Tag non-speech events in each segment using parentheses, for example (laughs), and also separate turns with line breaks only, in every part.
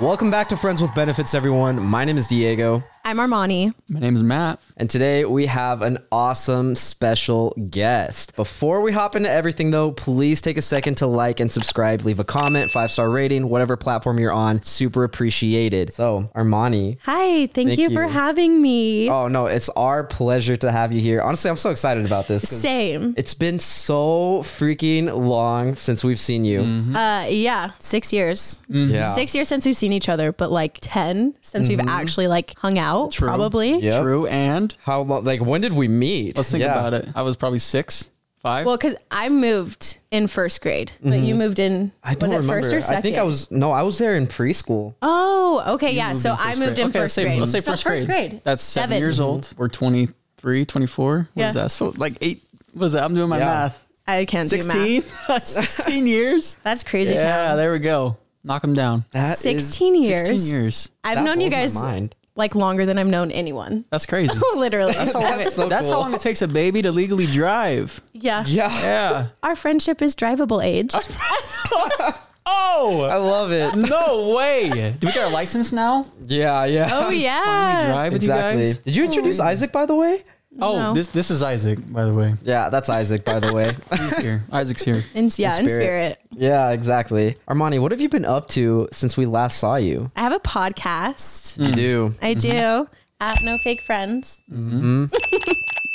Welcome back to Friends with Benefits, everyone. My name is Diego,
I'm Armani.
My name is Matt.
and today we have an awesome special guest. Before we hop into everything, though, please take a second to like and subscribe, leave a comment, five star rating, whatever platform you're on. Super appreciated. So, Armani.
Hi, thank,
Thank
you, for
you.
having me.
Oh, no, it's our pleasure to have you here. Honestly, I'm so excited about this. 'cause
Same.
It's been so freaking long since we've seen you.
Uh, yeah, six years.
Yeah.
Six years since we've seen each other, but like ten since we've actually like hung out.
True.
Probably.
Mm-hmm. Yeah. Yep.
True. And
How long? Like, when did we meet?
let's think
Yeah.
about it. I was probably six, five.
Well, because I moved in first grade, but you moved in.
Mm-hmm. I don't
was it
remember.
first or second?
I think I was no, I was there in preschool.
Oh, okay, yeah. So I moved in
Okay,
first
let's say,
grade.
Let's say
So
first, grade. That's seven,
Seven.
Mm-hmm.
years old. We're 23, 24. What is
Yeah.
that? So like eight. What is that? I'm doing my
Yeah.
math.
I can't do math.
16? (laughs)
(laughs)
16 years?
That's crazy.
yeah,
town.
there we go. Knock them down.
That is-
16 years.
16 years.
I've
that
known you
blows
guys
my mind.
like longer than I've known anyone. (laughs)
That's crazy.
Literally.
That's, how long,
That's
it,
so
that's how
cool.
long it takes a baby to legally drive.
yeah.
(laughs) Yeah.
Yeah.
Our friendship is
(laughs)
drivable age.
Oh,
I love it.
(laughs) no way. Do we get our license now?
Yeah, yeah.
Oh yeah.
Drive with
exactly.
you guys?
Did you introduce Isaac by the way?
Oh,
No.
this this is Isaac, by the way.
Yeah, that's Isaac by the (laughs) way.
He's here. Isaac's here.
In, yeah, in
spirit.
spirit.
yeah, exactly. Armani, what have you been up to since we last saw you?
I have a podcast.
You do.
I do at No Fake Friends,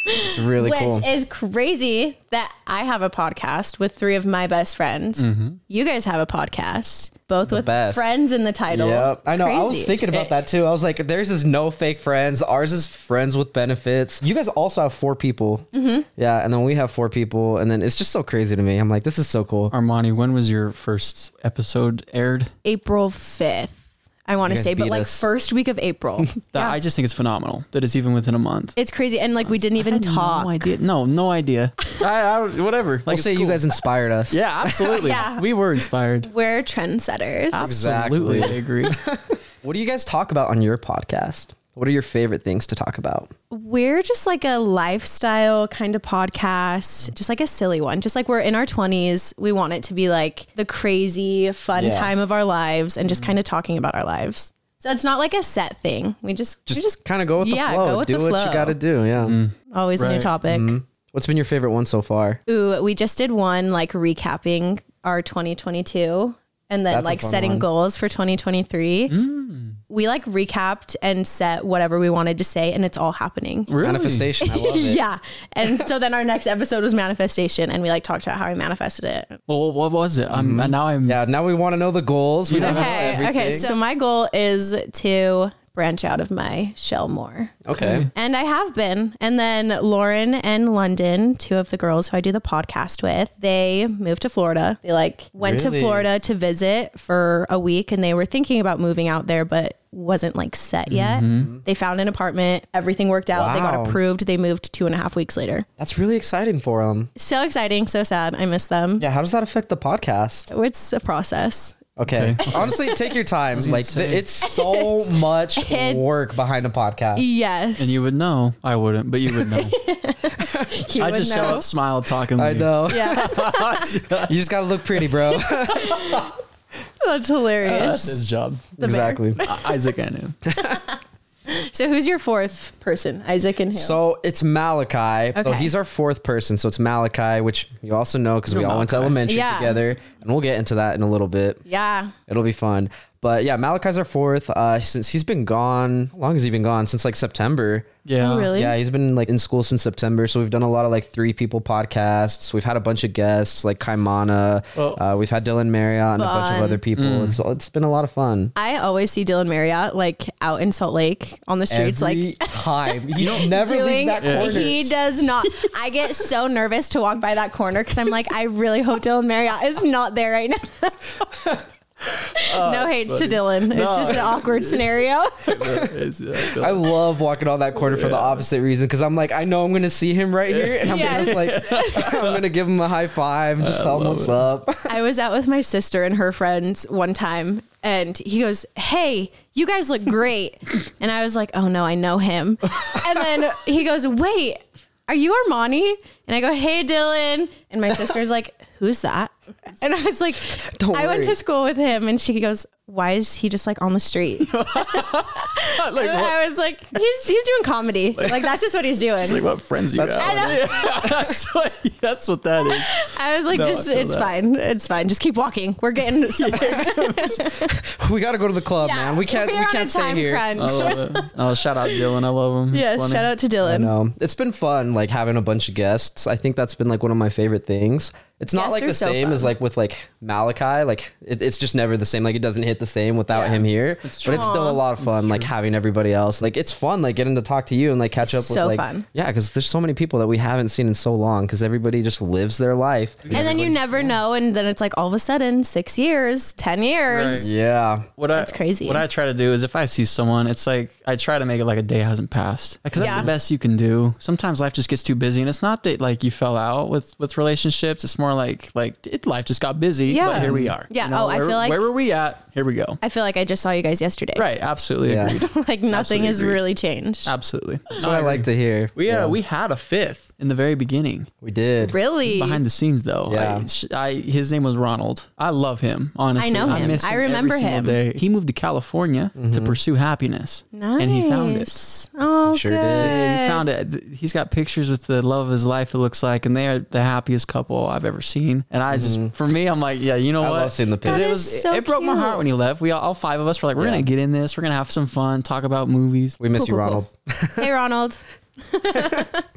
It's really
which
cool.
is crazy that I have a podcast with three of my best friends. You guys have a podcast, both with
Mm-hmm. best.
friends in the title.
Yep. I know. I was
Crazy.
thinking about that too. I was like, theirs is no fake friends. Ours is friends with benefits. You guys also have four people. Mm-hmm. Yeah. And then we have four people. And then it's just so crazy to me. I'm like, this is so cool.
Armani, when was your first episode aired?
April fifth. I want to
guys
say, but
beat
like
us.
first week of
(laughs)
April.
That, I just think it's phenomenal that it's even within a month.
it's crazy, and like we didn't even talk.
No idea. No, no idea. I, I, whatever. Like
I'll
it's
say you
cool.
guys inspired us.
Yeah, absolutely.
Yeah.
We were inspired.
We're trendsetters.
Exactly.
Absolutely, I agree.
What do you guys talk about on your podcast? What are your favorite things to talk about?
We're just like a lifestyle kind of podcast, just like a silly one. Just like we're in our 20s, we want it to be like the crazy, fun
Yeah. Mm-hmm.
time of our lives and just kind of talking about our lives. So it's not like a set thing. We just, we just
kind of go with
yeah,
the flow.
go with
do
the
what you Mm-hmm.
flow.
got to do. Yeah.
Mm.
always a new
Right.
topic.
What's been your favorite one so far?
Ooh, we just did one like recapping our 2022 and then
That's a
like
fun
setting
one. Mm.
goals for 2023. We like recapped and set whatever we wanted to say, and it's all happening.
(laughs) Really?
Manifestation. I love
(laughs)
it.
Yeah. And so then our next episode was manifestation and we like talked about how I manifested it.
Well, what was it? I'm and now I'm
Yeah. Now we want to know the goals. We don't know
Okay.
everything.
Okay. So my goal is to branch out of my shell more.
okay.
And I have been. And then Lauren and London, two of the girls who I do the podcast with, they moved to Florida. They like went
Really?
to Florida to visit for a week and they were thinking about moving out there, but wasn't like set yet. They found an apartment, everything worked out, they
Mm-hmm. Wow.
got approved. They moved two and a half weeks later.
That's really exciting for them.
So exciting, so sad. I miss them.
Yeah. How does that affect the podcast?
It's a process.
Okay.
Okay.
(laughs) Honestly, take your time. Like th-
say.
it's so much
it's- E
work behind a podcast.
Yes. (laughs)
and you would know. I wouldn't, but you would know.
You
I
would
just show
know.
up, smile, talk, and
I
leave.
know.
(laughs) Yeah.
you just got to look pretty,
(laughs)
bro.
That's hilarious.
That's his job.
exactly.
I- (laughs) Isaac I (laughs) knew.
so who's your fourth person? Isaac and who?
So it's Malachi. So
Okay.
he's our fourth person. So it's Malachi, which you also know because we all went to
Malachi.
elementary
Yeah.
together, and we'll get into that in a little bit.
yeah.
It'll be fun. But yeah, Malachi's our fourth. Uh, since he's been gone, how long has he been gone? Since like September.
Yeah.
Oh, really?
Yeah, he's been like in school since September. So we've done a lot of like three people podcasts. We've had a bunch of guests like Kaimana.
Oh.
Uh, we've had Dylan Marriott and a bunch of
Fun.
other people. It's it's been a lot of fun.
I always see Dylan Marriott like out in Salt Lake on the streets,
Every
(laughs) like
time he never leaves
doing.
that corner.
He does not. I
(laughs)
get so nervous to walk by that corner because I'm like, I really hope Dylan Marriott is not there right now. (laughs)
(laughs) Oh,
no hate to Dylan. It's just an
(laughs)
awkward scenario.
It's- yeah, I feel
I
it.
love walking on that corner for the opposite reason because I'm like, I know I'm gonna see him right here, and I'm
Yes.
gonna like, (laughs) I'm gonna give him a high five, and just tell him what's up. (laughs)
I was out with my sister and her friends one time, and he goes, Hey, you guys look great. And I was like, Oh no, I know him. And then he goes, Wait, are you Armani? And I go, Hey, Dylan. And my sister's like, Who's that? And I was like,
Don't
I went
worry.
to school with him. And she goes, why is he just like on the street?
(laughs)
(laughs) like, what,
I was like, he's he's doing comedy. Like that's just what he's doing.
like what friends you
I
have?
know.
(laughs) that's, what, that's what
(laughs)
that is.
I was like,
No, I
just
feel
it's
that.
fine. It's fine. Just keep walking.
(laughs)
We're getting somewhere.
We got to go to the club,
Yeah,
man. We can't.
we're
we
on
can't
a
stay
time
here.
crunch.
I love it. Oh, shout out Dylan. I love him. He's
yeah,
funny.
shout out to
I
Dylan.
know. It's been fun, like having a bunch of guests. I think that's been like one of my favorite things. It's not
Guests
like
are
the
so
same as
fun.
like with like Malachi. Like it, it's just never the same. Like it doesn't hit the same without
Yeah.
him here. but it's still
Aw.
a lot of fun. Like having everybody else. Like it's fun. Like getting to talk to you and like catch up.
so
with, like,
fun.
Yeah, because there's so many people that we haven't seen in so long. Because everybody just lives their life.
And then you never know, and then it's like all of a sudden, six years, ten years.
Right.
Yeah.
What
That's
I,
crazy.
What I try to do is if I see someone, it's like I try to make it like a day hasn't passed because that's
Yeah.
the best you can do. Sometimes life just gets too busy, and it's not that like you fell out with with relationships. It's more like like it, life just got busy.
Yeah.
but here we are.
Yeah.
You know,
Oh, I
where-
feel like-
where were we at? Here we go.
I feel like I just saw you guys yesterday.
Right. Absolutely
Yeah.
agreed.
(laughs) Like nothing
Absolutely
has
agreed.
really changed.
Absolutely. That's
(laughs) That's what I like to hear.
We uh, we had a fifth in the very beginning.
we did.
really?
He's behind the scenes though.
Yeah.
I, sh- I his name was Ronald. I love him. Honestly,
I know him.
miss
I remember
every single
him.
Day. He moved to California
Mm-hmm.
to pursue happiness,
nice.
and he found it.
Oh,
He sure did.
good.
Yeah, he found it. Th- He's got pictures with the love of his life. It looks like, and they are the happiest couple I've ever seen. And I just, for me, I'm like, yeah, you know
Mm-hmm. I
what?
love seeing the
'Cause
pictures.
That is
It was,
so
it broke my
cute.
heart when he left. We all, all five of us were like, we're
Yeah.
gonna get in this. We're gonna have some fun, talk about movies.
We miss
Cool,
you,
cool,
Ronald.
cool. hey, Ronald.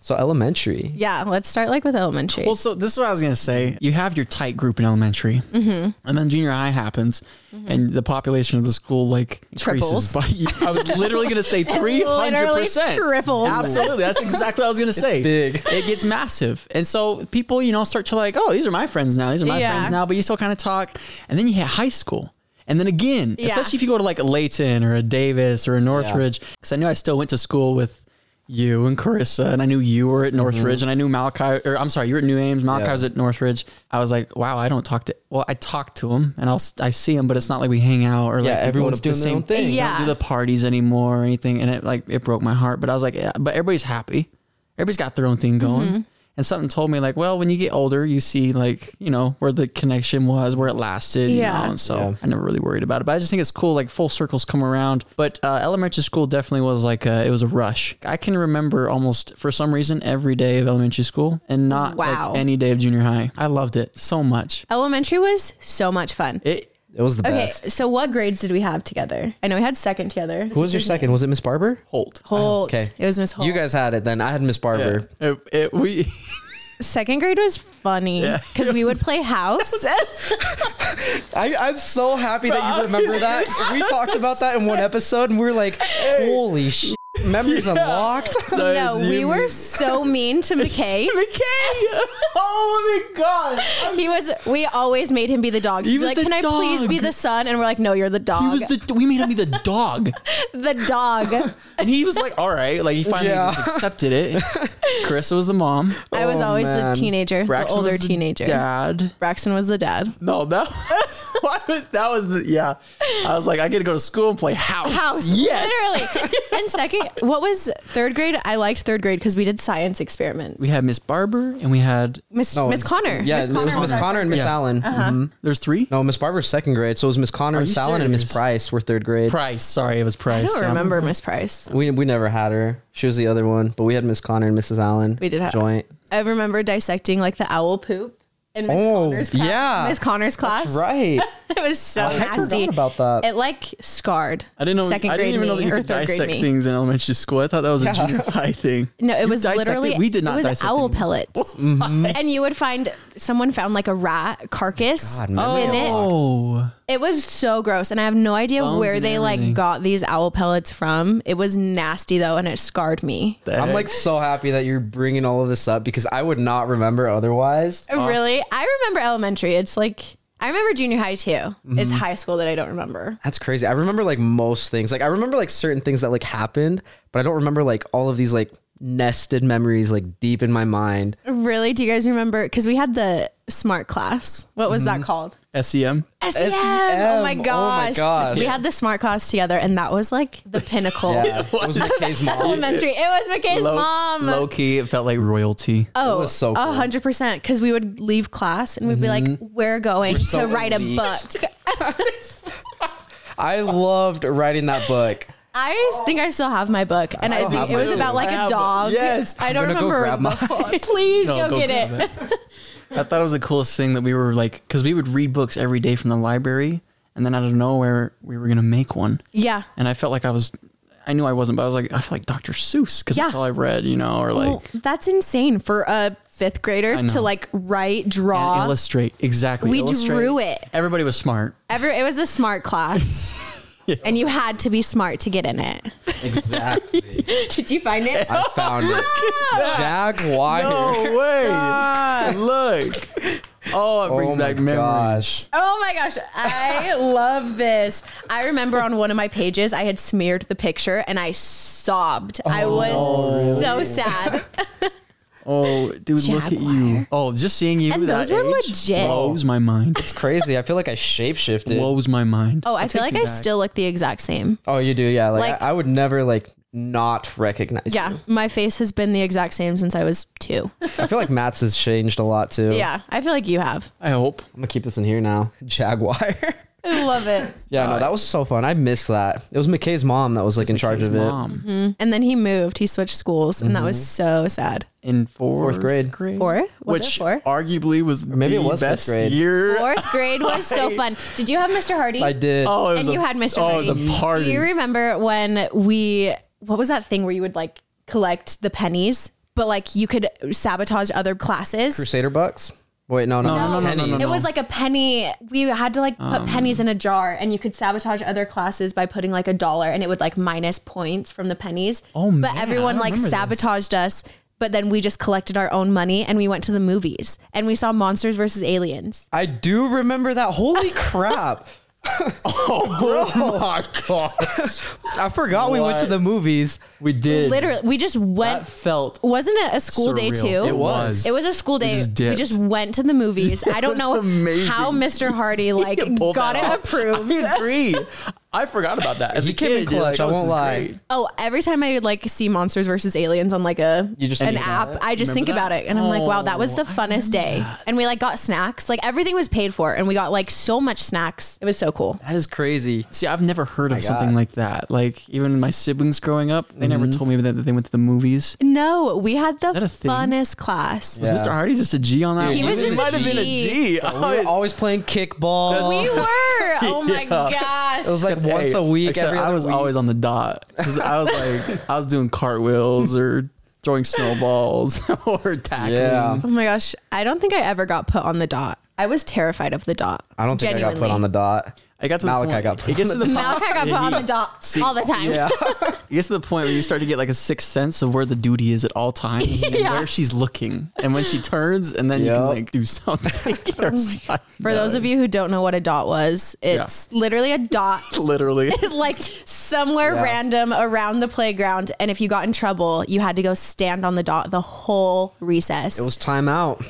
So elementary.
Yeah, let's start like with elementary.
Well, so this is what I was gonna say. You have your tight group in elementary, mm-hmm. and then junior high happens, and the population of the school like
Mm-hmm. Triples.
increases by. I was literally
(laughs)
gonna say three hundred
literally
percent.
triples.
Absolutely, that's exactly what I was gonna say.
big.
It gets massive, and so people, you know, start to like, oh, these are my friends now. These are my
Yeah.
friends now. But you still kind of talk, and then you hit high school. And then again,
Yeah.
especially if you go to like a Layton or a Davis or a Northridge, because I knew I still went to school with you and Carissa, and I knew you were at Northridge, and I knew Malachi, or I'm sorry, you were at New Ames, Malachi
Mm-hmm. Yeah.
was at Northridge. I was like, wow, I don't talk to, well, I talk to him, and I'll s- I see him, but it's not like we hang out or
Yeah,
like we go
everyone's
to
doing
the
their
same
own thing.
Yeah.
Don't do the parties anymore or anything, and it like it broke my heart. But I was like, yeah, but everybody's happy, everybody's got their own thing going.
Mm-hmm.
And something told me like, well, when you get older, you see like you know where the connection was, where it lasted. you
Yeah.
know, and so
Yeah.
I never really worried about it, but I just think it's cool. Like full circles come around. But uh, elementary school definitely was like a, it was a rush. I can remember almost for some reason every day of elementary school, and not
Wow.
like any day of junior high. I loved it so much.
elementary was so much fun.
It
It was the
okay,
best.
so what grades did we have together? I know we had second together.
Who was your second? Was it Miss Barber?
Holt.
Holt.
Okay.
It was Miss Holt.
You guys had it then. I had Miss Barber.
It, it, we (laughs)
Second grade was funny (laughs) because we would
(laughs)
play house.
I, I'm so happy that you remember that. We talked about that in one episode and we were like, holy (laughs) shit, memories
(laughs)
unlocked.
So
no,
(laughs) it's
we
you,
were
me.
so
(laughs)
mean to McKay.
McKay. (laughs) Oh my god.
He was. We always made him be the dog. He'd
He
be
was
like,
the
can I please
dog."
be the son? And we're like, no, you're the dog.
He was the we made him be the dog.
the dog.
And he was like, all right. Like he finally
Yeah.
just accepted it. Carissa was the mom.
I was
Oh,
always
man.
the teenager,
Braxton
the older
was the
teenager.
Dad.
Braxton was the dad.
No, that why was (laughs) that was the yeah. I was like, I get to go to school and play house.
House.
Yes.
Literally. and second, what was third grade? I liked third grade because we did science experiments.
We had Miss Barber and we had
Miss,
No,
Miss
Oh, it's-
Connor.
Yeah, it was
Connor
Miss
our- Uh-huh.
Connor and Miss
Yeah.
Allen. Mhm.
there's three?
No, Miss Barber's second grade. So it was Miss Connor, Miss
you
Allen, and Miss
serious?
Price were third grade.
Price. Sorry, it was
I
Price.
don't
yeah.
remember Miss Price.
We, we never had her. She was the other one, but we had Miss Connor and Mrs. Allen.
We did have- (laughs)
joint.
I remember dissecting like the owl poop in Miss
Oh,
Connor's class.
yeah.
Miss Connor's class.
Right.
(laughs) It was so
I forgot
nasty.
about that.
It like scarred.
I didn't know.
Second
I didn't
grade
even know
me
that you
or
could
third grade
dissect
me.
things in elementary school. I thought that was a junior high thing.
No, it
You
was
dissected-
literally
We did not
It was
dissect Oh
owl
anything.
pellets, and you would find someone found like a rat carcass
God,
in
man.
it.
Oh,
It was so gross, and I have no idea
Bones
where
and
they like
everything.
got these owl pellets from. It was nasty though, and it scarred me.
I'm like so happy that you're bringing all of this up because I would not remember otherwise.
Really, I remember elementary. It's like I remember junior high too.
Mm-hmm.
It's high school that I don't remember.
That's crazy. I remember like most things. Like I remember like certain things that like happened, but I don't remember like all of these like nested memories like deep in my mind.
Really, do you guys remember? Because we had the smart class. What was
Mm-hmm.
that called?
SEM.
SEM.
SEM.
Oh my
Oh my
gosh.
gosh.
We had the smart class together, and that was like the pinnacle.
Yeah, it was McKay's mom.
Elementary. It was McKay's mom.
Low key, it felt like royalty.
oh,
was so cool.
a hundred percent. Because we would leave class and we'd be like, "We're going
so
to write
OGs.
a book."
I loved writing that book.
I think I still have my book, and I,
still
think
have
it was
mine.
about like
Grab
a
it.
dog.
Yes.
I don't
I'm gonna go
remember.
grab mine.
(laughs) Please
No,
go,
go
get
grab
it.
(laughs) I thought it was the coolest thing that we were like, because we would read books every day from the library, and then out of nowhere we were gonna make one,
Yeah.
and I felt like I was, I knew I wasn't, but I was like, I feel like Dr. Seuss because that's
Yeah. Oh,
all I read, you know, or like
Well, that's insane for a fifth grader
I know.
to like write,
and
draw.
illustrate exactly.
We
illustrate.
drew it.
Everybody was smart.
Every, it was a smart class, and you had to be smart to get in it.
Exactly.
Did you find it?
I found it. Jaguar.
(laughs)
way! Look. Oh, it brings
Oh
back
my
memories.
gosh.
Oh my gosh, I love this. I remember on one of my pages, I had smeared the picture and I sobbed. I was so
(laughs)
sad.
Oh, dude, look at you.
Jaguar.
Oh, just seeing you.
And
that
those were
age
legit.
Blows my mind.
It's crazy. I feel like I shapeshifted.
Blows my mind.
Oh, I feel like I still look the exact same.
Oh, you do, yeah. Like,
Like-
I, I would never like not recognize. you.
Yeah, my face has been the exact same since I was two.
I feel like Matt's has changed a lot too.
Yeah, I feel like you have.
I hope.
I'm gonna keep this in here now. (laughs) Jaguar.
I love it.
yeah, no, that was so fun. I miss that. It was McKay's mom that was like in charge
His
of it.
mom
Mm. And then he moved. He switched schools, and that was so sad.
in fourth,
grade.
Fourth? Was
Mm-hmm. which
it fourth?
arguably was
maybe it
the
was fifth
best
grade.
year.
Fourth grade was
(laughs)
so fun. Did you have Mr. Hardy?
I did.
Oh, it was
and
a-
you had Mr.
Oh,
Hardy.
it was a party.
Do you remember when we what was that thing where you would like collect the pennies, but like you could sabotage other classes?
Crusader Bucks. Wait, no, no, no,
No, no, no, no, no,
pennies.
It was like a penny. We had to like put pennies in a jar, and you could sabotage other classes by putting like a dollar, and it would like minus points from the pennies.
Oh, man,
But everyone
I
like
remember this.
sabotaged us. But then we just collected our own money, and we went to the movies, and we saw Monsters versus Aliens.
I do remember that. Holy crap.
(laughs)
(laughs)
Oh my god,
I forgot we went to
What?
the movies.
we did.
Literally, we just went
that felt
wasn't it a school day
surreal.
too?
It was.
It was a school day.
just
We just,
dipped.
went to the movies. I don't
was
know
amazing.
how Mr.
(laughs)
Hardy like
pulled
got it
that off.
approved.
(laughs) I agree. I forgot about that as
He
a
came in
kid.
clutch, I
this
won't
is
lie.
great.
Oh, every time I would like see Monsters versus Aliens on like a
You just
an
think
app,
about it?
I just think
Remember
about
that?
it and I'm like, wow, that was the
Oh, I
funnest day. And we like got snacks. Like everything was paid for and we got like so much snacks. It was so cool.
That is crazy.
See, I've never heard of something
God.
like that. Like even my siblings growing up, they never told me that, that they went to the movies.
No, we had the
that a thing?
funnest class.
Yeah.
Was Mr. Hardy just a G on that?
He
one?
was
It
just a
might have been a
G.
G. Oh,
We were always playing kickball.
We were. Oh
(laughs)
my gosh.
it was like
Except-
once
hey,
a week.
Except
Every
I
other
was
week.
always on the dot 'Cause I was like, I was doing cartwheels or throwing snowballs (laughs) or tackling.
Yeah.
Oh my gosh. I don't think I ever got put on the dot. I was terrified of the dot.
I don't think I got put on the dot.
I got to the
Malachi
point.
got put
it gets to
on
the point.
(laughs) Malachi got put on the dot all the
(laughs)
time.
Yeah.
It gets to the point where you start to get like a sixth sense of where the duty is at
(laughs)
all times and
Yeah.
where she's looking, and when she turns, and then you can
Yep.
like do something. (laughs) or something.
For those of you who don't know what a dot was, it's literally a dot (laughs)
(laughs) literally.
like somewhere
Yeah.
random around the playground. And if you got in trouble, you had to go stand on the dot the whole recess.
It was timeout.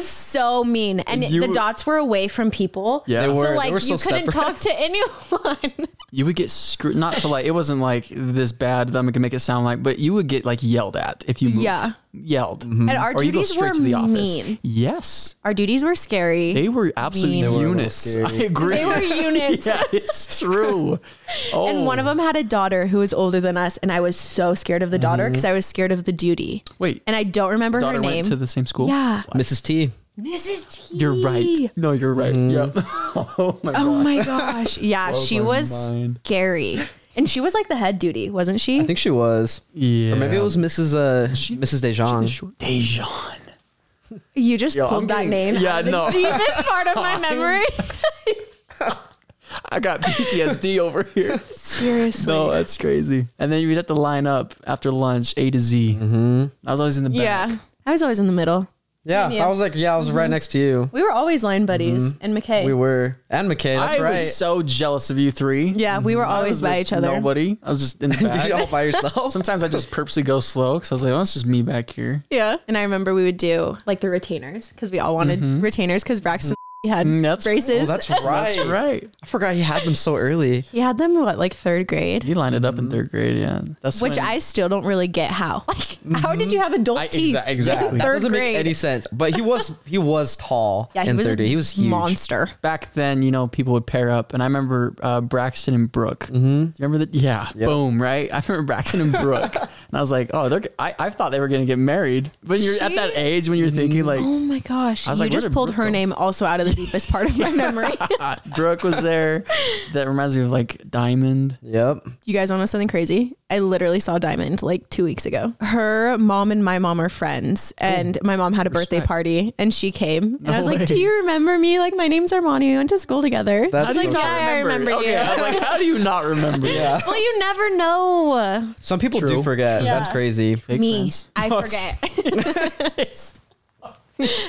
so mean. And
You-
the dots were away from people.
Yeah. They
were.
So
They
like
were so
you couldn't
separate.
talk to (laughs) anyone.
you would get screwed. Not to like, it wasn't like this bad that I'm gonna make it sound like, but you would get like yelled at if you moved.
Yeah.
Yelled.
And our
or you go
duties
straight
were
to the office.
mean.
Yes.
Our duties were scary.
They were absolute
Mean. They
were a little
units. (laughs) I
scary.
agree.
They were units.
yeah, it's true. Oh,
And one of them had a daughter who was older than us, and I was so scared of the daughter because I was scared of the duty.
Wait.
and I don't remember her
Mm-hmm. daughter
name.
went to the same school.
yeah,
Mrs. T.
Mrs. T.
You're right. No, you're right. Yep. oh my
Oh
god.
my gosh.
(laughs)
Yeah, she
my
was
mind.
scary, and she was like the head duty, wasn't she?
I think she was.
(laughs) Yeah. Mm-hmm.
Or maybe it was Mrs. Uh, Mrs. Dejan.
Dejan.
you just
Yo,
pulled
I'm
that
getting-
name.
Yeah,
out of the (laughs)
no.
deepest part of
(laughs)
my memory.
I got PTSD over
(laughs)
here.
Seriously.
No, that's crazy. And then you'd have to line up after lunch, A to Z. Mm-hmm. I was always in the back.
Yeah, I was always in the middle.
Yeah,
you.
I was like, yeah, I was right next to you.
We were always
Mm-hmm.
line buddies, and McKay.
We were. And McKay, that's
I
right. (laughs)
was so jealous of you three.
Yeah, we were
Mm-hmm. I
always
was
by
with
each other.
Nobody. I was just in the
(laughs)
You're all
back.
by yourself.
(laughs) Sometimes I just purposely go slow because I was like, oh, it's just me back here. Mm-hmm.
Yeah. And I remember we would do like the retainers because we all wanted retainers because Braxton He had
Mm, that's-
braces.
Oh, that's right.
(laughs) That's right.
I forgot you had them so early.
he had them what like third grade,
You lined it up in third grade, yeah. That's
Mm-hmm. which
when-
I still don't really get how. (laughs) Like, how did you have adult
I- exa-
teeth?
(laughs) exactly.
In
That
third
Doesn't
grade.
make any sense. But he was he was tall
(laughs) yeah, he
in
was
30.
a
He was huge.
monster.
back then, you know, people would pair up, and I remember uh, Braxton and Brooke. Mm-hmm. Remember that? Yeah, boom, right? I remember Braxton and
(laughs)
Brooke, and I was like, oh, they're. I, I thought they were gonna get married when you're at that
She-
age when you're thinking like.
Oh my gosh!
I was
You
like, where
just
did
pulled
Brooke
her
go?
name also out of the deepest part of my memory.
(laughs) ah, Brooke was there. That reminds me of like Diamond.
Yep.
You guys want to know something crazy? I literally saw Diamond like two weeks ago. Her mom and my mom are friends, and my mom had a birthday
respect.
party, and she came, and I was
way.
like, "Do you remember me? Like, my name's Armani. We went to school together."
That's
I was like,
so
"Yeah,
cool.
I remember you."
Okay, I was like, how do you not remember? Yeah,
well, you never know
(laughs) Some people do
True.
forget.
Yeah.
That's crazy.
me. I
(laughs)
forget. (laughs)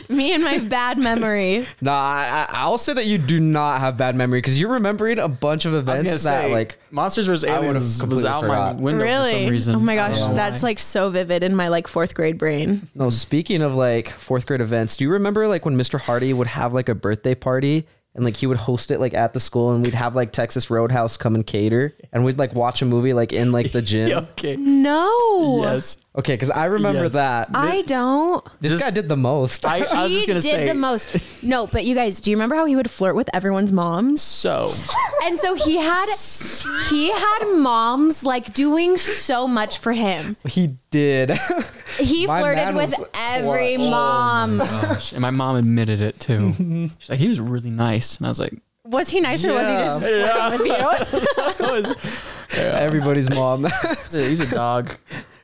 me and my bad memory.
No, I, I, I'll say that you do not have bad memory because you're remembering a bunch of
I was gonna
events that
say
like
like Monsters vs
would've
Aliens was
completely
out
forgot.
my window for
really?
some reason. Um,
Oh my
I don't
gosh,
know
that's
why.
like so vivid in my like fourth grade brain.
No, speaking of like fourth grade events, do you remember like when Mr. Hardy would have like a birthday party and like he would host it like at the school and we'd have like Texas Roadhouse come and cater and we'd like watch a movie like in like
(laughs)
the gym?
Yeah, (laughs) okay.
No,
Yes.
Okay, because I remember
Yes.
that.
I don't.
this guy did the most.
I, I was
he
just gonna
did
say
the most. No, but you guys, do you remember how he would flirt with everyone's moms?
So
And so he had he had moms like doing so much for him.
he did. (laughs)
He
My
flirted
man
with
was-
every
what? Oh.
mom.
Gosh, and my mom admitted it too.
(laughs)
She's like, he was really nice, and I was like,
Was he nice or was he
Yeah.
just
Yeah.
flirting with you? (laughs)
(laughs)
Everybody's mom. (laughs)
he's a dog.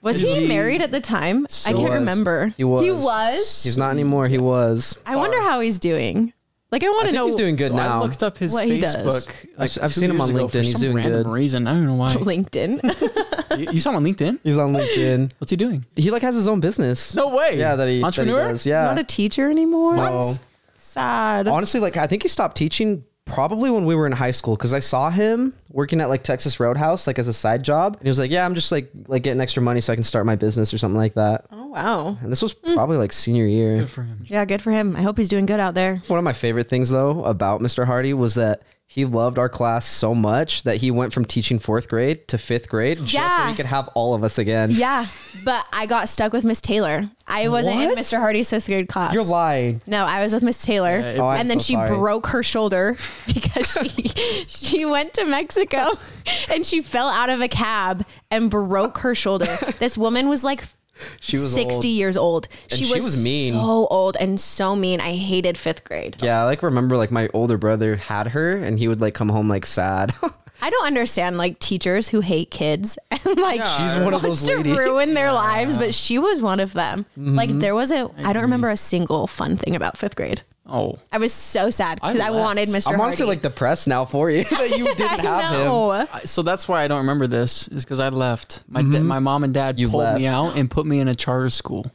Was he married at the time? I can't
was.
remember.
He was.
He was.
He's not anymore. He was.
I wonder how he's doing. Like I
I
want to
think
know.
he's doing good
So
now.
I looked up his
What he does.
Facebook.
I've- I've seen him on LinkedIn. He's doing
random
good.
reason. I don't know
(laughs) (laughs)
why.
LinkedIn.
you, you saw him on LinkedIn?
He's on LinkedIn.
What's he doing?
He like has his own business.
No way.
Yeah, that he that he
Entrepreneur?
does.
He's
Yeah.
not a teacher anymore.
No.
Sad.
honestly like i think he stopped teaching probably when we were in high school because i saw him working at like texas roadhouse like as a side job and he was like yeah i'm just like like getting extra money so i can start my business or something like that
Oh wow.
and this was probably like senior year
Good for him.
Yeah, good for him. I hope he's doing good out there.
one of my favorite things though about mr hardy was that he loved our class so much that he went from teaching fourth grade to fifth grade just so
Yeah.
he could have all of us again
Yeah, but I got stuck with Miss Taylor. I wasn't
What?
in Mr. Hardy's fifth grade class.
you're lying
No, I was with Miss Taylor,
it-
Oh, I'm
and then
so
she
sorry.
broke her shoulder (laughs) because she she went to Mexico (laughs) and she fell out of a cab and broke her shoulder.
(laughs)
This woman was like.
She was
60
old.
years old. She,
she was mean.
So old and so mean. I hated fifth grade.
yeah i like remember like my older brother had her and he would like come home like sad (laughs)
I don't understand like teachers who hate kids (laughs) and like
She's one of
wants
those
to
ladies.
ruin their lives, but she was one of them.
Mm-hmm.
Like there was a I don't remember a single fun thing about fifth grade.
Oh.
I was so sad because
I
I, wanted Mr.
i'm honestly
Hardy.
like depressed now for you (laughs) that
(laughs)
(laughs)
you didn't have
I
him
know.
I- So that's why I don't remember this is because I left. My da- my mom and dad
You
pulled me
left.
out and put me in a charter school,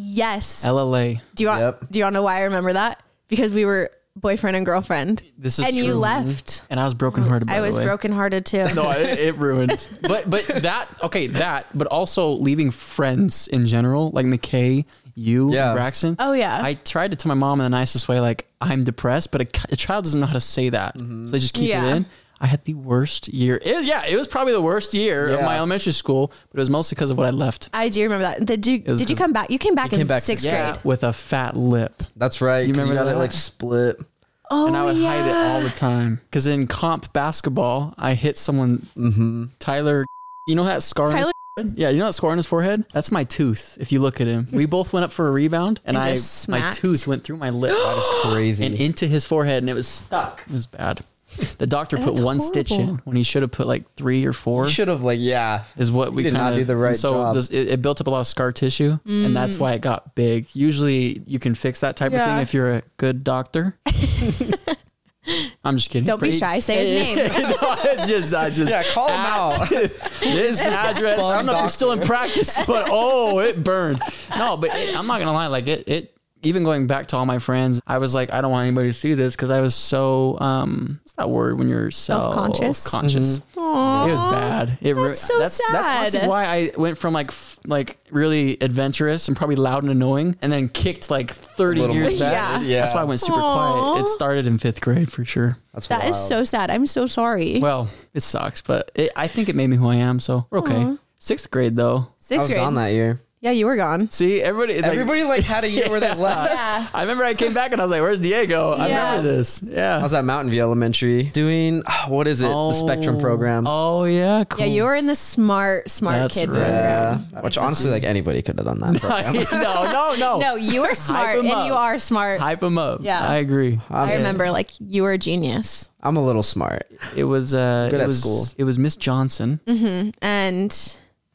Yes.
LLA.
Do you want
Yep.
do you want to know why I remember that? Because we were boyfriend and girlfriend.
This is
and you
true.
left.
And I was brokenhearted. By
I
the
was
way.
brokenhearted too.
(laughs) No, it, it ruined. (laughs) But but that okay that. But also leaving friends in general, like McKay, you,
Yeah.
and Braxton.
Oh, yeah.
I tried to tell my mom in the nicest way, like I'm depressed, but a, ki- a child doesn't know how to say that, so they just keep
Yeah.
it in. I had the worst year. It, yeah, it was probably the worst year of
Yeah.
my elementary school, but it was mostly because of what I left.
I do remember that. Did you
was
did you
'cause-
come back? You came back in
came back to-
sixth
Yeah,
grade.
with a fat lip.
That's right. You
remember
remember you got
that?
it like (gasps) split.
Oh,
and I would
yeah.
hide it all the time. Because in comp basketball, I hit someone, Tyler. You know that scar? on his
Tyler-
forehead? yeah, you know that scar on his forehead? That's my tooth. If you look at him, we both went up for a rebound, and
And
I
just
my
smacked.
tooth went through my lip
That
(gasps)
is crazy.
and into his forehead, and it was stuck. It was bad. The doctor put
That's
one stitch
horrible.
in when he should have put like three or four.
should have like yeah.
Is what we
did not
kind of
do the right
So
job.
This, it, it built up a lot of scar tissue, and that's why it got big. Usually, you can fix that type of
Mm. Yeah.
thing if you're a
(laughs)
good doctor. I'm just kidding.
Don't be
He's-
shy. Say his name.
(laughs) no, it's just, I
(laughs)
(laughs)
just
Yeah, call him out.
this address. I don't know if you're still in practice, but oh, it burned. No, but it, I'm not gonna lie. Like it, it. Even going back to all my friends, I was like, I don't want anybody to see this because I was so um, what's that word when you're self
Self-conscious?
Mm-hmm.
conscious?
Aw.
It was bad. It really
so
that's, That's honestly
sad.
why I went from like f- like really adventurous and probably loud and annoying, and then kicked like thirty
Little
years
bit.
back.
Yeah. Yeah.
That's why I went super quiet.
Aw.
It started in fifth grade for sure.
That's
That is
wild.
so sad. I'm so sorry.
Well, it sucks, but it, I think it made me who I am. So we're okay. Sixth grade though.
I
Sixth
was
grade.
gone that year.
Yeah, you were gone.
(laughs) See everybody. like-
Everybody like had a year where they left.
(laughs) Yeah.
I remember I came back and I was like, "Where's Diego?" I
Yeah.
remember this. Yeah.
I was at Mountain View Elementary doing (sighs) ah, what is it? the Spectrum program.
Oh yeah. Cool.
Yeah, you were in the smart, smart
That's
kid
right.
Yeah.
program.
Which honestly, like anybody could have done that. program.
(laughs) no, no,
(laughs)
no.
No,
(laughs)
you were smart
'em
and
Oh. up.
you are smart.
Hype him up.
Yeah.
I agree.
I remember like you were a genius.
I'm a little smart.
It was uh,
Good
it
at
was
school.
it was Miss Johnson.
And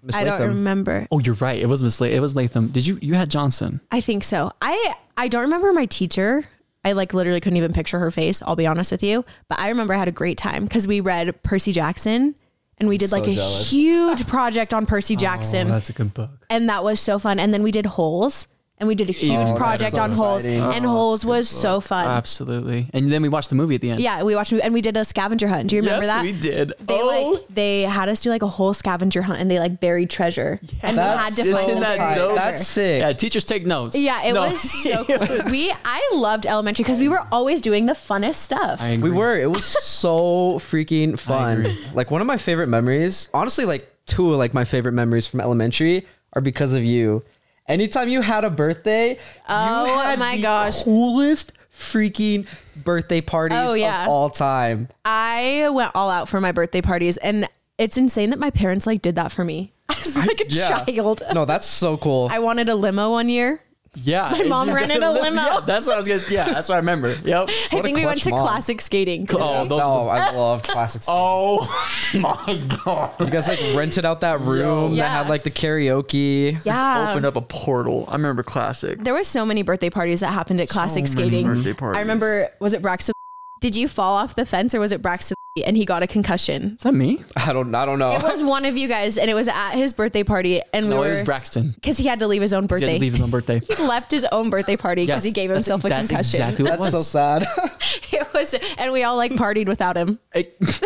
Miss
I don't
Latham.
remember.
Oh, you're right. It was Miss La- it was Latham. Did you you had Johnson?
I think so. I I don't remember my teacher. I like literally couldn't even picture her face, I'll be honest with you. But I remember I had a great time because we read Percy Jackson and we did like a
jealous. Oh,
huge project on Percy Jackson.
that's a good book.
and that was so fun. And then we did holes, and we did a huge project
so
on holes,
exciting.
Oh,
and holes was so fun.
Uh, Absolutely. And then we watched the movie at the end.
yeah, we watched and we did a scavenger hunt. Do you remember
yes,
that?
we did.
They
oh,
like they had us do like a whole scavenger hunt, and they like buried treasure, and we had to
That's
find
so
the
tight.
that
buried
dope?
treasure.
That's sick.
yeah. Teachers take notes.
yeah, it
No.
was so cool. we I loved elementary because we were always doing the funnest stuff.
I agree.
We were. It was
(laughs)
so freaking fun. Like one of my favorite memories, honestly, like two of like my favorite memories from elementary are because of you. Anytime you had a birthday,
Oh
you had
my
the
gosh.
coolest freaking birthday parties
Oh, yeah.
of all time.
I went all out for my birthday parties, and it's insane that my parents like did that for me. (laughs) I was like a child.
No, that's so cool.
I wanted a limo one year.
(laughs) Yeah.
My mom
You
rented
gotta
a
live-
limo.
Yeah, that's what I was gonna. Yeah, that's what I remember. Yep.
(laughs) I think we went to
clutch mom.
classic skating.
Oh, those
oh,
(laughs)
I love classics.
Oh (laughs) my god.
You guys like rented out that room that
Yeah.
had like the karaoke.
yeah.
Opened up a portal. I remember classic.
there were so many birthday parties that happened at classic
So many
skating.
birthday parties.
I remember was it Braxton? Did you fall off the fence or was it Braxton and he got a concussion?
Is that me?
I don't. I don't know.
It was one of you guys and it was at his birthday party and
No,
we
it
were
was Braxton.
because he had to leave his own
He had
birthday.
to leave his own
(laughs)
birthday.
he left his own birthday party because he gave himself a
that's
concussion.
Exactly
(laughs)
what
that's
it
so
was.
sad.
(laughs) It was, and we all like partied without him.
(laughs)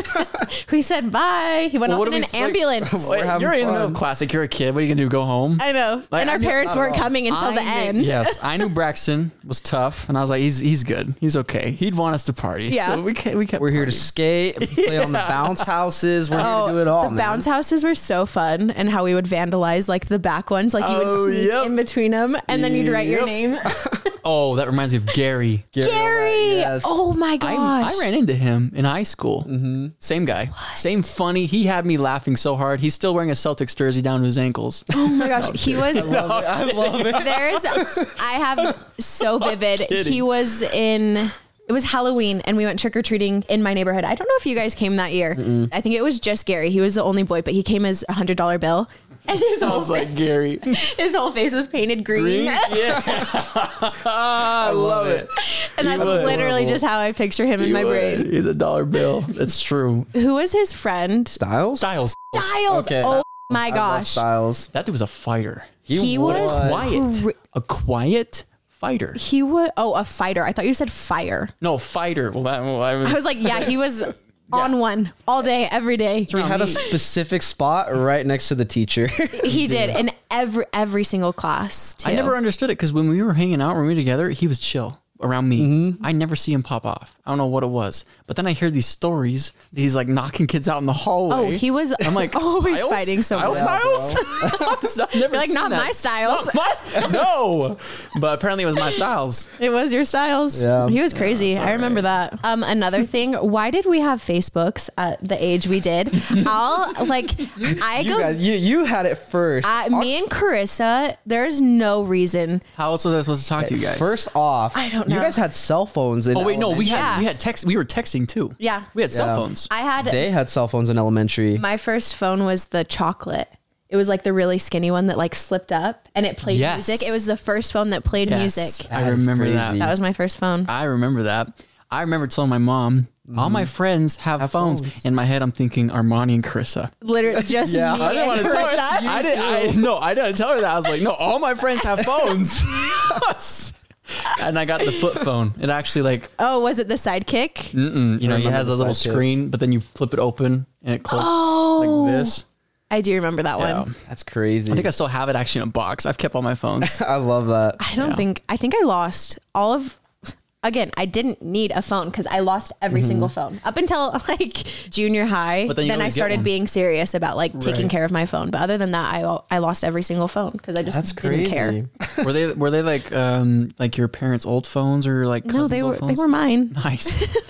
We said bye. He went off
Well, what
in
do
an
we say?
ambulance.
(laughs) Wait,
having
you're in the middle
fun.
of classic. You're a kid. What are you gonna do? Go home?
I know,
Like,
and
I
our
knew-
parents
not at
weren't
all.
coming until
I
the
knew-
end. (laughs)
yes, I knew Braxton was tough, and I was like, he's he's good. He's okay. He'd want us to party.
Yeah.
so we kept, we kept
We're here to
partying.
skate, play on the
(laughs)
bounce houses. We're here to do it all.
Oh, the
man.
bounce houses were so fun, and how we would vandalize like the back ones, like you
Oh,
would sneak
yep.
in between them, and then you'd write your
Yep.
name,
Oh, that reminds me of (laughs) Gary.
Gary.
yes.
Oh my
I,
gosh!
I ran into him in high school. Same guy, same funny. He had me laughing so hard. He's still wearing a Celtics jersey down to
(laughs)
his ankles.
Oh my
(laughs)
gosh, he was.
I love it.
There's, I have so vivid.
kidding.
He was in. It was Halloween, and we went trick or treating in my neighborhood. I don't know if you guys came that year. I think it was just Gary. He was the only boy, but he came as a hundred dollar bill, (laughs) and his
I
whole,
was like, Gary,
(laughs) his whole face was painted green.
(laughs) yeah, I love it.
(laughs) and that's
was
literally
adorable.
just how I picture him in my brain.
He's a dollar bill. That's
(laughs)
true.
Who was his friend?
Styles.
Styles.
Styles.
Okay.
Oh
I
my
love
gosh.
Styles.
That dude was a fighter.
He, was
was.
Quiet.
cra-
A quiet fighter.
He was oh a fighter. I thought you said fire.
No, fighter. Well, that, well, I was,
I was like, yeah, he was on one all day, every day.
We had a specific spot right next to the teacher.
He did in every every single class. Too.
I never understood it because when we were hanging out, when we were together, he was chill around me.
Mm-hmm.
I never see him pop off. I don't know what it was. But then I hear these stories that he's like knocking kids out in the hallway.
Oh, he was
I'm
(laughs)
like
always
Styles?
fighting someone.
Styles, Styles? (laughs) I've never
You're like
seen
not
that.
my Styles.
What? (laughs) No. But apparently it was my Styles.
It was your Styles.
Yeah.
He was crazy. I remember that. Um, another thing, why did we have Facebooks at the age we did? I'll like I
(laughs) you
go
guys, you you had it first.
I, me and Carissa, there's no reason.
How else was I supposed to talk to you guys?
First off,
I don't
You
know.
guys had cell phones. In
Oh wait, no, we had
Yeah.
we had text we were texting too.
Yeah.
We had
Yeah.
cell phones.
I had
They had cell phones in elementary.
my first phone was the chocolate. It was like the really skinny one that like slipped up and it played
Yes.
music. It was the first phone that played music.
I
That is
remember that.
crazy.
That was my first phone.
I remember that. I remember telling my mom, all
Mm-hmm.
my friends have, phones. In my head, I'm thinking Armani and (laughs) Carissa.
Literally just
Yeah,
me
I
and Carissa.
I didn't. I, no, I didn't tell her that. I was like, no, all my friends have phones. (laughs) and I got the flip phone. It actually like,
Oh, was it the sidekick?
you know, it
remember
has
the
a little
sidekick.
screen, but then you flip it open and it closes.
Oh, Oh,
like this.
I do remember that
Yeah.
one.
That's crazy.
I think I still have it actually in a box. I've kept all
(laughs)
my phones.
(laughs) I love that.
I don't
Yeah.
think I think I lost all of. Again, I didn't need a phone because I lost every single phone up until (laughs) like junior high.
Mm-hmm. But then
then
you
I
always get
started
one.
being serious about like taking
Right.
care of my phone. But other than that, I I lost every single phone because I just
That's
didn't
crazy.
care.
were they were they like um like your parents' old phones or like
No,
cousins'
they
old
were they
phones?
were mine. (laughs)
nice.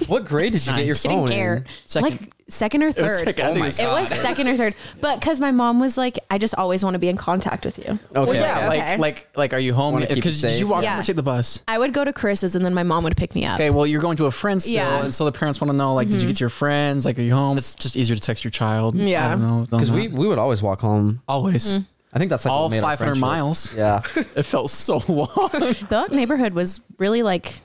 What grade did you get your
Nice.
phone
Didn't care.
in?
Second.
Like second or
It was Oh
third.
like- I
it
think it
my
was-
God.
was second or third, but because my mom was like, "I just always want to be in contact with you."
Okay.
Well,
okay.
yeah,
Okay.
like like like are you home?
Wanna keep it
Because
safe.
did you walk
Yeah.
home or take the bus?
I would go to Chris's, and then my mom would pick me up.
Okay, well you're going to a friend's still,
Yeah. Mm-hmm.
and so the parents want to know like did you get to your friends? Like are you home? It's just easier to text your child.
Yeah. Mm-hmm.
I don't know. Don't
Because
know.
we, we would always walk home.
always
I think that's like what
Uh-huh. all
made our
500
friendship.
miles.
(laughs)
Yeah.
(laughs) It felt so long.
The neighborhood was really like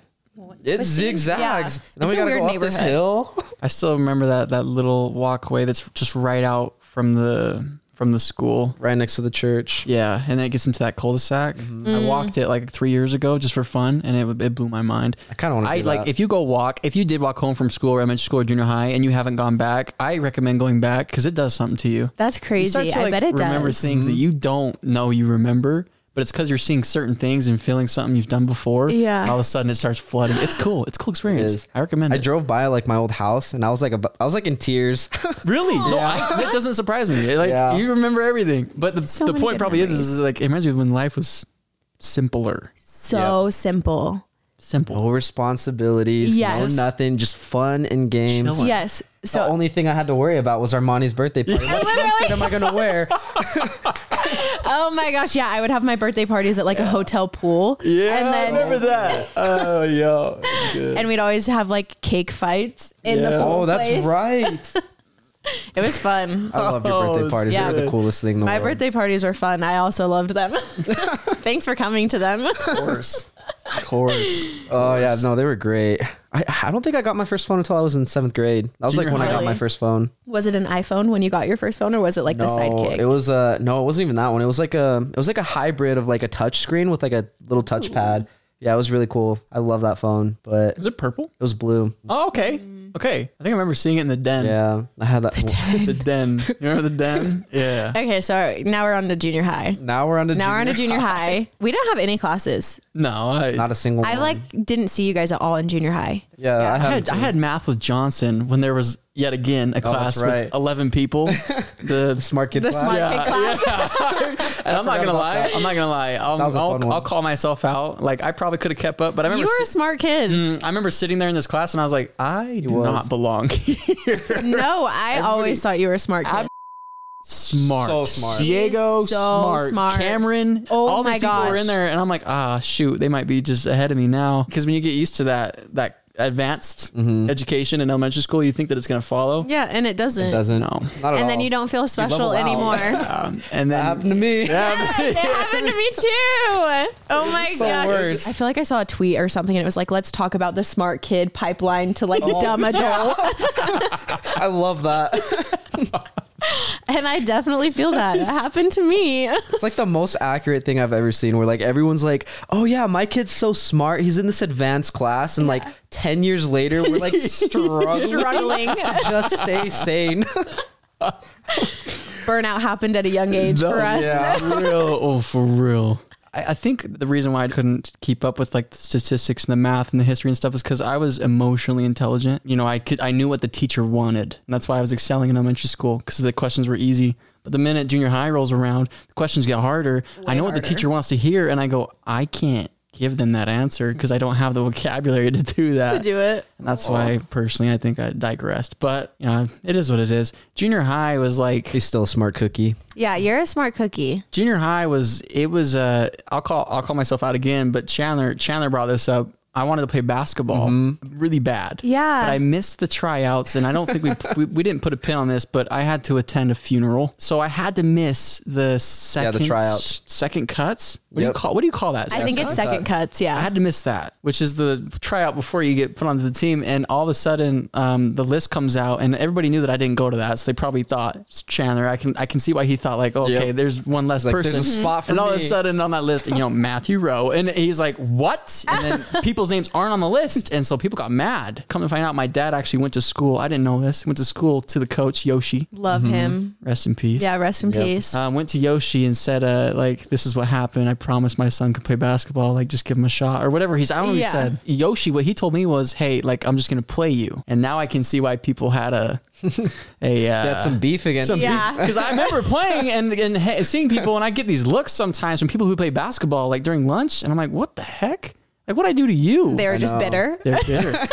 It
But see,
zigzags.
yeah.
Then
It's
we gotta
a weird
go up this
neighborhood.
hill. (laughs)
I still remember that that little walkway that's just right out from the from the school.
Right next to the church.
Yeah, and then it gets into that cul-de-sac.
Mm-hmm.
Mm.
I walked it like three years ago just for fun, and it, it blew my mind.
I kinda wanna
I
do
like
that.
if you go walk, if you did walk home from school, or elementary school, or junior high, and you haven't gone back, I recommend going back because it does something to you.
that's
You start
crazy.
to,
I
like,
bet it
remember
does.
things
Mm-hmm.
that you don't know you remember, but it's because you're seeing certain things and feeling something you've done before.
Yeah.
all of a sudden it starts flooding. It's cool. It's a cool experience.
is.
I recommend
I
it.
drove by like my old house and I was like ab- I was like in tears.
(laughs)
(laughs)
Really? No, I, that doesn't surprise me. Like
Yeah.
you remember everything, but the,
So
the
many
point
good
probably is,
memories.
is like it reminds me of when life was simpler,
so simple.
simple.
no responsibilities, no
Yes.
nothing, just fun and games.
Chilling. What?
Yes. So
the only thing I had to worry about was Armani's birthday party.
(laughs)
What swimsuit am I gonna wear?
oh my gosh, yeah, I would have my birthday parties at like a hotel pool. and then (laughs)
that. oh yo, good.
and we'd always have like cake fights in (laughs) the
Yeah.
pool.
Oh, that's
place.
right.
It was fun.
I loved your birthday
Oh,
parties.
yeah.
They were the coolest thing in the
My
world.
birthday parties were fun. I also loved
(laughs)
them. (laughs) Thanks for coming to them.
of course, of course.
Oh yeah, no, they were great. I, I don't think I got my first phone until I was in seventh grade. That was
Junior
like when I got
high.
my first phone.
(laughs) Was it an iPhone when you got your first phone, or was it like the sidekick?
It was uh no, it wasn't even that one. It was like a it was like a hybrid of like a touch screen with like a little touchpad. Yeah, it was really cool. I love that phone, but
Is it purple?
it was blue.
Mm.
Oh, okay, okay. I think I remember seeing it in the den.
Yeah, I had that.
(laughs) the den. You remember
(laughs)
the den? Yeah.
okay, so now we're on to junior high.
Now we're on to
Now we're on
junior-
to
(laughs)
junior high. We don't have any classes.
No, I,
not a single.
I
one.
like didn't see you guys at all in junior high.
Yeah, (laughs) I
I
haven't.
had, I had math with Johnson when there was yet again a class
Oh, right.
with
(laughs)
eleven people. the (laughs)
smart kid.
The
class.
smart
Yeah,
kid class.
And I'm not gonna
about
lie. I'm not gonna lie. I'll,
was a fun
I'll,
one.
I'll call myself out. Like I probably could have kept up, but I
You
remember.
were a
si- mm,
smart kid.
I remember sitting there in this class, and I was like, I do
was.
not belong. here.
No, I always thought you were a smart kid.
Ab- smart,
So smart.
Diego,
He's so
smart.
smart.
Cameron.
Oh
all
my
these people were
gosh.
in there, and I'm like, ah, shoot, they might be just ahead of me now. Because when you get used to that, that advanced
Mm-hmm.
education in elementary school, you think that it's gonna follow.
yeah, and it doesn't.
doesn't.
No.
Not at
and
all.
then you don't feel special
level out.
anymore.
Um, and
That
then
happened to (laughs) me.
(laughs) it happened to me too. Oh my
It's the
gosh.
worst.
I feel like I saw a tweet or something and it was like, let's talk about the smart kid pipeline to like dumb adult.
I love (laughs) that.
and I definitely feel that. It happened to me.
It's like the most accurate thing I've ever seen where like everyone's like, "Oh yeah, my kid's so smart. He's in this advanced class." And like 10 years later, we're
(laughs)
like struggling
Struggling.
to just stay sane.
Burnout happened at a young age
No,
for us.
yeah.
(laughs)
for real. Oh, for real. I, I think the reason why I couldn't keep up with like the statistics and the math and the history and stuff is because I was emotionally intelligent. You know, I could I knew what the teacher wanted, and that's why I was excelling in elementary school because the questions were easy. But the minute junior high rolls around, the questions get harder. I know what the
harder.
teacher wants to hear, and I go, I can't give them that answer because I don't have the vocabulary to do that.
To do it.
And that's why personally I think I digressed. But you know, it is what it is. Junior high was like
He's still a smart cookie.
Yeah, you're a smart cookie.
junior high was it was uh I'll call I'll call myself out again, but Chandler Chandler brought this up. I wanted to play basketball
Mm-hmm.
really bad.
Yeah.
But I missed the tryouts and I don't think we, (laughs) we we didn't put a pin on this, but I had to attend a funeral. So I had to miss the second
tryouts.
second cuts. What do you
Yep.
call what do you call that?
I think it's
Second
second cuts.
I
Yeah.
had to miss that, which is the tryout before you get put onto the team. And all of a sudden, um, the list comes out, and everybody knew that I didn't go to that, so they probably thought "It's Chandler. I can I can see why he thought like, okay,
Yep.
there's one less
Like,
person.
there's a spot for
and all of
me. (laughs)
a sudden on that list, you know, Matthew Rowe, and he's like, what? And then people people's names aren't on the list. And so people got mad. Come to find out, my dad actually went to school. I didn't know this. He went to school to the coach, Yoshi.
Love him.
Rest in peace.
Yeah, rest in peace.
Um, went to Yoshi and said, uh, like, this is what happened. I promised my son could play basketball. Like, just give him a shot or whatever. He's, I don't know what
Yeah.
he said. Yoshi, what he told me was, hey, like, I'm just going to play you. And now I can see why people had a,
(laughs)
a, uh,
Got some beef against
some
Yeah.
because I
(laughs)
remember playing and, and he- seeing people, and I get these looks sometimes from people who play basketball, like during lunch, and I'm like, what the heck? Like, what I do to you?
they were just
know.
bitter.
They're bitter.
(laughs)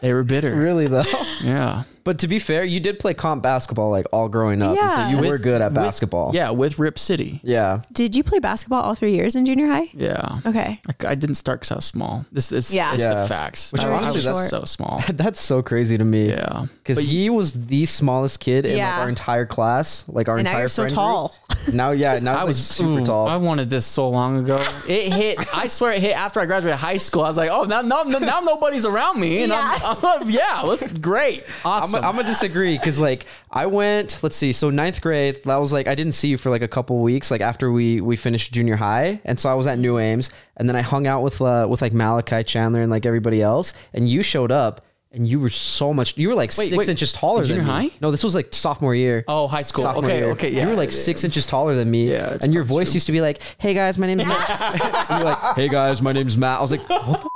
they were bitter.
Really though.
Yeah.
(laughs) But to be fair, you did play comp basketball like all growing up. and
Yeah.
So you were
With-
good at
with-
basketball.
Yeah, with Rip City.
Yeah.
Did you play basketball all three years in junior high?
Yeah.
Okay.
I, I didn't start because I was small. This is
Yeah.
it's
Yeah.
the facts.
Which
I, I
honestly,
was
that's-
(laughs)
so small.
(laughs) That's so crazy to me.
Yeah.
Because he was the smallest kid in like,
Yeah.
our entire class, like our
And now
entire
you're so
friend
tall.
group. Now, yeah, now
(laughs) I was
like, super
ooh,
tall.
I wanted this so long ago. It hit. I swear, it hit after I graduated high school. I was like, oh, now now, now nobody's around me, and I'm, I'm yeah, that's great,
(laughs) I'm,
awesome.
I'm gonna disagree because like I went, let's see, so ninth grade, that was like I didn't see you for like a couple weeks, like after we we finished junior high, and so I was at New Ames, and then I hung out with uh, with like Malachi Chandler and like everybody else, and you showed up, and you were so much, you were like
Wait,
six
wait,
inches taller
junior
than me.
high?
No, this was like sophomore year.
Oh, high school.
Sophomore
Okay,
year.
okay,
You
yeah,
were like
yeah,
six inches taller than me,
Yeah, that's
and your
probably
voice
true.
used to be like, "Hey guys, my name's (laughs) Mitch," and you're like, "Hey guys, my name's Matt." I was like, "What the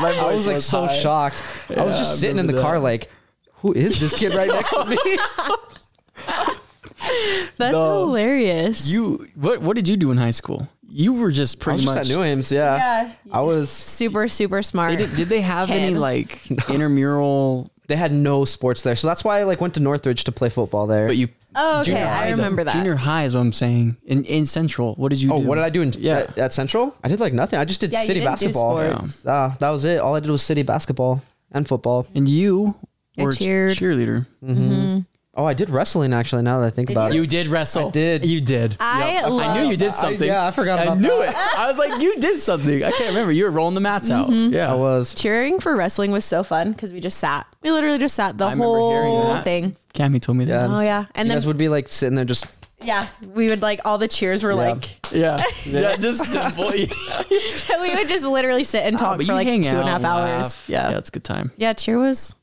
My voice
I was like so shocked. I was
Yeah, I
just sitting in the
remember
car
that.
like, who is this kid right next to
(laughs)
me? (laughs)
That's
No.
hilarious.
You what? What did you do in high school? You were just
I
pretty
was just
much.
at New Ames, yeah.
Yeah.
I was.
super super smart.
They did, did they have any
(laughs)
Kid.
like intramural?
They had no sports there, so that's why I like went to Northridge to play football there.
But you.
Oh, okay,
junior
I
high, though.
remember that.
Junior high is what I'm saying. In in Central, what did you?
oh,
do?
what did I do in
Yeah.
at, at Central? I did like nothing. I just did
Yeah, you
city
didn't do
basketball.
sports.
Uh, that was it. All I did was city basketball and football.
and you
I
were a ch-
cheered.
cheerleader.
Oh, I did wrestling actually. Now that I think about
You
it,
did wrestle.
I did.
You did.
I love
I knew you did
I-
something.
yeah, I forgot
I
about
knew it. I was like, you did something. I can't remember. You were rolling the mats
Mm-hmm.
out. Yeah.
I was.
Cheering for wrestling was so fun because we just sat. We literally just sat the
I remember hearing
whole
that.
thing.
Cammy told me that.
Oh yeah, and
you
then
guys would be like sitting there just.
yeah, we would like all the cheers were
Yeah.
like (laughs)
Yeah. (laughs) Yeah. just (laughs)
we would just literally sit and talk
Ah, But
for
you
like two
hang
and a half
out
hours.
laugh.
Yeah.
Yeah,
yeah,
it's a good time.
cheer was.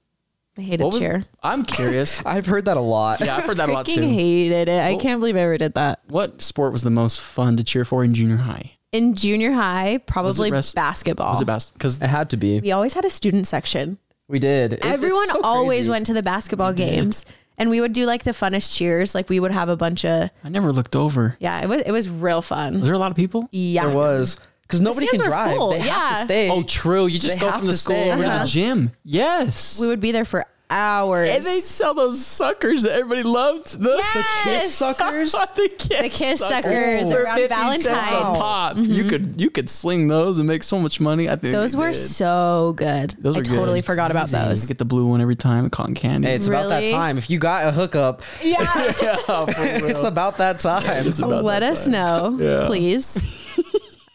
I hated
What was?
cheer. (laughs)
I'm curious.
I've heard that a lot.
yeah, I've heard that a lot
Freaking
too.
hated it. I can't believe I ever did that.
What sport was the most fun to cheer for in junior high?
In junior high, probably
rest-
basketball.
Was it basketball? Because
It had to be.
we always had a student section.
We did. It- it's
Everyone
so
always
crazy.
went to the basketball games. And we would do like the funnest cheers. Like we would have a bunch of
I never looked over.
yeah, it was it was real fun.
Was there a lot of people?
Yeah.
There was because nobody can
stands were
drive.
full,
They have
yeah.
to stay.
Oh, true. You just
They
go
have
from the
to
school
stay.
over to
Uh-huh.
the gym. Yes.
We would be there for hours.
and they sell those suckers that everybody loved. The,
Yes.
suckers?
(laughs) the kiss,
The kiss suckers
For
around
50 cents a
Valentine's. Mm-hmm.
pop. You could you could sling those and make so much money. I think
those
they
were
did.
so good.
Those
I
were good.
totally forgot about
Amazing.
those.
Get the blue one every time. Cotton candy.
Hey, it's about that
Really?
time. If you got a hookup,
(laughs) Yeah.
(laughs) yeah, for real.
(laughs) it's about that time.
(laughs) It's about
Let
that
us
time.
know,
Yeah.
please.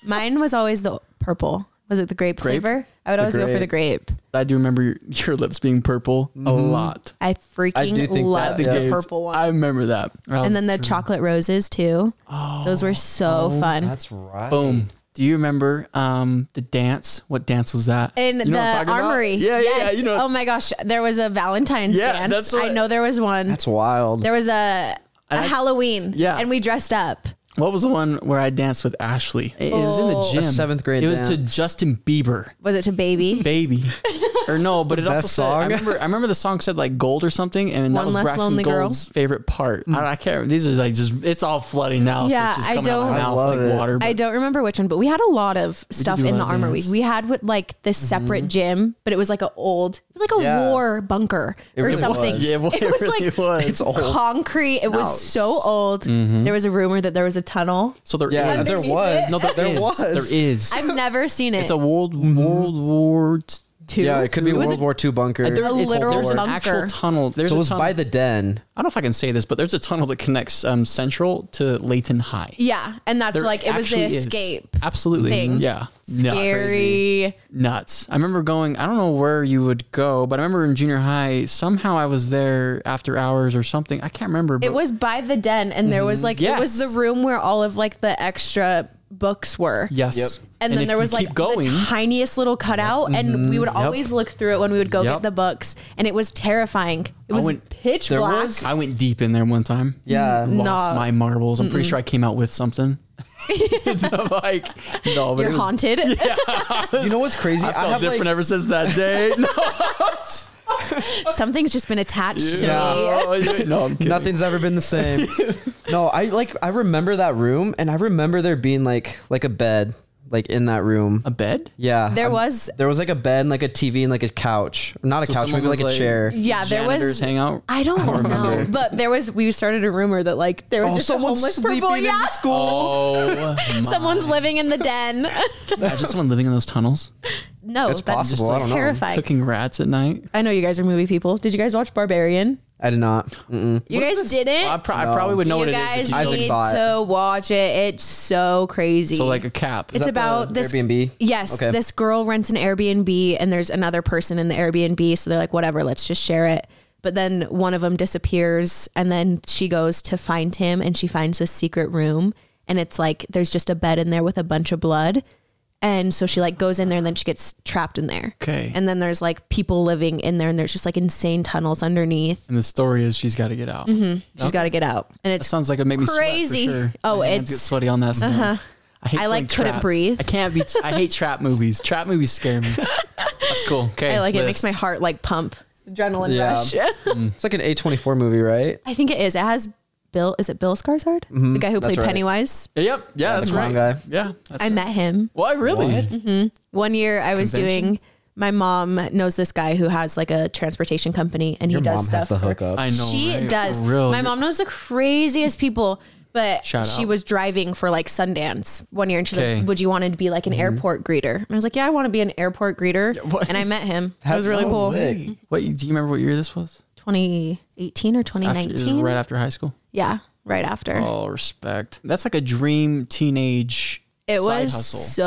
Mine was always the purple. Was it the grape,
Grape?
flavor? I would always go for
grape.
the grape.
I do remember your, your lips being purple a lot.
I
do
freaking
think
loved
that, Mm-hmm. yeah.
the
Yes,
purple one.
I remember that. I was-
and then the chocolate roses too. Those were
Oh,
so fun.
That's right.
boom. Do you remember um, the dance? What dance was that?
In
You know what I'm
the
talking about?
armory.
Yeah, yeah, yeah.
Yes.
You know,
Oh my gosh. There was a Valentine's
Yeah,
dance.
that's what-
I know there was one.
That's wild. (laughs)
there was a, a
I-
Halloween.
Yeah.
And we dressed up.
What was the one where I danced with Ashley? It, was in
Oh.
the gym.
A seventh grade
It was to
dance.
Justin Bieber,
Was it to baby? (laughs)
baby, or no? But it also
best
said. I
song.
remember. I remember the song said like gold or something, and
One
that was
Less
Braxton
Lonely Girl.
Gold's favorite part.
Hmm.
I, I can't. remember. These are like just. It's all flooding now.
Yeah,
so it's just
I
coming Out of
don't-
my
I
mouth
love
like
it.
water. (laughs)
I
but-
don't remember which one, but we had a lot of stuff
do a
in the
lot of
armor
dance. Mm-hmm.
week. We had with like this separate gym, but it was like a old, it was like a
Yeah.
war bunker or
really
something.
was.
Yeah,
(laughs)
well, it really was. It's old. Mm-hmm.
concrete. It was so old. There was a rumor that there was a tunnel.
So there
yeah,
is-
there
Underneath
was.
it.
No, there,
there
is.
was. Mm-hmm.
There is. (laughs)
I've never seen it.
it's a World World War Two.
yeah, it could be
was
World
a-
War II bunker.
There-
so
a
it's-
literal
there's an
bunker.
actual tunnel. There's
it
a
was
tunnel.
by the den.
I don't know if I can say this, but there's a tunnel that connects um, Central to Layton High.
yeah, and that's
There
like it was the
actually is.
escape.
Absolutely.
thing.
Yeah.
Scary.
Nuts. I remember going, I don't know where you would go, but I remember in junior high, somehow I was there after hours or something. I can't remember. But
It was by the den, and there was like it was
Yes.
the room where all of like the extra books were.
Yes.
Yep.
And, then
if
there
you
was like
keep going.
the tiniest little cutout, and we would always look through it when we would go
Yep.
get the books, and it was terrifying. It was
went-
pitch
There
black.
was-
I went deep in there one time.
Yeah.
Lost
Nah.
my marbles. I'm pretty sure I came out with something. (laughs) like no, but
You're
it (laughs) was,
haunted.
Uh, You know what's crazy?
I felt
have, like-
different ever since that day. (laughs) No,
Something's just been attached
(laughs)
to
Yeah.
me.
(laughs) no, I'm kidding.
Nothing's ever been the same. no, I like I remember that room and I remember there being like like a bed like in that room.
A bed?
yeah.
There
I'm-
was-
there was like a bed and like a TV and like a couch. Not a
So
couch,
someone
maybe like
was,
a
like-
chair.
Yeah, there
Janitors
was.
hang out.
I don't, know, but there was. We started a rumor that like there was
Oh,
just a
someone's
homeless
sleeping
purple.
in
Yeah,
the school.
Oh,
someone's living in the den.
(laughs) imagine someone living in those tunnels,
no,
It's
that's
possible, I
just
don't know. (laughs)
terrifying.
cooking rats at night.
I know you guys are movie people. Did you guys watch Barbarian?
I did not. Mm-mm.
You guys didn't.
I, pro- I probably would know
you
what it is.
guys
If you
Isaac
told me.
need
saw it.
to watch it. It's so crazy.
so like a cap.
it's
that
about
the
this
Airbnb?
Yes,
Okay.
this girl rents an Airbnb, and there's another person in the Airbnb. So they're like, whatever, let's just share it. But then one of them disappears, and then she goes to find him, and she finds this secret room, and it's like there's just a bed in there with a bunch of blood. And so she like goes in there and then she gets trapped in there.
Okay.
And then there's like people living in there and there's just like insane tunnels underneath.
and the story is she's got to get out.
She's got to get out. And it's
Sounds like it made me
Mm-hmm. Crazy.
Sweat for sure.
Oh,
My hands
it's- Uh-huh.
get sweaty on that stuff. I, hate
I, like,
feeling
couldn't
trapped.
breathe.
I can't be. I hate trap movies. Trap movies scare me. That's cool. Okay,
I like it. it makes
list.
my heart like pump. Adrenaline
Yeah.
rush. (laughs)
It's like an A24 movie, right?
I think it is. It has Bill. Is it Bill Skarsgård? The guy who
Mm-hmm. That's
played
right.
Pennywise.
Yep. Yeah, that's
the
right.
clown guy.
Yeah. That's
I met him
Why really?
one year. I was
Convention?
doing. My mom knows this guy who has like a transportation company, and
Your
he does
mom
stuff.
has the
for-
hookup.
I know.
she
right?
does.
For real.
My mom knows the craziest people. But
Shout
she
out.
was driving for like Sundance one year, and she's
Okay.
like, "Would you want to be like
Mm-hmm.
an airport greeter?" And I was like, "Yeah, I want to be an airport
(laughs)
greeter."
what?
and I met him. That
That's
was really
so
cool.
sick.
What? Do you remember what year this was?
2018 or
After, it was
2019.
right Oh, after high school.
yeah, right after.
All respect. That's like a dream teenage.
It
side
was
hustle
so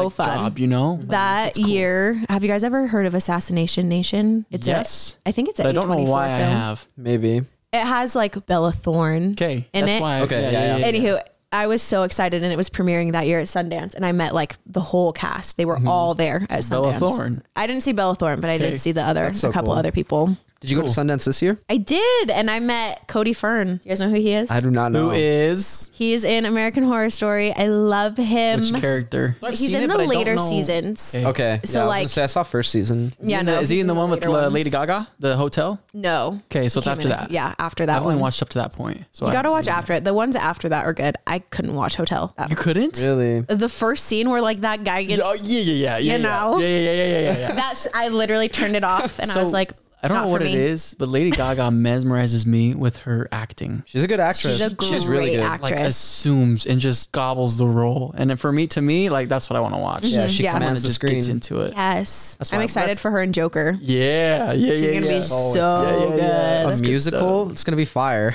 or, like,
fun.
Job, you know
that year. Have you guys ever heard of Assassination Nation? It's a-
Yes.
I think it's.
But
I
I don't know why I have.
Maybe.
It has like Bella Thorne.
Okay,
in
that's
it.
why. I-
Okay, yeah, yeah.
Anywho, I was so excited, and it was premiering that year at Sundance, and I met like the whole cast. They were all there at Sundance.
Mm-hmm. Bella Thorne.
I didn't see Bella Thorne, but I
Okay.
did see the other
so
a couple
cool.
other people.
Did you go to Sundance this year?
I did, and I met Cody Fern. You guys know who he is?
I do not know.
Who is
he is in American Horror Story. I love him.
which character? I've
Um, He's
seen
in
it,
the
but I don't
later
know-
seasons.
Okay.
Okay.
So,
yeah, I was gonna
like-
say, I saw first season.
Yeah,
No,
no.
is he
he's
in the one with
later
La-
ones.
Lady Gaga, the hotel?
No.
Okay,
It
so it's
came
after
in-
that.
Yeah, after that
I've
one.
only watched up to that point. So
you
I
gotta
haven't
watch
seen it.
after it. The ones after that are good. I couldn't watch Hotel. That-
You couldn't?
Really?
the first scene where like that guy gets
Oh yeah, yeah, yeah, yeah. yeah.
know?
Yeah, yeah, yeah, yeah, yeah. yeah.
that's I literally turned it off and I was like,
I don't
not
know
for
what
me.
it is, but Lady Gaga mesmerizes me with her acting.
She's a good actress.
She's a great
like
actress.
assumes and just gobbles the role. And then for me, to me, like that's what I want to watch.
Yeah, she
Mm-hmm. Yeah.
Someone
commands
that
the
just
screen.
gets into it.
yes,
That's why
I'm
I'm-
excited
that's-
for her in Joker.
Yeah, yeah, yeah.
She's gonna be
yeah.
so
Yeah, yeah, yeah.
a
good.
musical. It's gonna be
(laughs)
fire.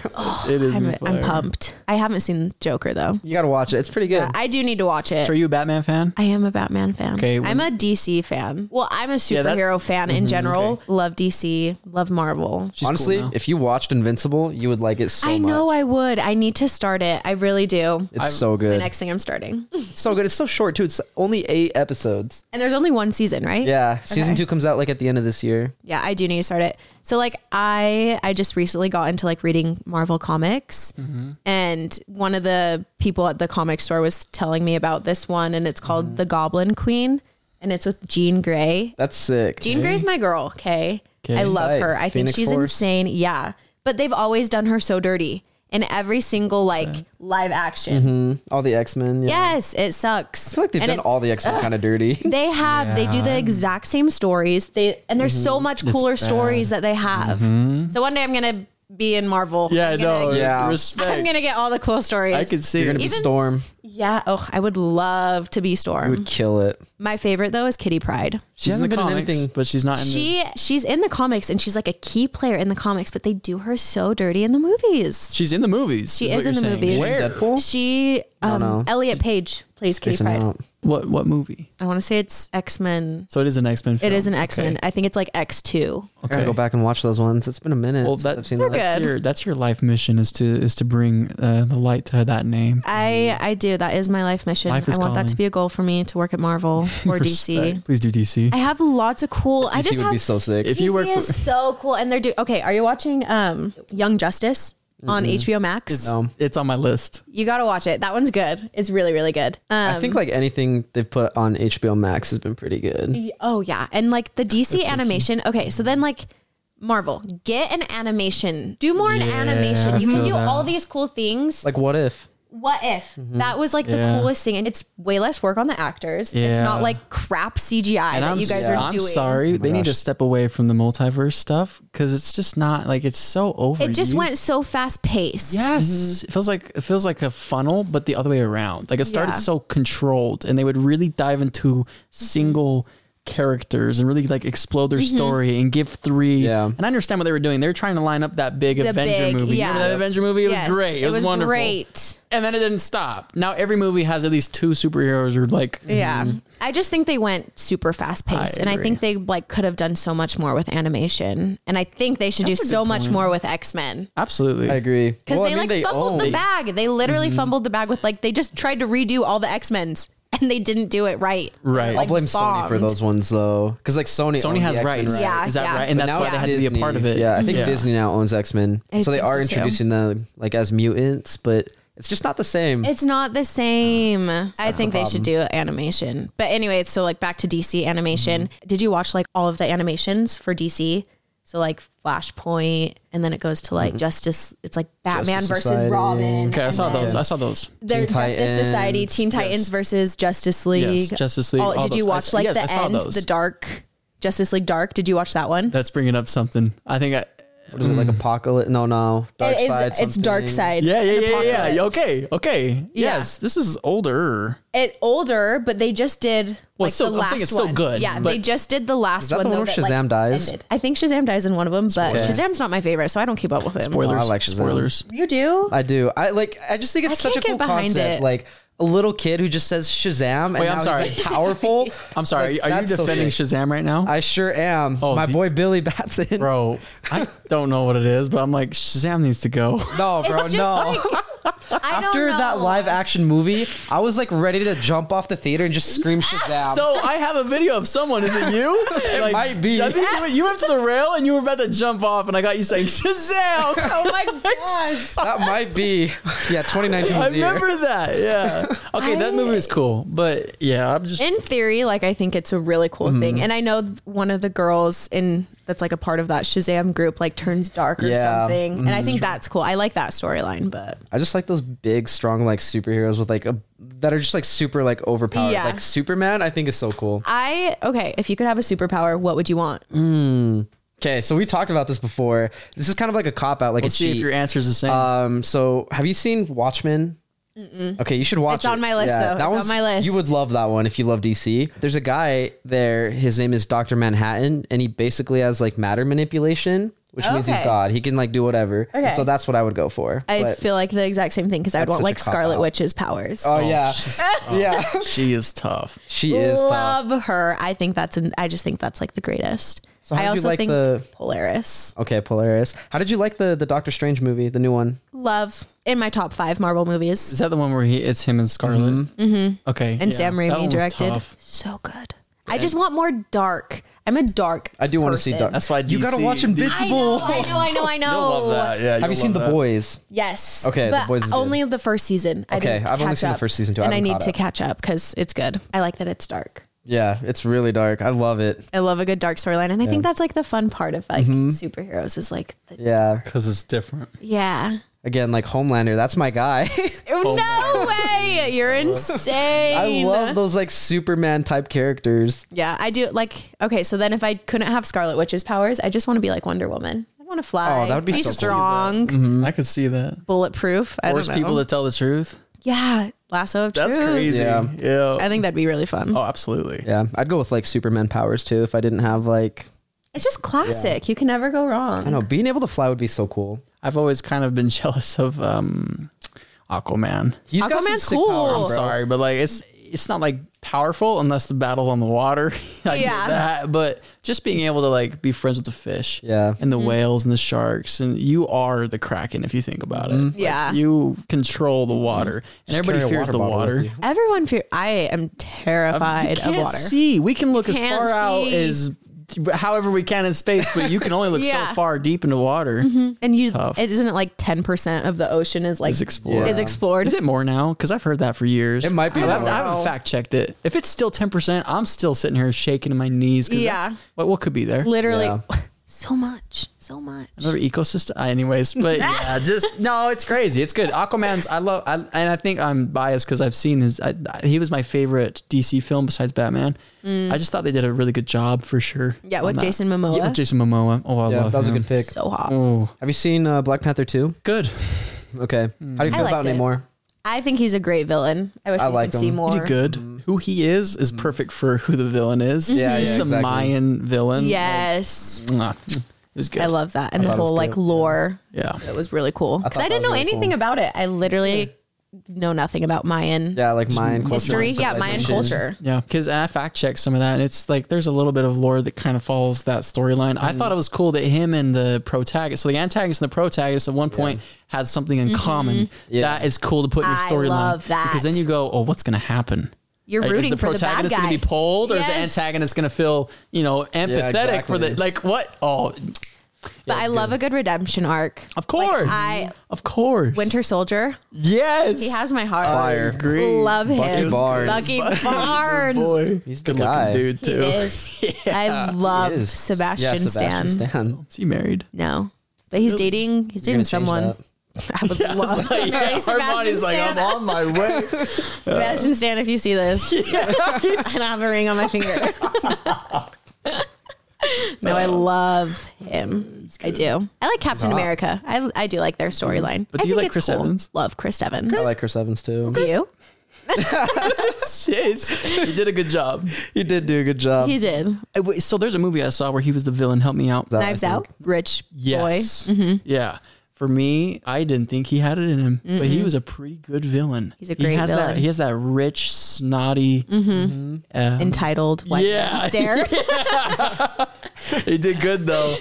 It is.
I'm,
gonna be
I'm
fire.
pumped. I haven't seen Joker though.
you gotta watch it. It's pretty good.
I do need to watch it.
So are you a Batman fan?
I am a Batman fan.
Okay,
I'm a DC fan. Well, I'm a superhero
Yeah, that- Mm-hmm,
fan in general. Love DC. Love Marvel.
She's cool
Honestly,
now.
if you watched Invincible, you would like it so
I
much.
know I would. I need to start it. I really do.
It's so
The
good.
next thing I'm starting. (laughs)
it's so good. It's so short too. It's only eight episodes.
And there's only one season, right?
Yeah, season
Okay.
two comes out like at the end of this year.
Yeah, I do need to start it. So like I I just recently got into like reading Marvel comics
Mm-hmm.
and one of the people at the comic store was telling me about this one and it's called
Mm-hmm.
The Goblin Queen and it's with Jean Grey.
That's sick.
Jean Grey's my girl, okay? I
She's
love
like
her. I
Phoenix
think she's
Force.
insane. Yeah. But they've always done her so dirty in every single like live action.
all the X Men. Yeah.
Yes, it sucks.
Mm-hmm. I feel like they've
And
done
it-
all the X Men kind of
(laughs)
dirty.
they have they do the exact same stories they and there's so much cooler stories that they have so one day i'm gonna be in marvel
Yeah,
I'm gonna,
no,
Yeah.
respect.
i'm gonna get all the cool stories
I could see.
You're
it.
gonna be
Even-
Storm.
yeah oh i would love to be storm
Would kill it.
My favorite though is Kitty Pride.
She's in
hasn't
the
been in
comics,
anything.
but she's not in the.
She she's in the comics and she's like a key player in the comics, but they do her so dirty in the movies.
She's in the movies.
She
what
is in
you're
the movies.
Where?
Deadpool?
She
Oh. know.
um Elliot Page plays Kitty
Missing
Pride.
out.
What what movie?
I want to say it's X Men.
So it is an X Men.
It is an X Men. I think it's like X two.
I gotta go back and watch those ones. It's been a minute.
Well,
since
that-
I've seen
They're
that.
That's
good.
your that's your life mission is to is to bring uh, the light to that name.
I I do. That is my life mission.
Life is
I want that
calling.
to be a goal for me to work at
(laughs)
Marvel or DC.
Respect. Please do DC.
I have lots of cool. I
DC
just
would
have
be so sick.
If you
DC
work for-
is so cool, and they're do okay. Are you watching um Young Justice on HBO Max?
No.
It's on my list.
You gotta watch it. That one's good. It's really really good. Um,
I think like anything they've put on HBO Max has been pretty good.
y- oh yeah, and like the DC animation. Okay, so then like. Marvel, get an animation. Do more in
Yeah, I
animation. You can
feel
do
that.
all these cool things.
Like what if?
what if that was like
Mm-hmm. Yeah.
the coolest thing and it's way less work on the actors it's
Yeah.
not like crap cgi
And
that
I'm,
you guys
yeah.
are
I'm
doing
sorry. they need to
Oh gosh.
step away from the multiverse stuff because it's just not like it's so over.
it just went so fast paced
Yes,
Mm-hmm.
it feels like it feels like a funnel, but the other way around. Like it started
Yeah. Mm-hmm.
so controlled, and they would really dive into single characters and really like explode their
Mm-hmm.
story and give three.
Yeah.
and I understand what they were doing. They were trying to line up that big
The
Avenger
big-
movie.
yeah.
Yeah, that Avenger movie. It
Yes,
was great. It, was, wonderful. Mm-hmm.
great
And then it didn't stop. Now every movie has at least two superheroes or like.
yeah i just think they went super fast paced
I
and i
agree.
think they like could have done so much more with animation and i think they should do so much more with x-men
Absolutely.
I agree.
because
Well, I
they
mean,
like fumbled
own-
the bag they literally
Mm-hmm.
fumbled the bag with like they just tried to redo all the x-men's and they didn't do it right
Right.
I'll
Like,
blame Sony for
bombed.
those ones though, because like Sony
Sony
owned
has
the X-Men
rights.
rights. Yeah,
Is that
yeah.
right? And
But
that's
now
why
it's
they had to be
Disney.
a part of it.
Yeah, I think Disney now owns X Men,
I
so they
think
are
so, too.
introducing them like as mutants, but it's just not the same.
It's not the same.
Ah,
I think
the
they should do animation. But anyway, so like back to DC animation.
Mm-hmm.
Did you watch like all of the animations for DC? So like Flashpoint, and then it goes to
Mm-hmm.
like Justice. It's like Batman
Justice
versus
Society.
Robin.
Okay, I
and
saw
then
those. I saw those.
Their
Teen
Justice
Titans.
Society, Teen Titans versus Justice League.
Justice League,
All-
all
did you
those. I
watch
s-
like
yes, I
the
saw
end,
those.
the Dark Justice League Dark? Did you watch that one?
That's bringing up something. I think I.
What is it like
Hmm.
apocalypse? No, no, dark
it is.
side.
it's Dark
something.
Side.
Yeah, yeah,
and
yeah, yeah.
Apocalypse.
Okay, okay.
Yeah.
Yes, this is older.
it older, but they just did
Well,
like
still-
the
I'm
last
saying it's still
one.
good,
Yeah,
but-
they just did the last
that
one.
the
though
one where
that, like,
Shazam dies?
ended. I think Shazam dies in one of them, but
Spoilers.
Shazam's not my favorite, so I don't keep up with him.
Spoilers.
I like Shazam.
spoilers.
You do?
I do. I like. I just think it's
I
such a
can't
cool
get behind
concept.
it.
Like a little kid who just says Shazam and
Wait, I'm
now
sorry.
he's like
(laughs)
powerful.
I'm sorry.
Like,
are you
that's so
defending
sick.
Shazam right now?
I sure am.
Oh,
My
the-
boy Billy Batson.
bro, I don't know what it is, but I'm like Shazam needs to go.
No, bro,
it's just
no.
like I don't
After
know.
that live action movie, I was like ready to jump off the theater and just scream Shazam.
(laughs) So I have a video of someone. Is it you? (laughs) It
might be.
I think you, went, you went to the rail and you were about to jump off, and I got you saying (laughs) Shazam.
Oh my gosh!
that might be.
(laughs)
Yeah, 2019
I
was the year.
remember that. Yeah.
(laughs)
Okay, that
I-
movie was cool, but yeah, I'm just
In theory, like I think it's a really cool
Mm-hmm.
thing, and I know th- one of the girls in that's like a part of that Shazam group like turns dark or
Yeah. Mm-hmm.
something, and I think that's cool. I like that storyline, but
I just like those big, strong, like superheroes with like a, that are just like super, like overpowered.
Yeah.
Like Superman, I think is so cool.
I okay. If you could have a superpower, what would you want?
Okay, so we talked about this before. This is kind of like a cop out, like
let's
a
see if
cheat.
your answer's
Uh,
the same.
um, so have you seen Watchmen? Okay, you should watch.
It's on
it.
my list, though. It's on
one's-
my list.
You would love that one if you love DC. There's a guy there. His name is Doctor Manhattan, and he basically has like matter manipulation, which means he's
Okay.
God. He can like do whatever. And
Okay.
So that's what I would go for.
I
But-
feel like the exact same thing because I'd
That's
want
such a
like Scarlet
cop-out.
Witch's powers.
oh,
(laughs)
yeah,
she's
(laughs) yeah.
(laughs) she is tough.
She is tough.
Love her. I think that's. An, I just think that's like the greatest.
So how
I
did you
also
like
think
the-
Polaris.
Okay, Polaris. How did you like the the Doctor Strange movie, the new one?
Love in my top five Marvel movies,
Is that the one where he it's him and Scarlet? Mm-hmm. Okay.
and
yeah.
Sam
That one
Raimi
was
directed.
tough.
So good. I just want more dark. I'm a dark.
I do want to see
person.
Doctor.
That's why
you gotta
DC
watch
I
Invincible.
know. I know. I know. I know.
(laughs) You'll love that. Yeah.
Have you
you'll
seen
love
The
that.
Boys?
Yes.
Okay, The
But
Boys is
only the first season. I
Okay,
didn't
I've only
catch
seen the
up,
first season, too. I
and I,
haven't
need
caught
to
up.
catch up because it's good. I like that it's dark.
Yeah, it's really dark. I love it.
I love a good dark storyline, and I think that's like the fun part of like superheroes is like, the,
Yeah.
Cause it's different.
yeah.
Again, like Homelander, that's my guy. (laughs)
no way, you're
I
insane.
love those like Superman type characters.
Yeah, I do. Like, okay, so then if I couldn't have Scarlet Witch's powers, I just want to be like Wonder Woman. I want to fly.
Oh, that would be so cool.
strong,
I could see that.
bulletproof. I
Force
don't know.
people to tell the truth.
Yeah, lasso of
That's
truth.
crazy.
Yeah.
Yeah.
I think that'd be really fun.
oh, absolutely.
Yeah, I'd go with like Superman powers too if I didn't have like
It's just classic. You can never go wrong.
I don't know being able to fly would be so cool.
I've always kind of been (laughs) jealous of um, Aquaman.
He's got some
Aquaman's
sick
cool.
powers,
I'm
bro.
sorry, but like it's it's not like powerful unless the battle's on the water. (laughs) I
Yeah.
get that. But just being able to like be friends with the fish.
Yeah.
And the
Mm-hmm.
whales and the sharks. And you are the Kraken if you think about it. Like,
Yeah.
You control the water. And
Mm-hmm. Just
everybody
carry a
fears the
bottle with
water.
you.
Everyone fear. I am
We
terrified of
can't
water.
see. We can look as
can't
far out
see.
as however we can in space, but you can only
(laughs)
look
Yeah. Mm-hmm.
so far deep into water.
and you,
Tough.
it isn't it like ten percent of the ocean is like
Is explored.
Is explored.
Is it more now? Because I've heard that for years.
It might be
I haven't,
more.
I haven't fact checked it. If it's still ten percent, I'm still sitting here shaking in my knees. 'cause
Yeah.
that's- What what could be there?
Literally,
Yeah.
(laughs) so much, so much.
Another ecosystem. Uh,
(laughs)
anyways, but yeah, just no. It's crazy. It's good. Aquaman's. I love. I, and I think I'm biased because I've seen his. I, I- he was my favorite DC film besides Batman. I just thought they did a really good job for sure.
Mm. Yeah,
on
with
that.
Jason Momoa.
Yeah, with Jason Momoa. Oh, I
Yeah,
love
that was a
him.
good pick.
So hot.
Oh,
Have you seen uh, Black Panther 2?
good.
Okay.
Hmm.
How do you feel about
liked it.
Namor?
I think he's a great villain. I wish
I
we
like
could
him.
see
He did
more.
He did good. Who he is is perfect for who the villain is.
Mm.
(laughs)
Yeah,
just
yeah,
the
exactly.
Mayan villain.
Yes,
Mwah. It was good.
I love that, and
I
the
thought it was
whole like
good.
lore.
Yeah.
It was really cool because
thought
I, didn't
that
know
was really
anything
cool.
about it. I literally know nothing about Mayan
Yeah, like Mayan culture.
history.
and
Yeah, Mayan
civilization.
culture.
Yeah, because I fact checked some of that, and it's like there's a little bit of lore that kind of follows that storyline. I
Mm.
thought it was cool that him and the protagonist, so the antagonist and the protagonist at one point had something in common.
Yeah.
That is cool to put in your
Mm-hmm. I
storyline.
love that.
Because then you go, oh, what's going to happen?
You're
Like,
rooting
is the
for the bad
protagonist
guy.
going to be pulled, or is
Yes.
the antagonist going to feel, you know, empathetic for
exactly.
the like what? Oh,
But I love a good redemption arc.
of course,
I-
of course,
Winter Soldier,
Yes,
he has my
Uh,
heart.
Fire.
Agree.
Love him.
Bucky Barnes.
Bucky Barnes.
boy.
He's the
good
guy.
looking dude
He
too.
is. I love
Is-
Sebastian,
yeah, uh, Sebastian
Stan.
Stan.
Is he married?
No, but he's dating. He's
You're gonna
dating
change
someone.
that.
(laughs) I would
(laughs)
love to marry Sebastian
Armani's like,
Stan.
I'm on
(laughs)
my way.
Sebastian Stan, if you see this, and I have a ring on my finger. no, I love him. I do. I like Captain America. I, I do like their storyline.
But
I
do you
think
like
it's
Chris
cool.
Evans?
Love Chris Evans.
I like Chris Evans too.
Do you?
Jeez. you did a good job.
You did do a good job.
He did.
Uh, wait, So there's a movie I saw where he was the villain. Help me out.
I
Knives
think.
Out. Rich boy. Mm-hmm.
yes. Yeah. For me, I didn't think he had it in him, but he was a pretty good villain.
He's a
he
great
has
villain. Mm-hmm.
That, he has that rich, snotty. uh,
Entitled. White
Yeah.
Man
(laughs)
Stare.
he did good though.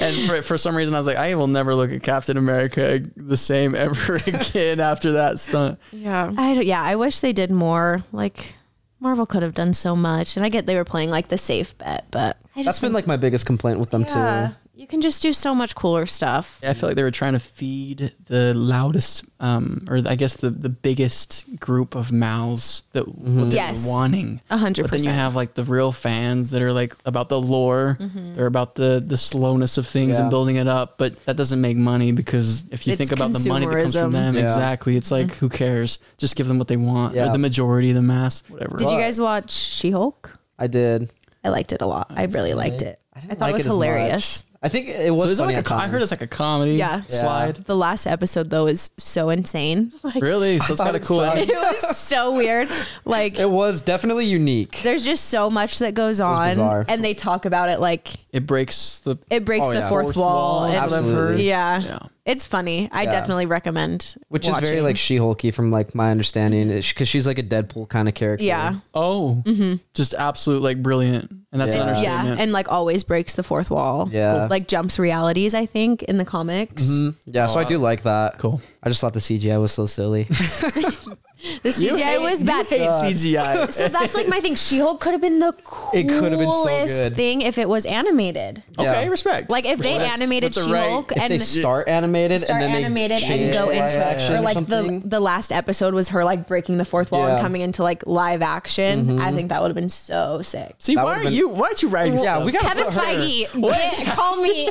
and for, for some reason, I was like, I will never look at Captain America the same ever (laughs) again after that stunt.
Yeah. I d- yeah, I wish they did more. Like Marvel could have done so much. And I get they were playing like the safe bet, but I
That's
just
been like my biggest complaint with them
yeah,
too.
you can just do so much cooler stuff.
I feel like they were trying to feed the loudest, um, or I guess the, the biggest group of mouths that
Mm-hmm.
what they
Yes.
were wanting.
A hundred
But then you
percent.
have like the real fans that are like about the lore,
Mm-hmm.
they're about the the slowness of things
Yeah.
and building it up. But that doesn't make money because if you
It's
think about the money that comes
consumerism. Mm-hmm.
from them,
Yeah.
exactly, it's like who cares? Just give them what they want,
Yeah.
or the majority, the mass, whatever.
Did you
But-
guys watch She Hulk?
I did.
I liked it a lot. I really liked it. I,
didn't
thought
like
it was
as much.
hilarious.
I think it was
so is it
funny
like a
at
co- I heard
times.
it's like a comedy
Yeah. Yeah.
slide.
The last episode though is so insane. (laughs) Like
Really? So it's kind of cool.
it was so weird. Like
It was definitely unique.
there's just so much that goes
bizarre.
on and they talk about it like
It breaks the
it breaks
Oh,
the
yeah.
fourth,
Fourth
wall.
wall,
and-
I've heard.
Yeah.
Yeah.
It's funny. I
Yeah.
definitely recommend
which is very
watching. Mm-hmm.
like She-Hulky from like my understanding, because she's like a Deadpool kind of character.
Yeah.
Oh, just absolute like brilliant, and that's
Yeah.
an
Yeah.
Yeah.
understatement.
And like always breaks the fourth wall.
yeah, Mm-hmm.
Like jumps realities, I think, in the comics.
yeah. So I do like that.
Cool.
I just thought the CGI was so silly.
The CGI was bad.
hate CGI.
So that's like my thing. She Hulk could have been the coolest
It could have been so good.
thing if it was animated.
okay,
Yeah.
respect.
Like if they
Respect.
animated
With
She
the right-
Hulk
if
(laughs) and
(laughs) they start animated
start
and then
animated
they
and
change
go
live
into
action
or
or
like the
something.
the last episode was her like breaking the fourth wall
Yeah. Mm-hmm.
and coming into like live action. I think that would have been so sick.
See,
That
why
would've
aren't
been-
you? Why aren't you writing?
yeah,
stuff? (laughs)
we got
Kevin Feige, get-
(laughs)
call me.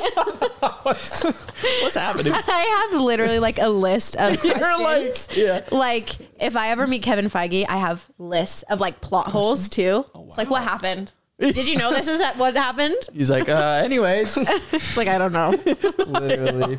What's
(laughs)
happening?
I have literally like a list of
(laughs) You're like-
questions. Like,
yeah. Oh, (laughs)
if I ever meet Kevin Feige, I have lists of like plot holes too. It's like what happened? Did you know this is that what happened?
He's like, uh,
(laughs)
anyways,
It's like I don't know.
(laughs) Literally.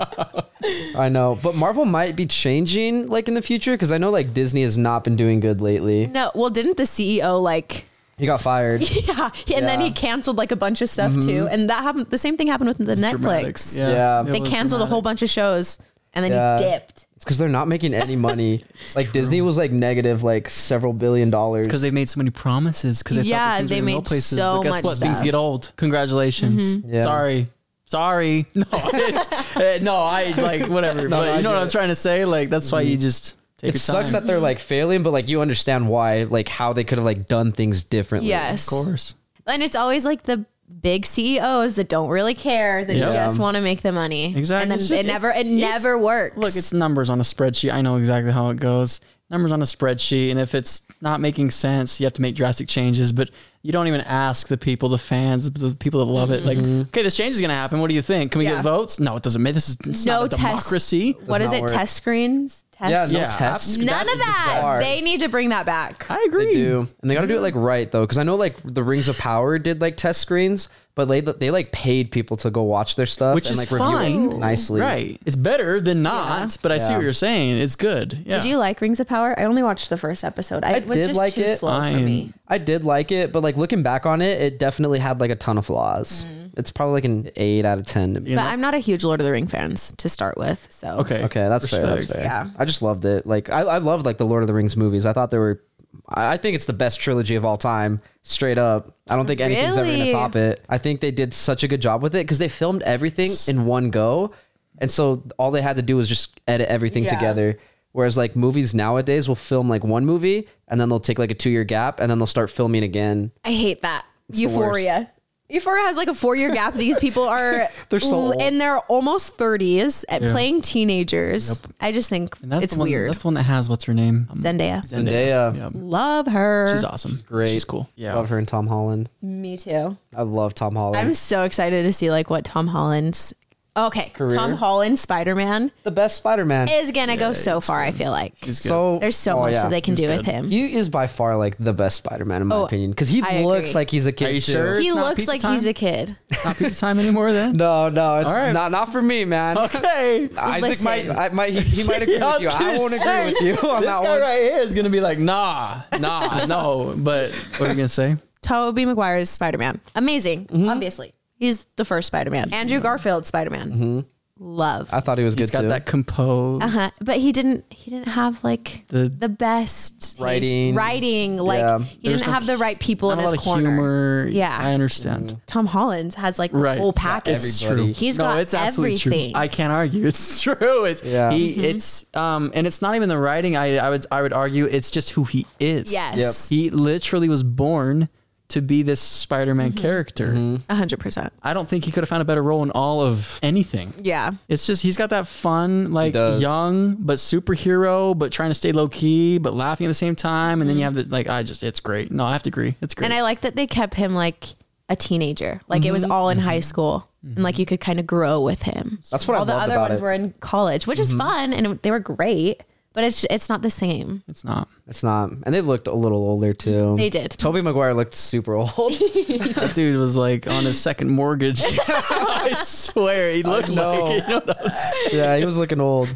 I know. But Marvel might be changing like in the future because I know like Disney has not been doing good lately.
No, well, didn't the CEO like? (laughs)
He got fired.
Yeah, and then he canceled like a bunch of stuff
Mm-hmm.
too, and that happened. The same thing happened with the
dramatic.
Netflix.
Yeah.
it
They
was
canceled a
dramatic.
whole bunch of shows, and then
Yeah.
he dipped.
It's because they're not making any
(laughs)
money. like Disney was like negative like several billion dollars.
because they made so many promises. Because
Yeah, they made so
but guess
much
What? Things
stuff.
get old. Congratulations.
Yeah.
Sorry. Sorry. (laughs) No, it's, eh, no, I like whatever.
No,
but
no, I
you know what
get
I'm
it.
trying to say. Like that's why you just take
it
your
sucks
time.
that they're like failing, but like you understand why, like how they could have like done things differently.
Yes,
of course.
and it's always like the big CEOs that don't really care that
Yeah.
just want to make the money.
Exactly.
and then
It's
it
just-
never it
it's-
never works.
Look, it's numbers on a spreadsheet. I know exactly how it goes. Numbers on a spreadsheet, and if it's not making sense, you have to make drastic changes. But you don't even ask the people, the fans, the people that love it. Like, okay, this change is going to happen. What do you think? Can we
Mm-hmm. Yeah.
get votes? No, it doesn't. Make, this is it's
no
not a
test.
democracy.
What is
not
it?
work.
Test screens. Test.
no
Yeah,
tests.
None
That's
of that.
bizarre. Uh,
They need to bring that back.
I agree.
They do, and they got to do it like right though, because I know like the Rings of Power did like test screens, but they they like paid people to go watch their stuff,
Which
and,
is
like review it
fine.
nicely.
Right. It's better than not, but I see
Yeah.
what you're saying. It's good. Yeah.
Did you like Rings of Power? I only watched the first episode. I,
I
was
did
just
like
too
it.
slow for
I'm-
me.
I did like it, but like looking back on it, it definitely had like a ton of flaws.
Mm.
It's probably like an eight out of ten to me.
But I'm not a huge Lord of the Ring fans to start with. So
okay.
Okay, that's fair. That's fair.
Respect.
Yeah.
I just loved it. Like I, I loved like the Lord of the Rings movies. I thought they were. I I think it's the best trilogy of all time. Straight up, I don't think anything's ever gonna
Really?
top it. I think they did such a good job with it because they filmed everything in one go, and so all they had to do was just edit everything
Yeah.
together. Whereas like movies nowadays will film like one movie and then they'll take like a two year gap and then they'll start filming again.
I hate that.
the worst.
Euphoria. Euphoria has like a four year gap. These people are
They're so
l-
old.
in their almost 30s at playing teenagers. I just think
And that's
it's
the one,
weird.
That's the one that has what's her name? Um,
Zendaya.
Zendaya,
Love her.
She's awesome.
great,
She's cool.
love her and Tom Holland.
Me too.
I love Tom Holland.
I'm so excited to see like what Tom Holland's okay.
Career?
Tom Holland's Spider Man
the best Spider Man.
is gonna go so far. I feel like
She's good.
So
there's so
oh,
much
yeah.
that they can do with him.
He is by far like the best Spider-Man in my
Oh,
opinion because he
I
looks
agree.
like he's a kid.
Are you
too.
sure?
He
It's not
looks
pizza
like he's
time?
a kid.
not pizza time anymore then?
(laughs) No, no, it's
All right.
not not for me, man.
Okay.
(laughs) Isaac
Listen.
might, I might, he, he
(laughs)
might agree
Yeah, I
with you.
was
I
gonna
won't
say,
agree
(laughs)
with you on
this
that
guy
one.
right here is gonna be like, nah, (laughs) nah, no. But what are you gonna say?
Tobey Maguire's Spider Man. Amazing,
Mm-hmm.
obviously. He's the first Spider Man. Andrew Garfield's Spider Man.
Mm-hmm.
Love.
I thought he was
He's
good
got
too.
that compose.
Uh-huh. But he didn't. He didn't have like the,
The-
best
Writing.
Writing like
Yeah.
he
There's
didn't
no
have the
hu-
right people in
Not
his
a lot of
corner.
humor.
Yeah.
I understand.
Tom Holland has like the
Right.
whole package.
It's
Everybody.
true.
He's got everything. Mm-hmm.
true. I can't argue. (laughs) It's true. It's
Yeah.
he it's um and it's not even the writing. I I would I would argue it's just who he is.
Yes.
He literally was born to be this Spider-Man
Mm-hmm.
character.
a hundred percent.
I don't think he could have found a better role in all of anything.
Yeah.
It's just he's got that fun, like
does.
young but superhero, but trying to stay low key, but laughing at the same time. And then you have the like, I just it's great. No, I have to agree, it's great.
Mm-hmm. And I like that they kept him like a teenager. Like it was
Mm-hmm.
all in high school, and like you could kind of grow with him.
That's what I
all the
loved
other
about
ones
it. Mm-hmm.
were in college, which is fun, and it- they were great. But it's it's not the same.
it's not.
it's not, and they looked a little older too.
They did.
Toby Maguire looked super old.
(laughs)
That dude was like on his second mortgage. I swear, he looked
know.
like you know that was-
yeah, he was looking
(laughs)
old.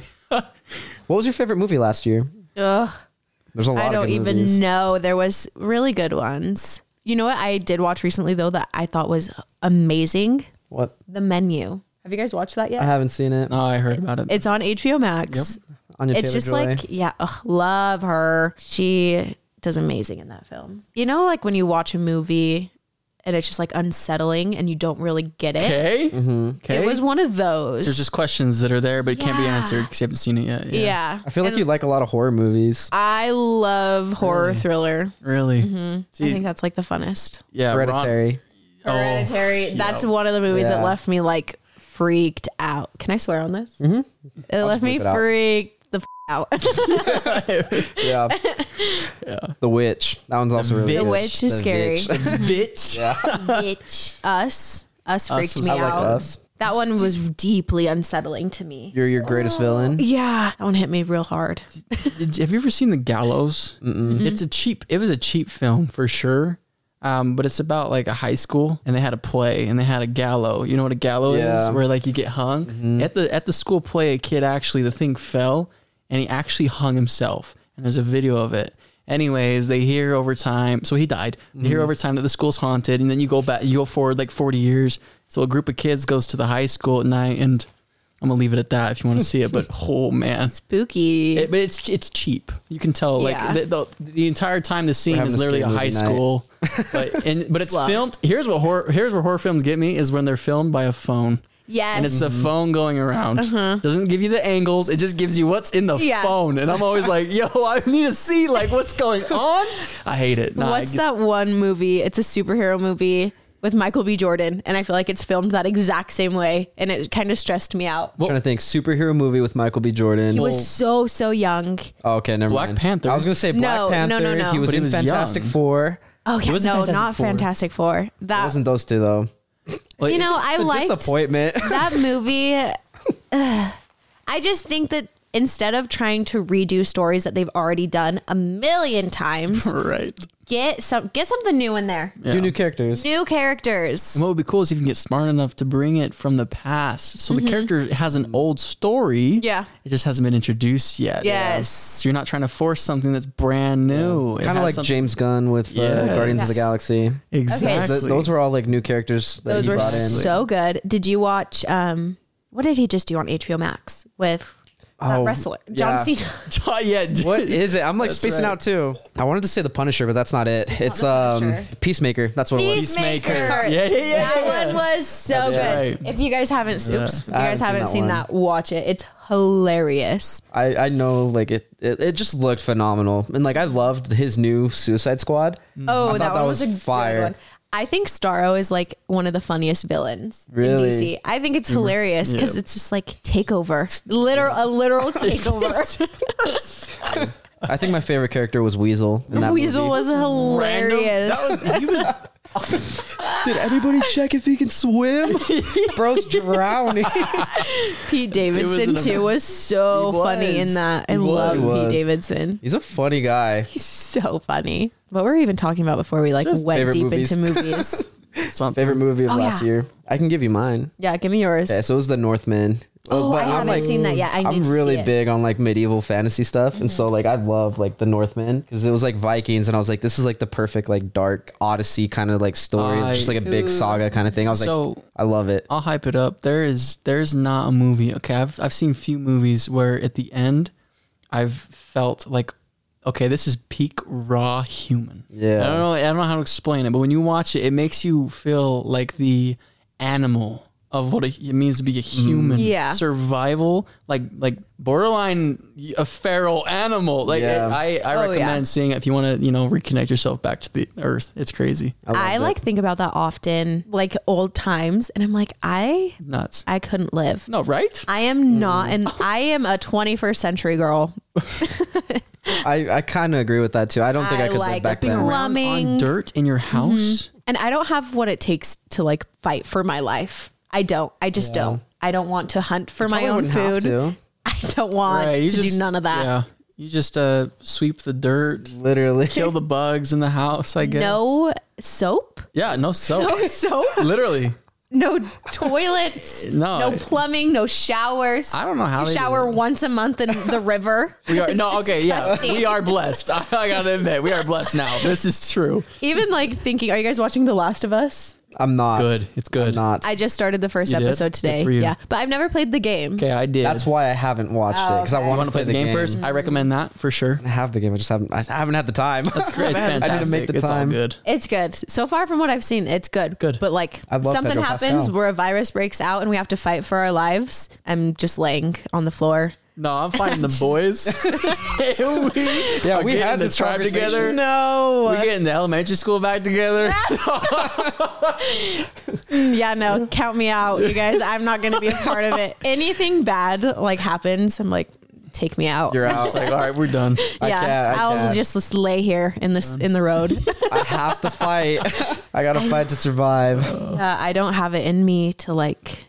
What was your favorite movie last year?
Ugh,
There's a lot.
I
of
don't
good
even
movies.
know. There was really good ones. You know what I did watch recently though that I thought was amazing?
What
The Menu. Have you guys watched that yet?
I haven't seen it.
No, I heard about it.
It's on HBO Max.
Anya
it's just
Taylor-Joy.
like yeah ugh, love her she does amazing in that film you know like when you watch a movie and it's just like unsettling and you don't really get it
okay, okay.
it was one of those
There's just questions that are there, but it can't be
Yeah.
answered because you haven't seen it yet. Yeah,
yeah
I feel like you like a lot of horror movies.
i love horror thriller
really.
Mm-hmm. i think that's like the funnest
Yeah, Ron-
Hereditary.
Oh,
hereditary that's (laughs)
yeah.
one of the movies
Yeah.
that left me like freaked out can i swear on this it left
Mm-hmm.
me
bleep it out.
freaked the f- out
(laughs) Yeah. The Witch. That one's also really
the
good.
witch is
The
scary
Witch.
bitch.
bitch (laughs) us us freaked
was-
me
I
out
like us.
That one was deeply unsettling to me.
You're your greatest
Oh.
villain.
Yeah, that one hit me real hard.
Did- Have you ever seen The Gallows? It's a cheap. It was a cheap film for sure. Um, but it's about like a high school, and they had a play, and they had a gallow. You know what a gallow
Yeah.
is, where like you get hung at the at the school play. A kid actually, the thing fell, and he actually hung himself. And there's a video of it. Anyways, they hear over time, so he died. They hear over time that the school's haunted, and then you go back, you go forward like 40 years. So a group of kids goes to the high school at night, and I'm gonna leave it at that if you want to see it. But (laughs) oh man,
Spooky.
it, but it's it's cheap. You can tell like
Yeah.
the, the, the entire time the scene
having
is
a
literally a
scary
high
movie night.
school,
(laughs)
but and but it's
Wow.
filmed. Here's what horror here's where horror films get me is when they're filmed by a phone.
Yes. Uh-huh.
and it's the phone going around. Doesn't give you the angles. It just gives you what's in the
Yeah.
phone. And I'm always like, yo, I need to see like
(laughs)
what's going on. I hate it. Nah, it
What's
gets-
that one movie? It's a superhero movie with Michael B. Jordan, and I feel like it's filmed that exact same way, and it kind of stressed me out.
trying to think superhero movie with Michael B. Jordan.
He was so so young.
oh, okay, never
Black
mind.
Panther.
I was gonna say Black
No, no,
Panther.
no, no.
He was
But he
in
was
Fantastic
young.
Four.
Oh yeah, no,
wasn't Fantastic
not
Four.
Fantastic Four.
It
That
wasn't those two though.
Like,
you know, I
The
liked
disappointment.
(laughs)
that movie. (sighs) Ugh. I just think that instead of trying to redo stories that they've already done a million
(laughs)
times,
right.
get some get something new in there.
Two new characters.
New characters.
And what would be cool is if you can get smart enough to bring it from the past. So the character has an old story.
Mm-hmm. Yeah.
It just hasn't been introduced yet.
Yes.
So you're not trying to force something that's brand new. It
Kind of
has
like
something-
James Gunn with uh,
Yes.
Guardians of the
Yes.
Galaxy.
Exactly.
Okay.
Th- those were all like new characters that
Those
he
were
brought in.
so good. Did you watch um what did he just do on HBO Max with that
Oh,
wrestler John
yeah.
Cena?
(laughs) yeah.
What is it? I'm like
That's
spacing
right.
out too. I wanted to say the Punisher, but that's not it. It's,
The
um
Punisher.
Peacemaker. That's what it was.
Peacemaker.
Peacemaker. (laughs) Yeah, yeah, yeah.
That one was so
That's
good.
right.
If you guys haven't, oops, if you
I
guys haven't seen, that, watch it. It's hilarious.
I, I know like it, it it just looked phenomenal. And like I loved his new Suicide Squad.
Oh,
I thought
that,
that
one
was
was, a
fire.
good one. I think Starro is like one of the funniest villains
Really?
in DC. I think it's hilarious because
Yeah.
it's just like takeover, literal a literal takeover.
I think my favorite character was Weasel. In that
(laughs) Weasel
movie.
was hilarious.
That was even.
Did anybody check if he can
(laughs)
swim? Bro's drowning. (laughs)
Pete Davidson
an
too was so
He was.
funny in that. I
He was.
love
He was.
Pete Davidson.
He's a funny guy.
He's so funny. What were we even talking about before we like
Just
went
favorite
deep
movies.
into
(laughs)
movies? (laughs)
Something.
Favorite movie of
Oh,
last
yeah.
year. I can give you mine.
yeah, give me yours.
Yeah, so it was the Northmen.
Oh, I haven't seen that yet. I
am
need to see
really
it. Mm-hmm.
big on like medieval fantasy stuff, and so like I love like the Northmen because it was like Vikings, and I was like, this is like the perfect like dark Odyssey kind of like story, It's just
I-
like a big
Ooh.
saga kind of thing. I was like,
So-
I love it.
I'll hype it up. There is there's not a movie. Okay, I've I've seen few movies where at the end, I've felt like, okay, this is peak raw human.
Yeah.
I don't know. I don't know how to explain it, but when you watch it, it makes you feel like the animal of what it means to be a
Mm-hmm.
human.
Yeah.
Survival, like like borderline a feral animal. Like
Yeah.
I I
Oh, yeah.
recommend seeing it if you want to you know reconnect yourself back to the earth. It's crazy.
loved
I
it.
like think about that often, like old times, and I'm like, I
Nuts.
I couldn't live.
No, right?
I
Mm.
am not, and I am a 21st century girl.
I, I kind of agree with that too. I don't think I,
I
could live
like
back
the
then.
Around
on
Plumbing.
dirt in your
Mm-hmm.
house.
And I don't have what it takes to like fight for my life. I don't. I just don't. I don't want to hunt for my
Probably
own
wouldn't have
food.
to.
(laughs) I don't want
Right,
to
you just-
do none of that.
Yeah, you just uh, sweep the dirt,
Literally, (laughs)
kill the bugs in the house. I guess.
No soap,
Yeah, no soap.
(laughs) no soap,
(laughs) Literally.
no toilets,
No.
no plumbing, no showers.
I don't know how
you
they do
shower
it.
once a month in the river.
(laughs) We are no
It's
okay. Yeah,
disgusting.
we are blessed. (laughs) I, gotta admit, we are blessed now. This is true.
Even like thinking, are you guys watching The Last of Us?
I'm not
Good. It's good.
Not.
I just started the first
You did?
episode
Good
today.
for you.
Yeah, but I've never played the game.
Okay, I did.
That's why I haven't watched it because I
Oh, okay.
want
want
to play, the game,
first. I recommend that for sure.
I have the game. I just haven't. I haven't had the time. (laughs)
(laughs)
That's
It's great. It's fantastic.
I need to make the
it's
time.
all good.
It's good. So far from what I've seen, it's good.
Good.
But like
I love
something
Pedro
happens
Pascal.
where a virus breaks out and we have to fight for our lives. I'm just laying on the floor.
No, I'm
(laughs)
finding the boys. (laughs) we
Yeah,
are
we
getting
had
the
this
tribe
conversation.
together.
No.
We're getting the elementary school
(laughs)
back together.
yeah,
(laughs)
no. Count me out, you guys. I'm not gonna be a part of it. Anything bad like happens, I'm like, take me out.
You're
It's
out.
like, all right, we're done.
I
yeah,
can't, I
will
can't.
just, just lay here in this in the
(laughs)
road. (laughs)
I have to fight. I gotta fight to survive.
uh, I don't have it in me to like.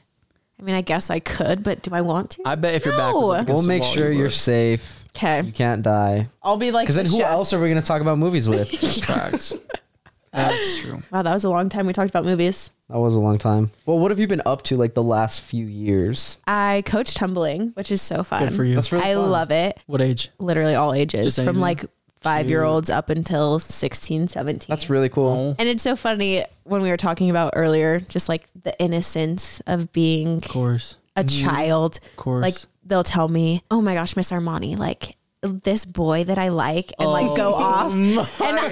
I mean, I guess I could, but do I want to?
I bet if your back was
No.
up against
We'll
the
make
wall,
sure
you
you're
would.
safe.
Okay.
You can't die.
I'll be like.
Because then
the
who
chef. (laughs)
else are we gonna talk about movies with?
Facts. (laughs) That's true.
Wow, that was a long time we talked about movies.
That was a long time. Well, what have you been up to like the last few years?
I coach tumbling, which is so fun.
for you.
That's really
I
fun.
love it.
What age?
Literally all ages,
Just
from
anything.
like five year olds up until 16, 17.
That's really cool.
and it's so funny when we were talking about earlier, just like the innocence of being
Of course. Mm-hmm.
a child.
course.
Like they'll tell me, "Oh my gosh, Miss Armani, like this boy that I like," and like
Oh
go off, and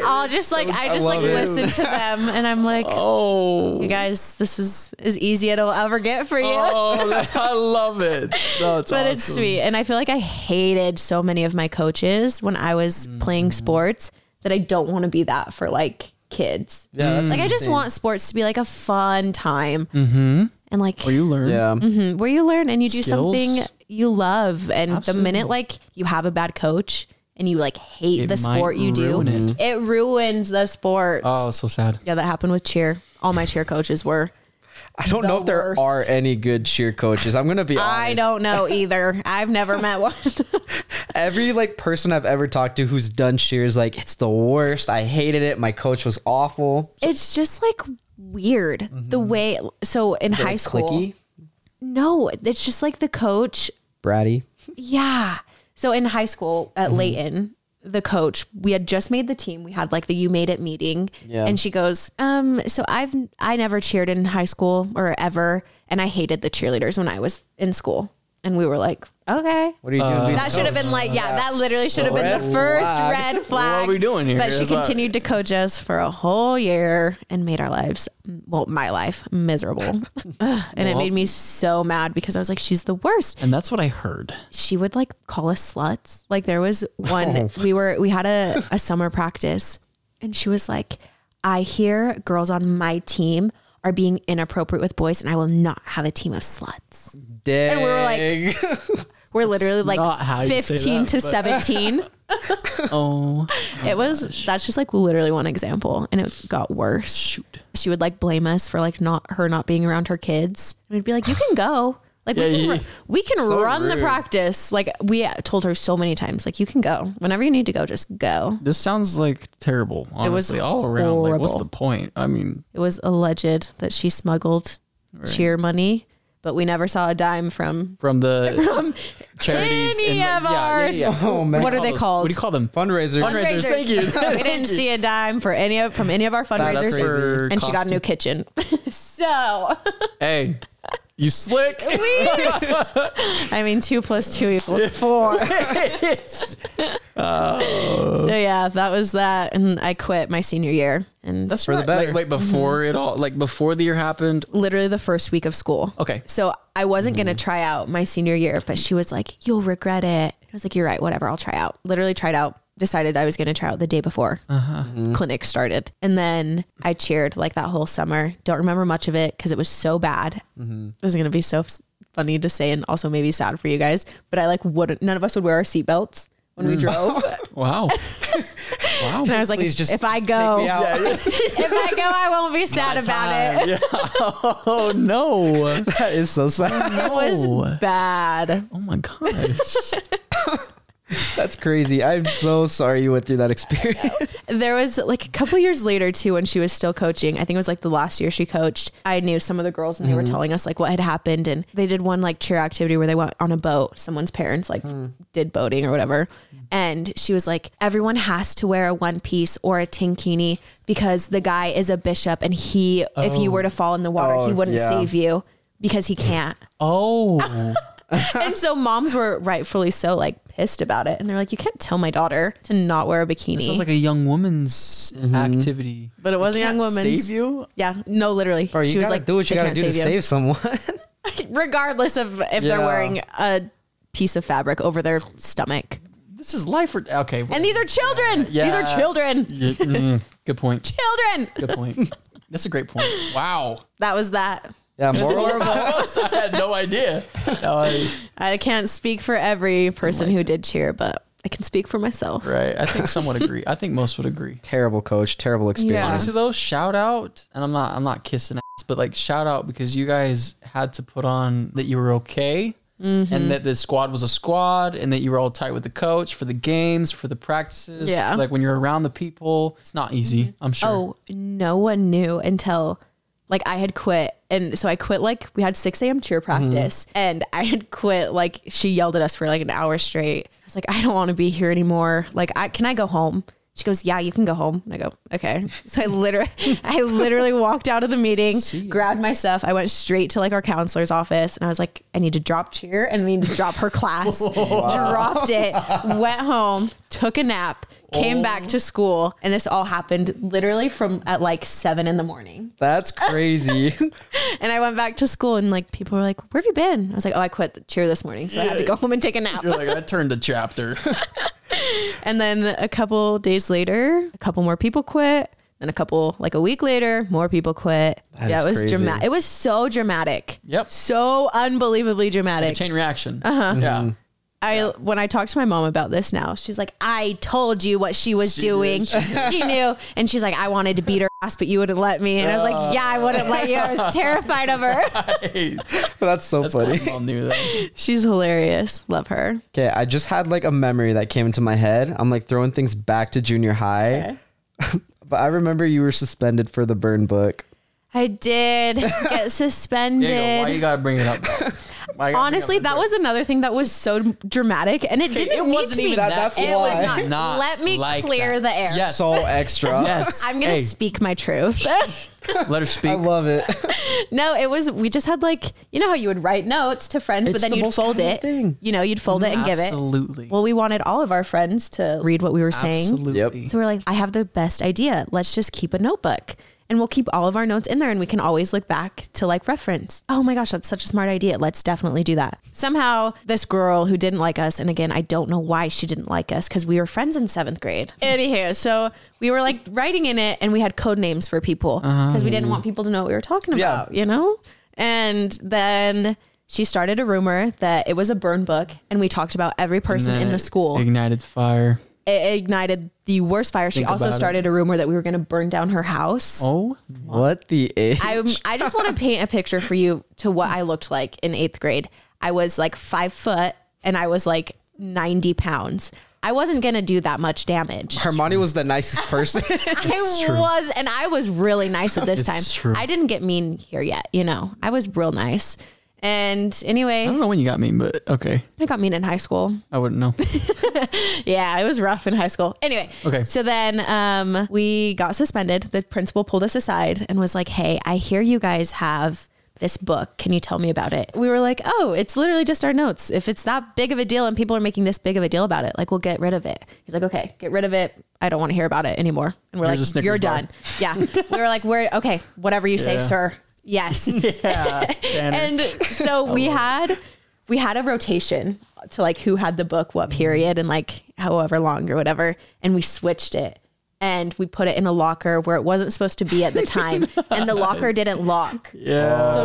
I'll just like I just like
love it.
listen to them, and I'm like,
Oh.
"You guys, this is as easy as it'll ever get for you."
Oh, I love (laughs) it. That's
But it's sweet. And I feel like I hated so many of my coaches when I was playing
Mm-hmm.
sports that I don't want to be that for like kids.
Yeah, that's
Like I just
interesting.
want sports to be like a fun time. Mm-hmm. And like
Or Oh, you learn.
Yeah.
Mhm. where you learn and you do
Skills.
something you love and the minute like you have a bad coach and you like hate
It
the
might
sport you do
ruin
it.
it.
ruins the sport
Oh, so sad.
yeah that happened with cheer all my cheer coaches were
I don't know if there
worst.
are any good cheer coaches. I'm gonna be honest.
i don't know either i've never met
(laughs)
one
Every like person I've ever talked to who's done cheer is like, it's the worst. I hated it. My coach was awful.
it's just like weird the
Mm-hmm.
way so in high
Like,
school
clicky,
no it's just like the coach
bratty.
Yeah. So in high school
Mm-hmm.
at Layton, the coach, we had just made the team. We had like the you made it meeting.
Yeah.
And she goes, um, so I've I never cheered in high school or ever, and I hated the cheerleaders when I was in school. And we were like, okay.
What are you doing? being
That
the
should have been like, yeah, that literally should have been the
red
first
flag.
red flag.
we doing here?
But she
That's what-
continued to coach us for a whole year and made our lives, well, my life, miserable. (laughs) Ugh. and it made me so mad because I was like, she's the worst
And that's what I heard.
she would like call us sluts. Like there
(laughs)
was one
Oh.
we were we had a, a summer practice and she was like, I hear girls on my team are being inappropriate with boys and I will not have a team of sluts.
dick?
And we were like we're literally
not how
like
you say
15
that,
to
but- (laughs)
17.
(laughs) Oh,
it was that's just like literally one example and it got worse.
shoot.
She would like blame us for like not her not being around her kids. And we'd be like, "You can
(sighs)
go." Like we
Yeah,
can,
yeah.
ru- we can
So
run the
rude.
practice. Like we told her so many times, like you can go whenever you need to go, just go.
This sounds like terrible.
was
Honestly, all around. Like, what's
horrible.
the point? I mean,
It was alleged that she smuggled cheer money, but we never saw a dime from
from the charities
any of
and like, yeah,
our-
yeah, yeah.
(laughs) oh man,
what are
Call
they
those-
called?
What do you call them?
fundraisers.
Fundraisers, thank you.
(laughs) we didn't see a dime for any of from any of our fundraisers,
crazy.
For
and she got a new
costume.
kitchen. (laughs) so
(laughs) Hey, you slick.
I mean, two plus two equals four. Oh. So yeah, that was that, and I quit my senior year, and that's
for the better.
Like, wait, before it all, like before the year happened.
literally the first week of school. (laughs)
Okay.
So I wasn't
Mm-hmm.
gonna try out my senior year, but she was like, "You'll regret it." I was like, "You're right. Whatever. I'll try out." Literally tried out. Decided I was gonna try out the day before
Uh-huh.
clinic started, and then I cheered like that whole summer. Don't remember much of it because it was so bad.
Mm-hmm.
It was gonna be so f- funny to say, and also maybe sad for you guys. But I like wouldn't. None of us would wear our seatbelts when
(laughs)
we drove,
Wow. wow.
and I was like,
Mm. Oh, Please just
"If I
take
go,
me out.
if I go, I
(laughs)
won't be sad about it." (laughs)
Oh no.
(laughs) that is so sad. (laughs)
It was bad.
(laughs) Oh my gosh.
That's crazy. I'm so sorry you went through that experience.
there was like a couple years later too when she was still coaching i think it was like the last year she coached i knew some of the girls and they
Mm-hmm.
were telling us like what had happened and they did one like cheer activity where they went on a boat someone's parents like
Hmm.
did boating or whatever and she was like everyone has to wear a one piece or a tinkini because the guy is a bishop and he if you were to fall in the water he
Oh,
wouldn't
yeah.
save you because he
(laughs)
can't
Oh.
and so moms were rightfully so like pissed about it and they're like you can't tell my daughter to not wear a bikini
Sounds like a young woman's activity.
but it was a young woman
Save you?
Yeah, no, literally.
Bro, you
she was
gotta
like,
do what you
"They
gotta
can't
do to save someone.
(laughs)
(laughs)
you." regardless of if they're
Yeah.
wearing a piece of fabric over their stomach.
This is life. Or, okay.
And these are children. These are
Yeah.
children.
Yeah, mm, good point.
Children.
Good (laughs) point. That's a great point. Wow.
That was that.
Yeah,
It was
moral,
(laughs) horrible.
(laughs) I had no (laughs) idea. No, I-
I can't speak for every person who did cheer, but I can speak for myself.
right. I think some would agree. I think most would agree.
terrible coach, terrible experience.
Honestly though, shout out and I'm not I'm not kissing ass, but like shout out because you guys had to put on that you were okay
Mm-hmm.
and that the squad was a squad, and that you were all tight with the coach for the games, for the practices.
Yeah.
like when you're around the people, it's not easy. I'm sure.
(laughs) Oh, no one knew until like I had quit. And so I quit like we had 6 a.m. cheer practice and I had quit. Like she yelled at us for like an hour straight. I was like, I don't want to be here anymore. Like, I can I go home? She goes, Yeah, you can go home. And I go, Okay. (laughs) So I literally I literally walked out of the meeting, grabbed my stuff. I went straight to like our counselor's office and I was like, I need to drop cheer and I need to drop her class. Dropped it, went home, took a nap, came
Oh.
back to school, and this all happened literally from at like seven in the morning. (laughs)
That's crazy. (laughs)
And I went back to school and like people were like, Where have you been? I was like, Oh, I quit the cheer this morning. So I had to go (laughs) home and take a nap.
You're like I turned the (laughs) chapter.
And then a couple days later, a couple more people quit. Then a couple, like a week later, more people quit.
That
yeah,
is
it was
crazy.
dramatic. It was so dramatic.
Yep.
So unbelievably
A
dramatic.
chain reaction. Uh-huh. Yeah.
I when I talk to my mom about this now, she's like, "I told you what she was
She
doing.
knew, she
(laughs) she knew." And she's like, "I wanted to beat her ass, but you wouldn't let me." And I was like, "Yeah, I wouldn't let you. I was terrified of
(laughs)
her."
Hey,
That's so funny.
my mom knew that.
she's hilarious. Love her.
Okay, I just had like a memory that came into my head. I'm like throwing things back to junior high. (laughs) but I remember you were suspended for the burn book.
I
(laughs)
did get
Diego, why you
suspended.
gotta bring it up? though? Why you gotta bring
Honestly,
up the
that
joke?
was another thing that was so dramatic, and it didn't
It
need
wasn't
to be
even
that-
that.
that's
It was
why.
not.
Not
Let me
like
clear
that.
the air.
Yes.
So
(laughs)
extra.
Yes.
I'm gonna
Hey,
speak my
(laughs)
truth.
Let her
(laughs) I
speak.
love
(laughs)
it.
No, it was we just had like you know how you would write notes to friends, but
It's
then
the
you'd
most
fold
common
it.
thing.
You know, you'd fold it and give it.
Absolutely.
Well, we wanted all of our friends to read what we were saying.
Absolutely.
Yep.
So we're like, I have the best idea. Let's just keep a notebook and we'll keep all of our notes in there and we can always look back to like reference. Oh my gosh, that's such a smart idea. Let's definitely do that. Somehow, this girl who didn't like us, and again, I don't know why she didn't like us because we were friends in seventh grade. Anyhow, so we were like writing in it and we had code names for people because we didn't want people to know what we were talking
Yeah.
about, you know? And then. She started a rumor that it was a burn book, and we talked about every person in the school
Ignited fire.
it ignited the worst fire. She
Think
also
about it.
started a rumor that we were going to burn down her house.
Oh,
What the age?
I I just
(laughs)
want to paint a picture for you to what I looked like in eighth grade. I was like five foot and I was like ninety pounds. I wasn't going to do that much damage.
Hermione was the nicest
(laughs)
person.
I was, and I was really nice at this time.
true.
I didn't get mean here yet. You know, I was real nice. And
I
anyway,
don't know when you got me, but okay.
I got mean in high school.
I wouldn't know.
Yeah, it was rough in high school. Anyway,
Okay.
So then um, we got suspended. The principal pulled us aside and was like, "Hey, I hear you guys have this book. Can you tell me about it?" We were like, "Oh, it's literally just our notes. If it's that big of a deal and people are making this big of a deal about it, like we'll get rid of it." He's like, "Okay, get rid of it. I don't want to hear about it anymore." And we're
Here's a
like,
Snickers
"You're
bar."
done." Yeah, we were like, "We're okay. Whatever you say,
Yeah.
sir." Yes
(laughs) yeah.
(laughs) and so we had we had a rotation to like who had the book what period and like however long or whatever and we switched it and we put it in a locker where it wasn't supposed to be at the time and the locker didn't lock so
yeah.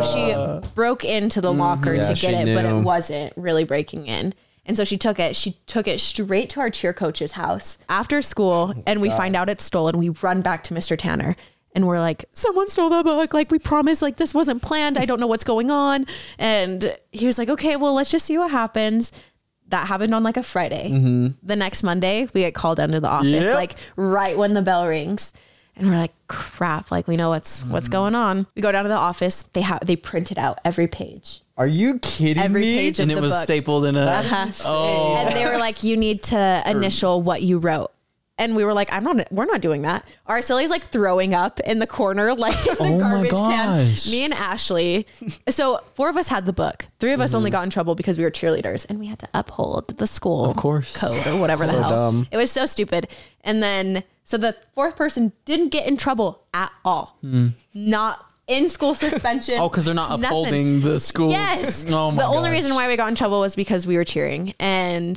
she broke into the locker
Mm-hmm. Yeah,
to
she
get it but
knew.
it wasn't really breaking in and so she took it she took it straight to our cheer coach's house after
Oh
school and we find out it's stolen we run back to mr tanner and we're like someone stole the book like we promised like this wasn't planned i don't know what's going on and he was like okay well let's just see what happens that happened on like a friday
Mm-hmm.
the next monday we get called down to the office
Yep.
like right when the bell rings and we're like crap like we know what's what's going on we go down to the office they have they printed out every page
Are you kidding
every
me?
page of
and
the
it was
book
stapled in a. Oh.
and they were like, "You need to initial what you wrote." And we were like, "I'm not. We're not doing that." Arceli's like throwing up in the corner, (laughs) like in the
Oh my
garbage can.
gosh.
Me and Ashley. So four of us had the book. Three of us only got in trouble because we were cheerleaders, and we had to uphold the school of
course.
code or whatever the hell.
dumb.
It was so stupid. And then so the fourth person didn't get in trouble at all. Not in school suspension.
Hmm. Oh, because they're
(laughs)
not
nothing.
upholding the school.
Yes.
(laughs) Oh my
the only
gosh.
reason why we got in trouble was because we were cheering, and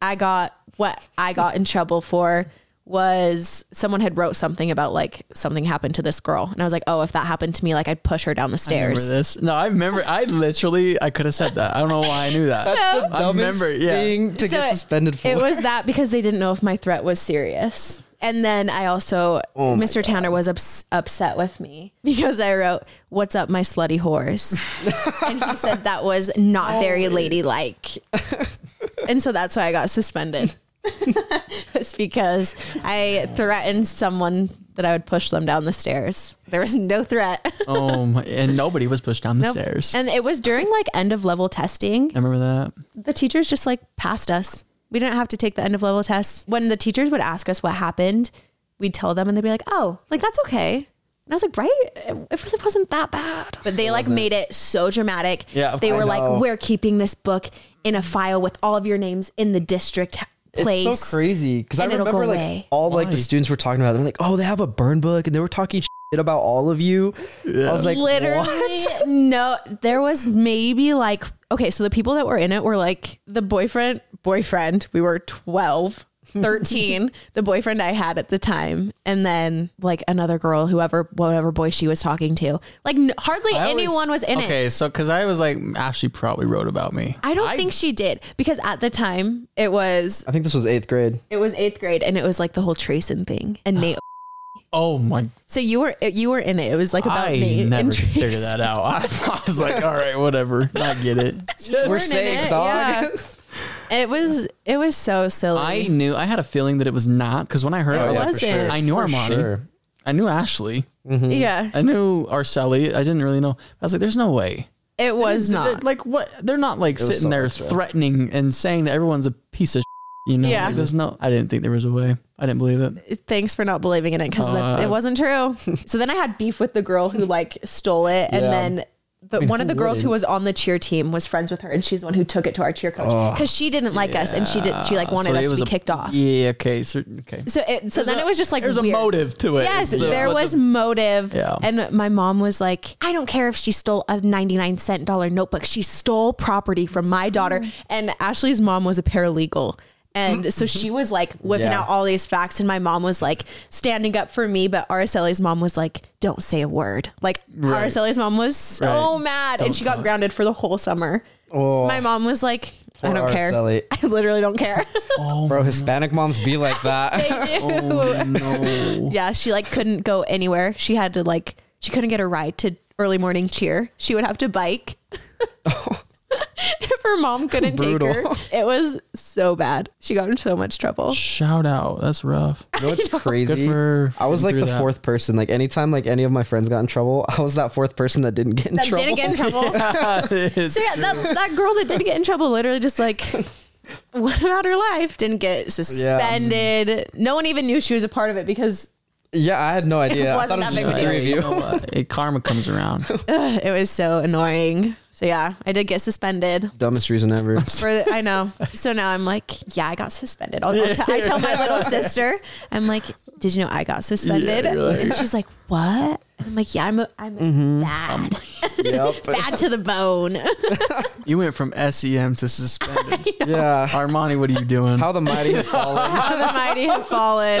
I got what I got in trouble for was someone had wrote something about like something happened to this girl, and I was like, oh, if that happened to me, like I'd push her down the
I remember
stairs.
this. No, I remember. I literally, I could have said that. I don't know why I knew that.
So-
I
Dumbest
remember. Yeah.
thing to
So
get
it-
suspended for.
It was that because they didn't know if my threat was serious. And then I also,
Oh
Mr. Towner was ups- upset with me because I wrote, What's up, my
(laughs)
slutty horse? and he said that was
Oh
not very ladylike. and so that's why I got suspended. (laughs) it's because I threatened someone that I would push them down the stairs. There was no threat.
Oh my, and nobody was pushed down the stairs.
and it was during like end of level testing.
I remember that.
The teachers just like passed us. We didn't have to take the end of level test. When the teachers would ask us what happened, we'd tell them and they'd be like, oh, like that's okay. And I was like, right? It it really wasn't that bad. But they like made it so dramatic.
Yeah, of
They
course.
were
I
like,
know.
we're keeping this book in a file with all of your names in the district ha- place.
It's so crazy because I
and it'll go
remember like
away.
all like
Why?
the students were talking about. They're like, "Oh, they have a burn book," and they were talking (laughs) shit about all of you. I was like,
literally
"What?"
(laughs)
no there was maybe like okay so the people that were in it were like the boyfriend boyfriend we were 12 13
(laughs)
the boyfriend i had at the time and then like another girl whoever whatever boy she was talking to like n- hardly
I always-
anyone was in it
Okay, so because I was like, Ashley probably wrote about me.
i don't think she did because at the time it was
I think this was eighth grade.
it was eighth grade and it was like the whole tracing thing and
(sighs)
nate
Oh my!
so you were you were in it it was like about
I
nate
never
and
figured
Tracy.
that out. I, (laughs) was like, all right, whatever. I
(laughs)
get it.
We're
weren't in
safe,
it,
dog.
(laughs)
yeah. (laughs) It was it was so silly.
I knew. I had a feeling that it was not because when I heard, it, I
Oh,
was like,
wasn't. sure.
I knew
For
Armani.
sure.
I knew Ashley.
yeah,
I knew Arcelli. I didn't really know. I was like, there's no way.
it
(laughs)
was
Th-
not.
Like what? They're not like
was
sitting
so
there
extra.
threatening and saying that everyone's a piece of. shit, You know,
Yeah.
Like, there's no. I didn't think there was a way. I didn't believe it.
Thanks for not believing in it because
Uh,
it wasn't
(laughs)
true. so then I had beef with the girl who like stole it, and
Yeah.
then the, one of
who
the girls who
wouldn't?
was on the cheer team was friends with her, and she's the one who took it to our cheer coach because she didn't like us, and she did she like
Uh,
wanted
Oh. so
us
it
to
was
be
a-
kicked off.
Yeah. Okay. So okay.
So it, so then
a-
it was just like
there's
weird.
a motive to it.
Yes,
The-
there
what
was
the-
motive.
Yeah.
And my mom was like, I don't care if she stole a 99 cent dollar notebook. She stole property from my daughter.
Mm-hmm.
And Ashley's mom was a paralegal. And so she was like whipping
Yeah.
out all these facts. And my mom was like standing up for me. But Araceli's mom was like, don't say a word. Like
Right.
Araceli's mom was so
Right.
mad.
Don't
and she got
talk.
grounded for the whole summer.
Oh,
My mom was like, I
Poor
don't
Araceli.
care. (laughs) I literally don't care. (laughs)
bro, Hispanic moms be like that.
(laughs) Oh, no.
Yeah, she like couldn't go anywhere. She had to like she couldn't get a ride to early morning cheer. She would have to bike. if her mom couldn't take her.
Brutal.
It was so bad. She got in so much trouble.
Shout out.
(laughs)
That's rough.
(laughs) you know what's
Good
crazy?
for
I was like
getting
the
through that.
fourth person. Like anytime like any of my friends got in trouble, (laughs) I was that fourth person that didn't get in
That
trouble.
didn't get in trouble. so yeah, that, that girl that did get in trouble literally just like (laughs) what about her life? Didn't get suspended. No one even knew she was a part of it because
(laughs) yeah, I had no idea. I
wasn't
thought it was
that
just
big
the three
a deal.
of
You
you. (laughs)
know what? It- karma
(laughs)
comes around.
ugh, it was so annoying. So yeah, I did get suspended.
Dumbest reason ever.
(laughs) for the, I know. So now I'm like, yeah, I got suspended. I'll, I'll t- i tell my
(laughs)
little sister, I'm like, did you know I got suspended?
Yeah, you're like- Mm-hmm.
and she's like, what? And I'm like, yeah, I'm, a, I'm a bad,
yep.
bad to the bone. (laughs)
You went from SEM to suspended.
Yeah.
Armani, what are you doing?
How the mighty
(laughs)
have fallen.
How the mighty have fallen. (laughs)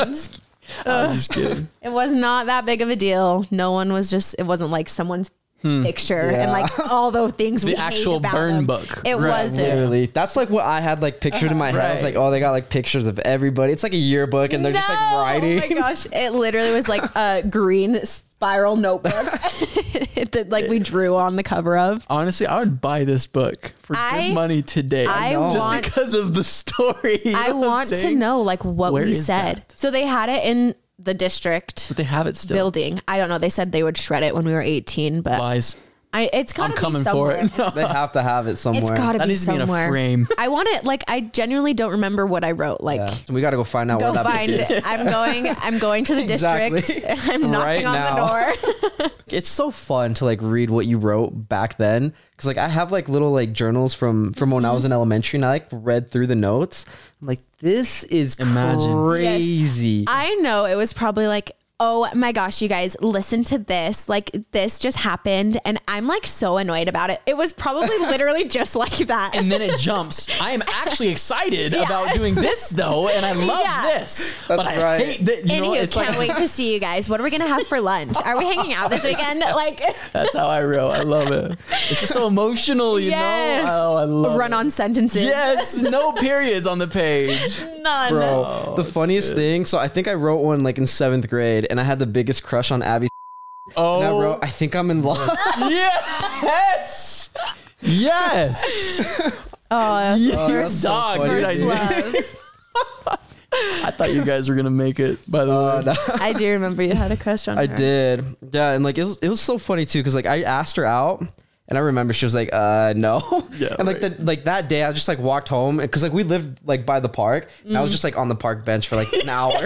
I'm just kidding.
It was not that big of a deal. No one was just. It wasn't like someone's picture
Yeah.
and like all the things we
Hmm. The
hate
actual
about
burn
them.
book.
It
Right.
wasn't.
Literally, that's like what I had like pictured in my head. I was
Right.
like, oh, they got like pictures of everybody. It's like a yearbook, and they're just like writing.
Oh my gosh. It literally was like
(laughs)
a green spiral notebook (laughs) that like we drew on the cover of.
Honestly, I would buy this book for
I-
good money today.
I
just
want-
because of the story. you
I
know what I'm
want to
saying?
know like what
Where
we
is
said. So they had it in the district
But they have it still.
building. I don't know. They said they would shred it when we were 18, but
Lies.
I, it's
I'm
gotta
coming
be somewhere.
for it.
(laughs)
(laughs) No.
They have to have it somewhere.
It's gotta
That
be
needs to be in a
somewhere.
frame.
I want it. Like I genuinely don't remember what I wrote. Like
Yeah. We got to go find out
go
what that
find.
is.
it. I'm going. I'm going
(laughs)
to the district.
Exactly.
(laughs) I'm
Right
knocking on
now.
the door.
It's so fun to like read what you wrote back then, because like I have like little like journals from from when I
Mm-hmm.
was in elementary, and I like read through the notes. I'm like, this is
Imagine. Yes.
crazy.
I know it was probably like, oh my gosh, you guys, listen to this. Like, this just happened. And I'm like so annoyed about it. It was
(laughs)
probably literally just like that.
and then it jumps. I am
(laughs)
actually excited about doing this though, and I love
Yeah.
this.
That's
but I
right.
hate that. You know,
Anywho,
what? it's
can't
like
wait to see you guys. What are we gonna have for lunch? Are we hanging out this weekend? Like,
(laughs) that's how I roll. I love it. It's just so emotional, you
yes,
know. Oh, I love
run
it.
on sentences.
Yes, no periods on the page.
none.
Bro, the funniest thing. So I think I wrote one like in seventh grade, and I had the biggest crush on Abby. And I
Oh,
wrote, I think I'm in love.
yes, yes,
Oh,
your
that's so
dog,
funny.
dude.
first
I,
love.
(laughs) I thought you guys were gonna make it. By the way,
I do remember you had a crush on
I
her.
did. Yeah, and like it was it was so funny too because like I asked her out. And I remember she was like, "Uh, no."
Yeah,
and like
right.
the, like that day, I just like walked home because like we lived like by the park. And I was just like on the park bench for like an hour, (laughs)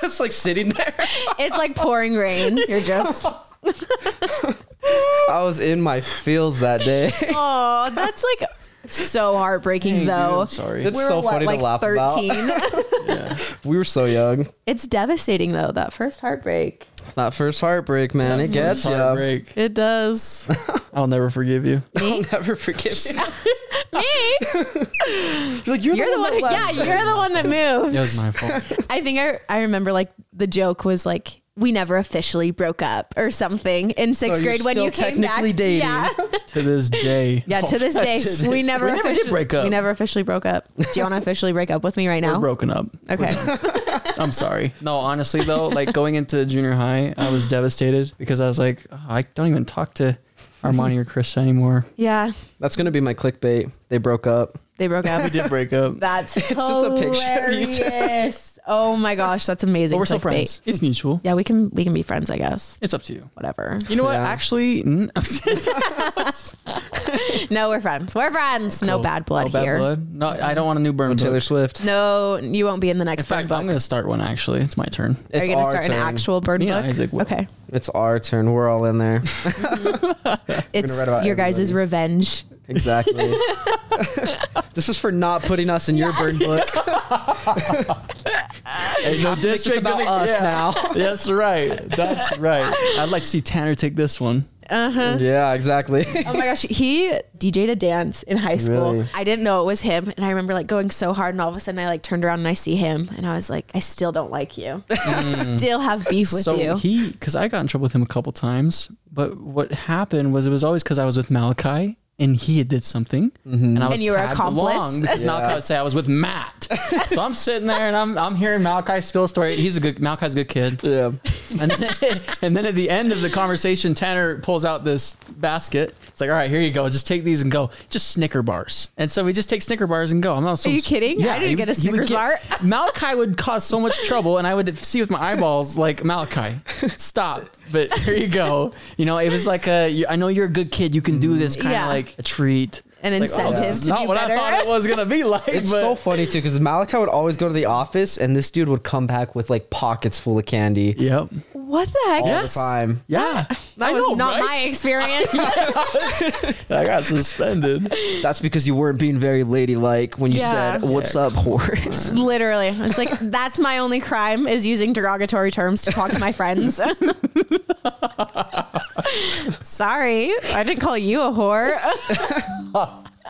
just like sitting there.
It's like pouring rain. You're
(laughs)
just
I was in my feels that day. (laughs)
oh, that's like so heartbreaking
Dang, dude,
though.
I'm sorry.
It's so funny to laugh about. (laughs) we were so young.
it's devastating though that first heartbreak.
That first heartbreak, man, it gets you. I'll
heartbreak.
It (laughs) does.
I'll never forgive you.
(laughs) never forgive you.
Me?
You're, like, you're,
You're the one. Who,
that
yeah,
left.
you're the one that moved.
It was my fault.
I think I I remember like the joke was like we never officially broke up or something in sixth
So Oh, you're
grade when
still
you came
technically
back.
dating. (laughs) Oh,
Yeah,
(laughs) to this day.
yeah. To this
(laughs)
day, we never
We never did
officially-
break up.
We never officially broke up. Do you want to officially break up with me right
We're
now?
broken up.
okay.
(laughs)
I'm sorry. No, honestly though, like going into junior high, I was devastated because I was like, "Oh, I don't even talk to Armani or Krista anymore.
yeah,
That's gonna be my clickbait. They broke up.
they broke up.
We did break up, but
That's it's
just a picture of you
hilarious.
two.
oh my gosh, that's amazing.
we're still
clickbait.
friends. It's mutual.
Yeah, we can we can be friends, I guess.
It's up to you.
Whatever.
You know what?
Yeah.
Actually, n- (laughs)
No, we're friends. We're friends. No bad blood
no bad
here.
blood. No, I don't want a new burn.
(laughs) Taylor
book.
Swift.
No, you won't be in the next
In
friend
fact,
book.
I'm gonna start one. Actually, it's my turn.
Are
It's
you going to
our
start an
turn.
actual bird
Yeah,
book?
Isaac will.
Okay.
It's our turn. We're all in there.
It's
write about
your guys'
everybody.
revenge.
(laughs) Exactly. this is for not putting us in your burn (laughs) book.
Hey, no
It's just about us (laughs) now.
That's right. That's right. I'd like to see Tanner take this one.
Uh-huh. Yeah, exactly.
Oh my gosh, he DJ'd a dance in high school.
Really?
I didn't know it was him, and I remember like going so hard, and all of a sudden I like turned around and I see him, and I was like, I still don't like you. I still have beef with
so
you.
he, because I got in trouble with him a couple times, but what happened was it was always because I was with Malachi and he had did something, and I was
And you were
tagged
accomplice.
along because
Yeah.
Malachi would say I was with Matt. so I'm sitting there and I'm I'm hearing Malachi spill a story. He's a good Malachi's a good kid,
yeah.
and then, (laughs) and then at the end of the conversation, Tanner pulls out this basket. It's like, all right, here you go. Just take these and go. Just Snicker bars. And so we just take Snicker bars and go. I'm not. so-
you kidding? I didn't
he-
get a
he would
Snickers bar.
(laughs) Malachi would cause so much trouble, and I would see with my eyeballs like Malachi, stop. But here you go. You know, it was like a. you- I know you're a good kid. You can do this kind of
Yeah.
like a treat.
An
Like, oh,
incentive
this is
to
not
do
what
better.
I thought it was
(laughs)
gonna be like.
It's
but
so funny too because Malachi would always go to the office and this dude would come back with like pockets full of candy
yep.
What the heck?
all
Yes.
the time.
Yeah.
That
I
was
know,
not
right? (laughs)
my experience.
I got suspended.
That's because you weren't being very ladylike when you
Yeah.
said, What's up, horse?
Literally. It's (laughs) like that's my only crime is using derogatory terms to talk to my friends. (laughs) Sorry, I didn't call you a whore.
(laughs)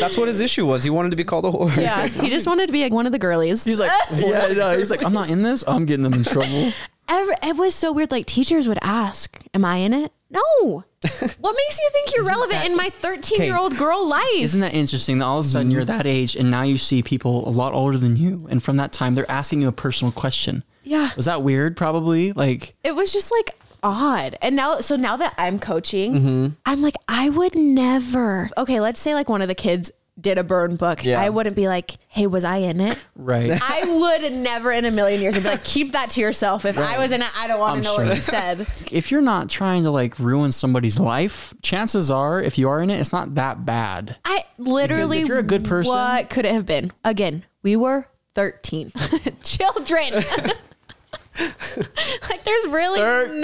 That's what his issue was. He wanted to be called a horse.
(laughs) Yeah, he just wanted to be like one of the girlies.
He's like, (laughs) yeah, no. He's like, I'm not in this. I'm getting them in trouble.
Every, it was so weird. Like teachers would ask, "Am I in it?" (laughs) No. what makes you think you're relevant
that-
in my 13 year old girl life?
Isn't that interesting that all of a sudden you're that age and now you see people a lot older than you, and from that time they're asking you a personal question.
Yeah.
Was that weird? Probably. Like,
it was just like odd. And now, so now that I'm coaching,
Mm-hmm.
I'm like, I would never. Okay, let's say like one of the kids did a burn book.
Yeah.
I wouldn't be like, hey, was I in it?
(laughs) right.
I would never in a million years be like, keep that to yourself. If I was in it, I don't want
I'm
to know what
sure.
you
(laughs)
said.
if you're not trying to like ruin somebody's life, chances are, if you are in it, it's not that bad.
I literally,
Because if you're a good person-
what (laughs)
(laughs)
could it have been? Again, we were 13 children. Like, there's really
Thirteen.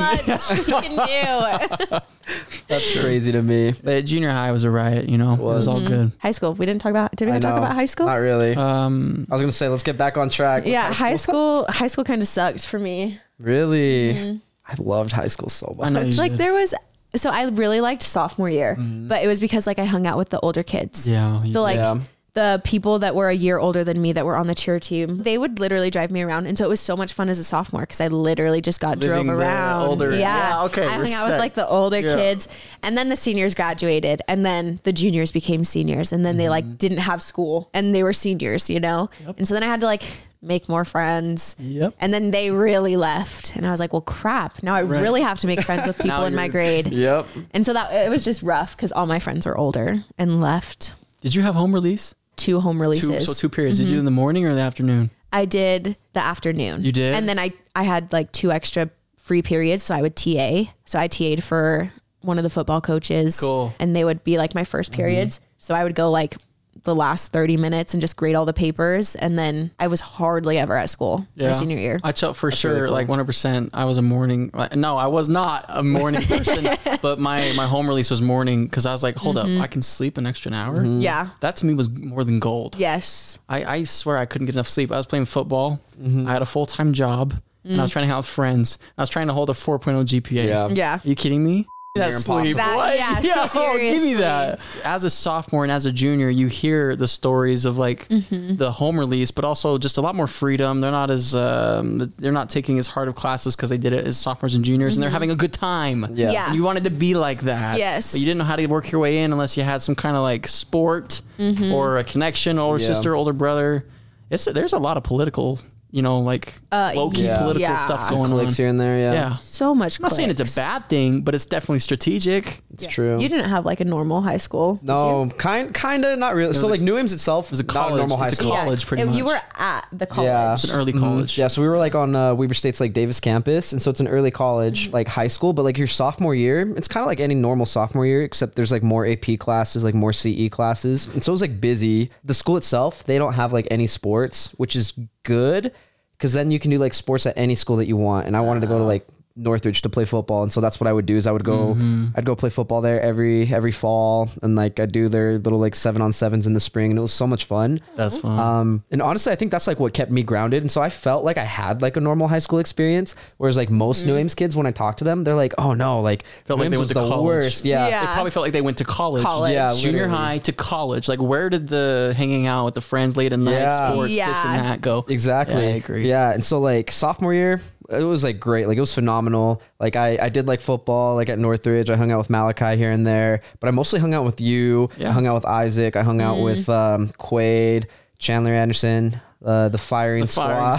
not much you can
(laughs)
do.
(laughs) That's crazy to me.
But junior high was a riot, you know. It was, Mm-hmm.
was.
all good.
high school. We didn't talk about. Did we
I
talk
know.
about high school?
Not really.
Um,
I was gonna say let's get back on track. with
yeah,
high
high school. High school kind of sucked for me.
Really? I loved high school so much.
I know you
like
did.
there was so I really liked sophomore year, but it was because like I hung out with the older kids.
Yeah.
So like
Yeah.
the people that were a year older than me that were on the cheer team, they would literally drive me around, and so it was so much fun as a sophomore because I literally just got
Living the
drove around.
older-
yeah.
yeah, okay,
I hung out
respect.
with like the older
Yeah.
kids, and then the seniors graduated, and then the juniors became seniors, and then they
Mm-hmm.
like didn't have school, and they were seniors, you know. And so then I had to like make more friends.
Yep.
And then they really left, and I was like, well, crap. Now I
Right.
really have to make friends with people
(laughs) Now
in my
you're-
grade.
Yep.
And so that it was just rough because all my friends were older and left
did you have home release?
two home releases.
Two, so two periods. Did you do in the morning or in the afternoon?
I did the afternoon.
You did?
And then I, I had like two extra free periods. So I would TA. So I TA'd for one of the football coaches.
Cool. Mm-hmm.
And they would be like my first periods. So I would go like the last 30 minutes and just grade all the papers. And then I was hardly ever at school my senior year.
I felt for sure, like 100%. I was a morning, like, no, I was not a morning person, but my, my home release was morning because I was like, hold up, I can sleep an extra hour.
yeah.
That to me was more than gold.
Yes.
I, I swear I couldn't get enough sleep. I was playing football, I had a full time job, and I was trying to hang out with friends. I was trying to hold a 4.0 GPA.
Yeah.
Yeah.
Are you kidding me?
Near impossible.
That-
What?
yeah,
oh, give me
seriously.
that. As a sophomore and as a junior, you hear the stories of like
Mm-hmm.
the home release, but also just a lot more freedom. They're not as um, they're not taking as hard of classes because they did it as sophomores and juniors, and they're having a good time.
Yeah.
Mm-hmm. Yeah.
And you wanted to be like that.
Yes.
But you didn't know how to work your way in unless you had some kind of like sport
Mm-hmm.
or a connection, older
Yeah.
sister, older brother. It's there's a lot of political, you know, like
Uh,
low key
yeah.
political
Yeah.
stuff
Some
going on.
Clicks here and there. Yeah.
Yeah.
So much.
I'm not saying it's a bad thing, but it's definitely strategic.
It's true.
You didn't have like a normal high school. did you?
no, kind kinda not really. So like New Ames itself was
a college.
normal high
It's a
school.
college. pretty
If You
much.
were at the college.
Yeah.
It's an early
Mhm.
college.
Yeah, so we were like on uh, Weber State's like Davis campus, and so it's an early college, like high school, but like your sophomore year, it's kind of like any normal sophomore year, except there's like more AP classes, like more CE classes, and so it was like busy. The school itself, they don't have like any sports, which is good because then you can do like sports at any school that you want. And I wanted to go to like Northridge to play football, and so that's what I would do is I would go,
Mm-hmm.
I'd go play football there every every fall, and like I would do their little like seven on sevens in the spring, and it was so much fun.
That's fun.
Uh,
Um, and honestly, I think that's like what kept me grounded. And so I felt like I had like a normal high school experience. Whereas like most New Ames kids, when I talk to them, they're like, "Oh no, like
Felt like
New
they
Ames
went to
was the
college.
worst." Yeah.
Yeah.
They probably felt like they went to college.
College.
Yeah,
Junior
literally.
high to college. Like, where did the hanging out with the friends late at night,
Yeah.
sports, this
Yeah.
and that go?
Exactly.
Yeah, I agree.
Yeah. And so like sophomore year, it was like great. Like it was phenomenal. Like I, I did like football, like at Northridge. I hung out with Malachi here and there, but I mostly hung out with you.
Yeah.
I hung out with Isaac. I hung out with um, Quade, Chandler Anderson, uh, the firing,
Firing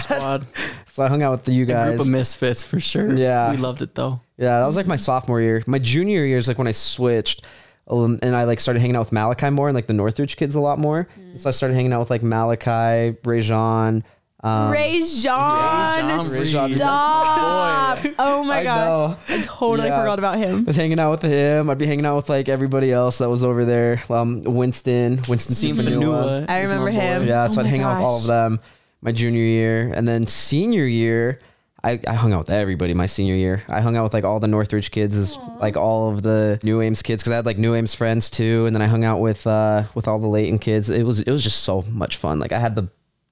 (laughs) squad.
squad.
so I hung out with you
A
guys.
group of misfits for sure.
Yeah.
We loved it though.
Yeah, that was like my sophomore year. My junior year is like when I switched um, and I like started hanging out with Malachi more and like the Northridge kids a lot more. So I started hanging out with like Malachi, Rajon. Um,
Ray John,
Ray
John, dude, that's
stop! Oh my
I
gosh, I totally
Yeah.
forgot about
I
him.
was hanging out with him. I'd be hanging out with like everybody else that was over there. Um, Winston, Winston
Steve
Stefanua.
Vanua
I
is my
remember
boy.
him.
Yeah,
Oh
so I'd
my
hang out with all
gosh.
of them my junior year. And then senior year, I, I hung out with everybody my senior year. I hung out with like all the Northridge kids, is, like all of the New Ames kids, because I had like New Ames friends too. And then I hung out with uh, with all the Layton kids. It was it was just so much fun. Like I had the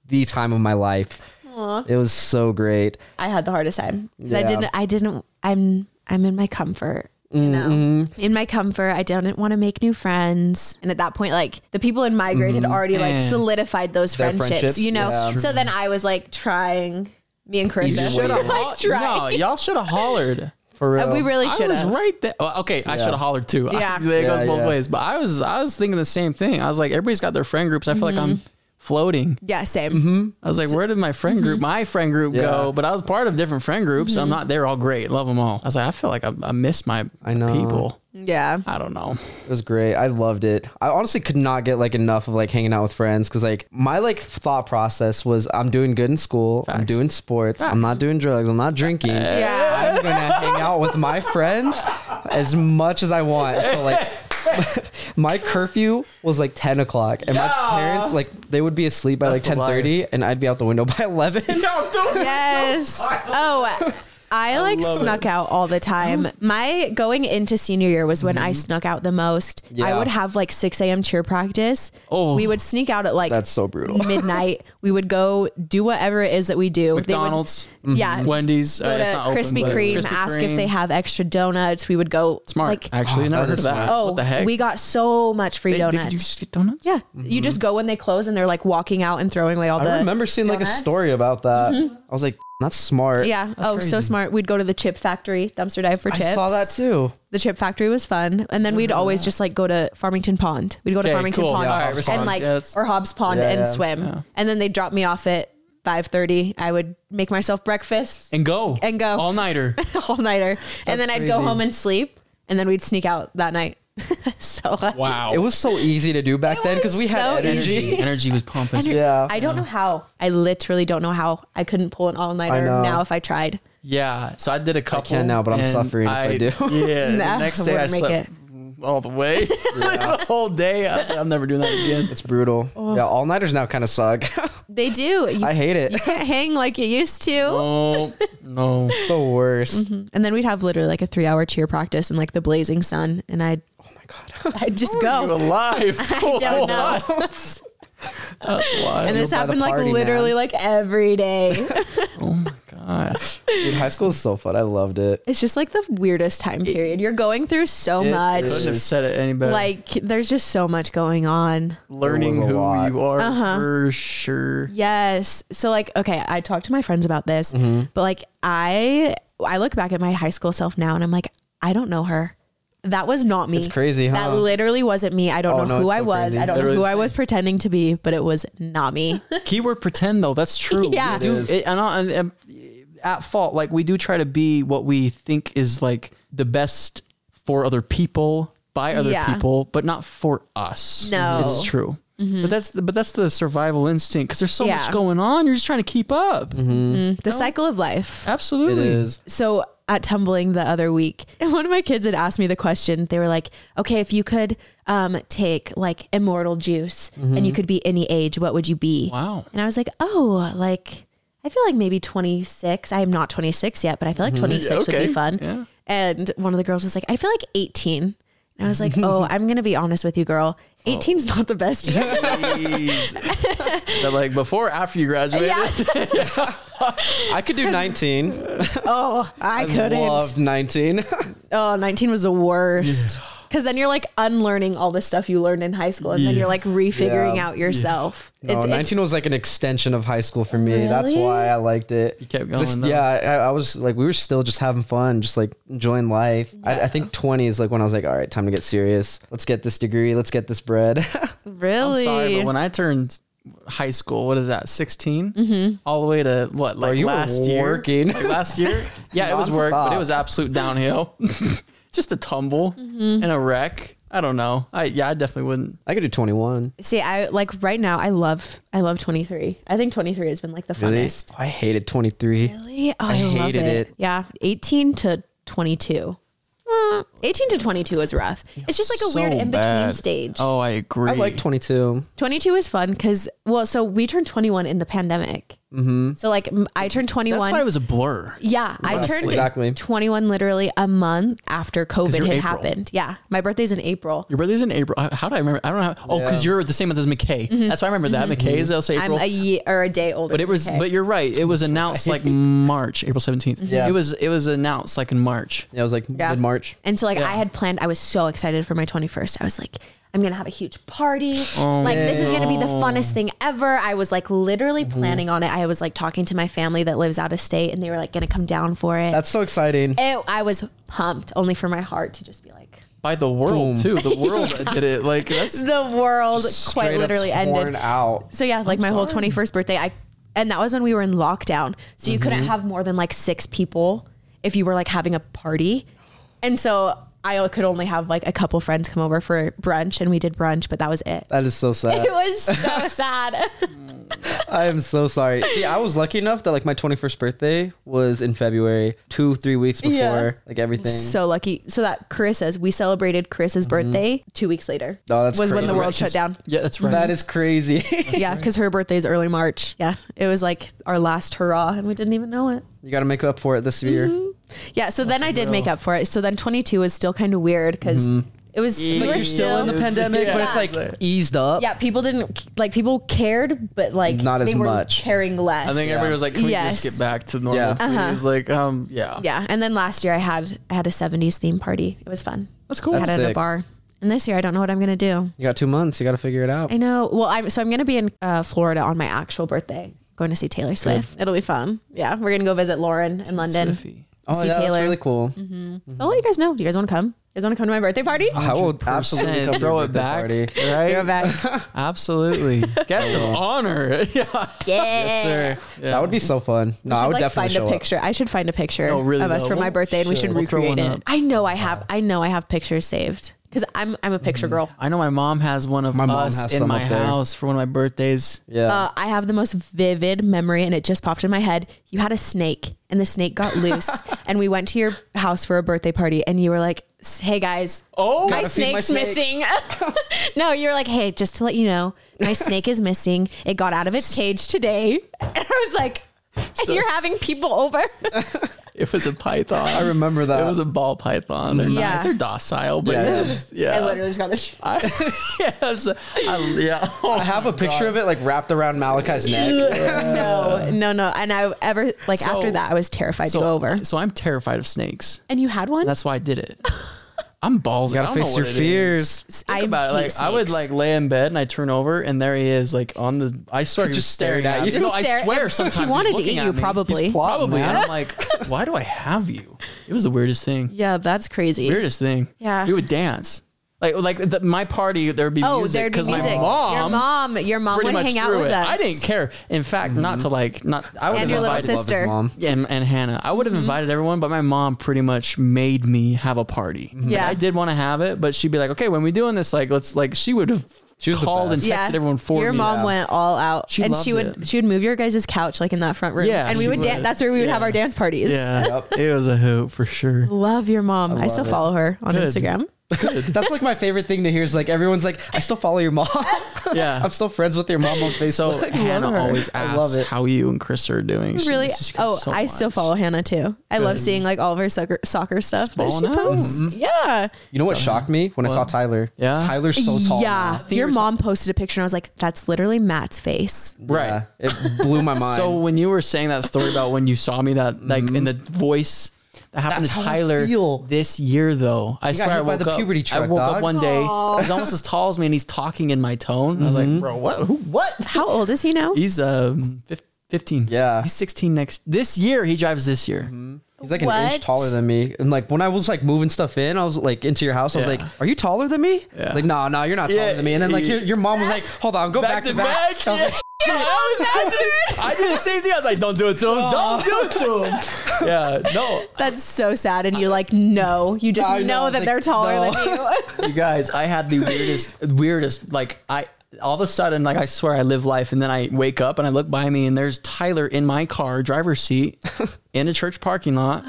the time of my life. It was so great.
I had the hardest time 'Cause I
Yeah.
didn't. I didn't. I'm. I'm in my comfort. You
Mm-hmm.
know, in my comfort, I didn't want to make new friends. And at that point, like the people in my grade had already like
Yeah.
solidified those
Mm-hmm. Their
friendships,
friendships,
You know,
yeah.
so then I was like trying. Me and
You
Carissa,
should
(laughs) like,
have No,
trying.
y'all should
(laughs)
have hollered.
For real.
And Uh, we really
I
should
was
have.
right there. Oh, okay, I should have hollered too.
Yeah.
it goes
Yeah,
both
yeah.
ways. But I was I was thinking the same thing. I was like, everybody's got their friend groups. I feel like I'm
Mm-hmm.
floating.
Yeah, same.
Mm-hmm.
I was like, where did my friend
Mm-hmm.
group, my friend group
Yeah.
go? But I was part of different friend groups. I'm not, they're all great. Love them all. I was like, I feel like I, I miss my
I know.
people.
Yeah.
I don't know.
It was great. I loved it. I honestly could not get like enough of like hanging out with friends because like my like thought process was I'm doing good in school. I'm
Facts.
doing sports. I'm not doing drugs. I'm not drinking.
Yeah.
I'm gonna hang out with my friends as much as I want. So like (laughs) my curfew was like 10 o'clock and my
Yeah.
parents like they would be asleep by
That's
like
the
ten
liar.
thirty, and i'd be out the window (laughs) by 11 (laughs)
Yes. Oh, I like
love
snuck out all the time.
Oh.
My going into senior year was when I snuck out the most. I
Mm-hmm. Yeah.
would have like 6 a.m. cheer practice.
Oh.
we would sneak out at like
That's so brutal. (laughs)
midnight. We would go do whatever it is that we do. They would-
McDonald's,
Mm-hmm.
yeah.
Wendy's,
Go
uh,
to
it's not open,
Krispy
but-
Kreme,
Krispy
ask if
Kreme.
they have extra donuts. We would go
Smart,
Like,
actually,
Oh,
never
that
heard
is
of that.
smart.
oh,
what the heck?
we got so much free
They- they-
donuts.
Did you just get donuts?
yeah, you just go when they close, and they're like walking out and throwing away all the.
Mm-hmm. i remember seeing like a
donuts.
story about that i was like that's smart
Yeah. oh, so
crazy.
smart. We'd go to the chip factory, dumpster dive for
i
chips.
saw that Mm-hmm. too
The chip factory was fun, and then we'd always just like go to Farmington Pond. We'd go to
Okay,
Farmington
cool.
Pond
Yeah,
and
Hobbs Pond.
like
Yeah, that's-
or Hobbs Pond
Yeah,
and
yeah.
swim, and then they'd drop me off at five thirty. I would make myself breakfast (laughs)
And go.
And go. (laughs)
All nighter.
all nighter, and then I'd go
crazy.
home and sleep, and then we'd sneak out that night. (laughs) so uh, like,
Wow.
it was so easy to do back
It
then because
was
we had
so
energy
easy.
energy. energy was pumping.
And
Yeah.
I don't know how. I literally don't know how I couldn't pull an all
I
nighter
know.
now if I tried.
Yeah, so I did a couple.
can now, but I'm
and
suffering if I do.
(laughs) Yeah,
Nah,
the next day I
wouldn't make
slept all the way, (laughs) the whole day. I was like, I'm never doing that again.
it's brutal
Oh.
yeah all nighters now kind of suck (laughs)
They do. You
i hate it
can't hang like you used to.
Oh (laughs) no,
it's the worst
And then we'd have literally like a three hour cheer practice in like the blazing sun. And I'd,
oh my
(laughs)
god
I'd just
you
go.
(laughs)
alive?
(laughs) I don't know.
That's
and
wild.
it-
this
by the
happened like
party,
literally
man.
like every day.
Oh my gosh,
Dude, high school is so fun i loved it
it's just like the weirdest time period. You're going through so
It-
much.
Couldn't have said it any better.
Like there's just so much going on.
learning
It was a
who
lot.
you are
Uh-huh.
for sure.
Yes. So like, okay, I talked to my friends about this,
Mm-hmm.
but like I I look back at my high school self now and I'm like, I don't know her. That was not me.
It's crazy, huh?
That literally wasn't me. I don't
Oh,
know
no,
who
it's
I
so
was.
crazy.
I don't
Literally
know who
the
I was pretending to be, but it was
(laughs)
not me.
(laughs) Keyword pretend though.
(laughs)
That's true.
Yeah.
We
It
do,
is.
it- and, I- and, and at fault, like we do try to be what we think is like the best for other people by other
Yeah.
people, but not for us.
No. Mm-hmm.
it's true. But that's the, but that's the survival instinct because there's so
Yeah.
much going on. You're just trying to keep up. Oh.
the cycle of life.
Uh,
it
Absolutely.
is
So at tumbling the other week, (laughs) and one of my kids had asked me the question. They were like, "Okay, if you could um, take like immortal juice and you could be any age, what would you be?"
Mm-hmm. Wow.
And I was like, "Oh, like I feel like maybe 26. I am not 26 yet, but I feel like 26 would
Mm-hmm. okay.
be fun."
Yeah.
And one of the girls was like, "I feel like 18." And I was like,
(laughs)
"Oh, I'm gonna be honest with you, girl.
Oh.
18's not the best year." (laughs)
Jeez. But, like before, or after you graduated.
yeah.
i could do 19
Oh,
(laughs)
I, couldn't.
loved 19
Oh, 19 was the worst. (gasps) Because then you're like unlearning all the stuff you learned in high school and then you're like refiguring
Yeah.
out yourself.
(laughs) No, 19 was like an extension of high school for me. That's
Really?
why I liked it. You
kept going, though.
yeah, I, I was like, we were still just having fun, just like enjoying life. I, I think 20 is like when I was like, all right, time to get serious. Let's get this degree. Let's get this bread. (laughs)
really?
I'm sorry, but when I turned high school, what is that, 16? Mm-hmm. All the way to what, like
you were
last year?
working.
Like last (laughs) year? Yeah, it was work, but it
Nonstop.
was absolute (laughs) downhill. Just a tumble and a wreck. I don't know. I yeah, I definitely wouldn't.
I could do 21.
See, I like right now, I love, I love 23. I think 23 has been like the
Really?
funnest.
I hated 23.
Really? Oh, I,
I
love
hated
it.
it.
Yeah. 18 to 22. Mm, 18 to 22 is rough. It's just like a
So
weird in between
bad.
stage.
Oh, I agree.
I like 22.
22 is fun because, well, so we turned 21 in the pandemic. Mm-hmm. So like m- I turned 21.
That's why it was a blur.
Yeah, I turned
Exactly.
21 literally a month after COVID had
you're April.
happened. Yeah, my birthday's in April.
Your birthday's in April. How do I remember? I don't know. How, oh, because you're the same month as McKay. That's why I remember that. McKay is also April.
I'm a year or a day older.
But it was, but you're right. It was announced (laughs) like March, April 17th.
Yeah.
It was, it was announced like in March.
Yeah, it was like mid March.
and so like I
Yeah.
had planned. I was so excited for my 21st. I was like, I'm gonna have a huge party. like this is gonna be the funnest thing ever. I was like literally
Mm-hmm.
planning on it. I was like talking to my family that lives out of state, and they were like gonna come down for it.
That's so exciting.
it I was pumped, only for my heart to just be like,
By the world too. The (laughs) world that did it. Like that's
the world
Straight
quite
up
literally
torn
ended.
out.
So yeah, like my whole 21st birthday, I and that was when we were in lockdown. So you
Mm-hmm.
couldn't have more than like 6 people if you were like having a party. And so I could only have like a couple friends come over for brunch and we did brunch, but that was (laughs) it.
(laughs) That is so sad.
It was so sad.
I am so sorry. See, I was lucky enough that like my 21st birthday was in February, two, three weeks before,
Yeah.
like everything.
So lucky. So that Chris says we celebrated Chris's birthday two weeks later.
Mm-hmm. Oh, that's
was when the
crazy.
world
(laughs)
shut down.
Yeah, that's right.
that is crazy. (laughs)
Yeah, because her birthday's early March. Yeah, it was like our last hurrah, and we didn't even know it.
you got to make up for it this year.
Mm-hmm. Yeah, so then I did make up for it. So then 22 was still kind of weird because
Mm-hmm.
it was we were
You're still in the pandemic, but it's like eased up.
yeah, people didn't like people cared, but like
Not as
they were
much.
caring less.
I think everybody was like, "Can we
Yes.
just get back to normal?"
Yeah.
Uh-huh.
please?" like, um, yeah,
yeah, and then last year I had I had a 70s theme party. It was fun.
that's cool.
I
That's-
had it at
sick.
a bar, and this year I don't know what I'm gonna do.
You got two months. You got to figure it out.
I know. Well, I'm so I'm gonna be in uh, Florida on my actual birthday. Going to see Taylor Swift. It'll be fun. Yeah, we're gonna go visit Lauren in London.
Spiffy.
Oh,
see
yeah,
Taylor. Mm-hmm.
that's really cool.
So I'll let you guys know. Do you guys want to come? You guys want to come to my birthday party?
I will absolutely
Absolutely,
come
throw it back, right?
Throw
(laughs)
it back.
(laughs) Absolutely, guest of honor. (laughs) yeah.
Yeah.
Sir, that would be so fun. No, I
should,
would
like,
definitely
find
show
a
up.
picture. I should find a picture
No, Oh, really,
of us
though.
for my
We'll-
birthday, and we
sure,
should
we'll throw
recreate
one
it.
up.
I know I have. I know I have pictures saved because I'm I'm a picture girl.
I know my mom has one of
My mom has
us in
some
my
up there.
house for one of my birthdays.
Yeah.
Uh, I have the most vivid memory, and it just popped in my head. You had a snake, and the snake
(laughs)
got loose, and we went to your house for a birthday party, and you were like, "Hey guys,
Oh,
my
Gotta feed my
snake's missing."
(laughs)
(laughs) no, you were like, "Hey, just to let you know, my snake is missing. It got out of
(laughs)
its cage today." (laughs) And I was like,
So-
"You're having people over."
it was a python.
I remember that.
It was a ball python. They're
Yeah.
nice. They're docile, but
Yeah.
yeah, (laughs) (laughs) yeah.
I literally just got this.
I, yes, I, yeah. Oh
I have a picture of it like wrapped around Malachi's
(laughs)
neck.
No, no, no. And I ever like
So-
after that, I was terrified
so,
to go over.
So I'm terrified of snakes.
And you had one.
That's why I did it. (laughs) I'm balls.
gotta
I don't know
face
what
your
it
fears.
is.
I
Think about it. Like
hate
I would
snakes.
like lay in bed and I turn over and there he is, like on the. I swear, he was
Just
staring
staring at you.
at you.
Just
No, I
stare-
swear.
and
Sometimes
he wanted
he's
to
looking
eat
at
you,
me.
probably.
plotting,
Probably.
man.
And I'm like, (laughs) why do I have you? It was the weirdest thing.
yeah, that's crazy.
Weirdest thing.
Yeah.
We would dance. Like like the, my party, there'd be
Oh,
music
there'd be
because my
music. your
mom
mom, your mom would
pretty much
hang out
threw
with
it.
us.
I didn't care. In fact, not to like not. I would
And
have
your little
invited
sister. Sister. (laughs)
Love his mom.
Yeah, (laughs) and, and Hannah. I would
Mm-hmm.
have invited everyone, but my mom pretty much made me have a party. Like,
Mm-hmm. Yeah.
I did want to have it, but she'd be like, "Okay, when we doing this, like, let's like." She would have
She was the
called and texted
best.
everyone for
your
me.
mom
Yeah.
went all out,
She
and
loved
she would
it.
she would move your guys' couch like in that front room,
Yeah,
and we
she
would, dance.
would.
That's where we would have
Yeah.
our dance parties.
Yeah, (laughs) it was a hoot for
(laughs)
sure.
Love your mom. I, still
love it.
follow her on
Good.
Instagram.
That's like my favorite thing to hear is like everyone's like, I still follow your mom. (laughs)
Yeah.
I'm still friends with your mom on Facebook.
(laughs) So Hannah
her.
always
I
asks
love it.
how you and Chris are doing. She
Really?
misses you guys
Oh,
so
I still
much.
follow Hannah too. I love seeing like all of her soccer soccer stuff that she
following Mm-hmm. us.
posts. Yeah,
you know what shocked me when I saw Tyler?
Yeah.
Tyler's so tall. now.
yeah.
think
Your
you were
mom posted a picture, and I was like, "That's literally Matt's face."
Right.
Yeah, it blew my mind.
(laughs) So when you were saying that story about when you saw me that like in the voice that happened
That's
to
how I
Tyler
feel.
this year though. I
got
swear I
hit by
woke
the
up.
puberty
I
truck,
woke
dog.
up one day. He's almost as tall as me and he's talking in my tone. I was
Mm-hmm.
like, "Bro, what? Who, what?"
How old is
(laughs)
he now?
He's um fif- 15.
Yeah. Mm-hmm.
He's 16 next this year. He drives this year.
He's like an
What?
inch taller than me. And like when I was like moving stuff in, I was like into your house. I was
Yeah.
like, "Are you taller than me?"
Yeah.
It's like, "No, no, you're not taller
Yeah,
than me." And then like your, your mom was like, "Hold on, go back, to back." I
(laughs)
was like,
Yeah, I was after- I did the same thing. I was like, "Don't do it to him. Don't do it
(laughs)
to him." Yeah, no.
That's so sad. And you're like, no, you just
I know,
know,
I was
that
like,
they're taller
no. (laughs)
than you.
you guys, I had the weirdest, weirdest, like, I, all of a sudden, like, I swear I live life. And then I wake up and I look by me and there's Tyler in my car, driver's
(laughs)
seat, in a church parking lot.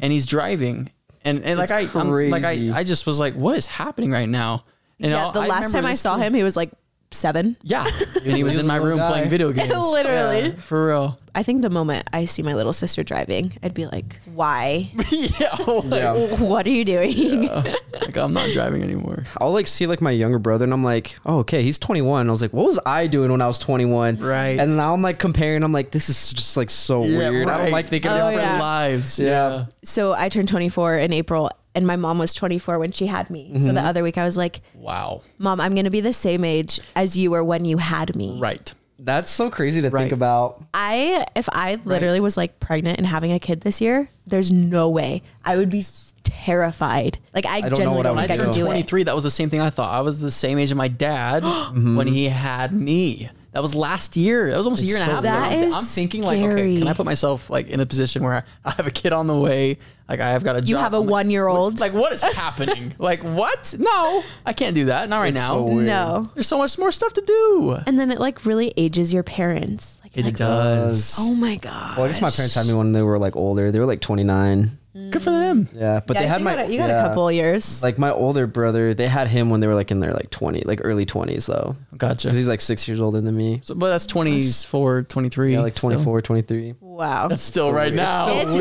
And he's driving. And, and like, I,
That's
I'm, like,
crazy.
I, I just was like, what is happening right now? And
yeah,
all-
the last
remember
time I
this
saw
dude-
him, he was like seven.
(laughs)
Yeah.
(laughs)
And he was in my
little
room
guy.
playing video games.
Literally.
Yeah, for
(laughs)
real.
I think the moment I see my little sister driving, I'd be like, why? (laughs)
yeah. like-
yeah.
what are
(laughs)
you doing?
like, I'm not driving anymore.
I'll like see like my younger brother and I'm like, oh, okay, he's 21. I was like, what was I doing when I was 21?
Right.
And now I'm like comparing. I'm like, this is just like so weird. I don't like thinking
oh,
about
different
yeah.
lives.
Yeah.
Yeah.
So I turned 24 in April, and my mom was 24 when she had me. So
Mm-hmm.
the other week, I was like,
Wow.
Mom, I'm going to be the same age as you were when you had me.
Right.
That's so crazy to think
Right.
about.
I, if I literally was like pregnant and having a kid this year, there's no way I would be s- terrified. Like, I,
know
genuinely
what I
don't
would
think I
do.
can do it. (gasps)
23, that was the same thing I thought. I was the same age as my dad when he had me. That That was last year. That was almost a year and a
so
half.
That
ago.
is
I'm thinking like, okay,
scary.
can I put myself like in a position where I have a kid on the way? Like I have got a
You
job.
have a
I'm like,
one-year-old?
(laughs) Like what is
(laughs)
happening? like what? No, I can't do that. Not right now.
so weird.
No.
There's so much more stuff to do.
And then it like really ages your parents. Like, you're
It
like
does.
oh my god.
Well, I guess my parents had me when they were like older. They were like 29.
Oh, Good for them.
Yeah, but
Mm.
they
Yeah, so
had
you
my
got a, you got
yeah.
a couple years.
Like my older brother, they had him when they were like in their like 20, like early 20s though.
Gotcha.
Cuz he's like 6 years older than me.
So, but that's 24, 23.
Yeah, like
so
24, 23.
wow.
that's still right
weird. It's
now.
it's,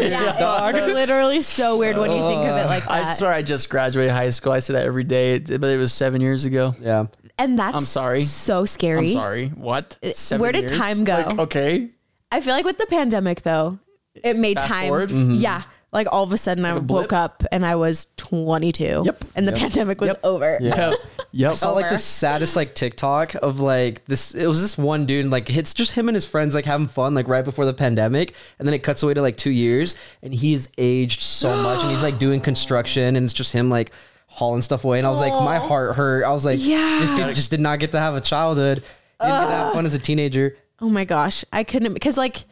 (laughs)
yeah, it's literally so weird when you think of it like
I
that.
swear I just graduated high school. I say that every day, it- but it was seven years ago.
Yeah.
And that's
I'm sorry.
So scary.
I'm sorry. What? Seven
Uh, where did
years?
time go?
Like, okay.
I feel like with the pandemic though, it made
Fast
time.
forward?
Yeah. Like all of a sudden I
a blip?
woke up and I was 22.
Yep.
And the pandemic was over.
Yep.
(laughs)
yep.
saw like the saddest like TikTok of like this. It was this one dude like it's just him and his friends like having fun like right before the pandemic, and then it cuts away to like two years, and he's aged so much, and he's like
(gasps)
doing construction, and it's just him like hauling stuff away, and I was like my heart hurt. I was like,
Yeah.
this dude just did not get to have a childhood. He didn't get to have fun as a teenager.
Oh my gosh. I couldn't because like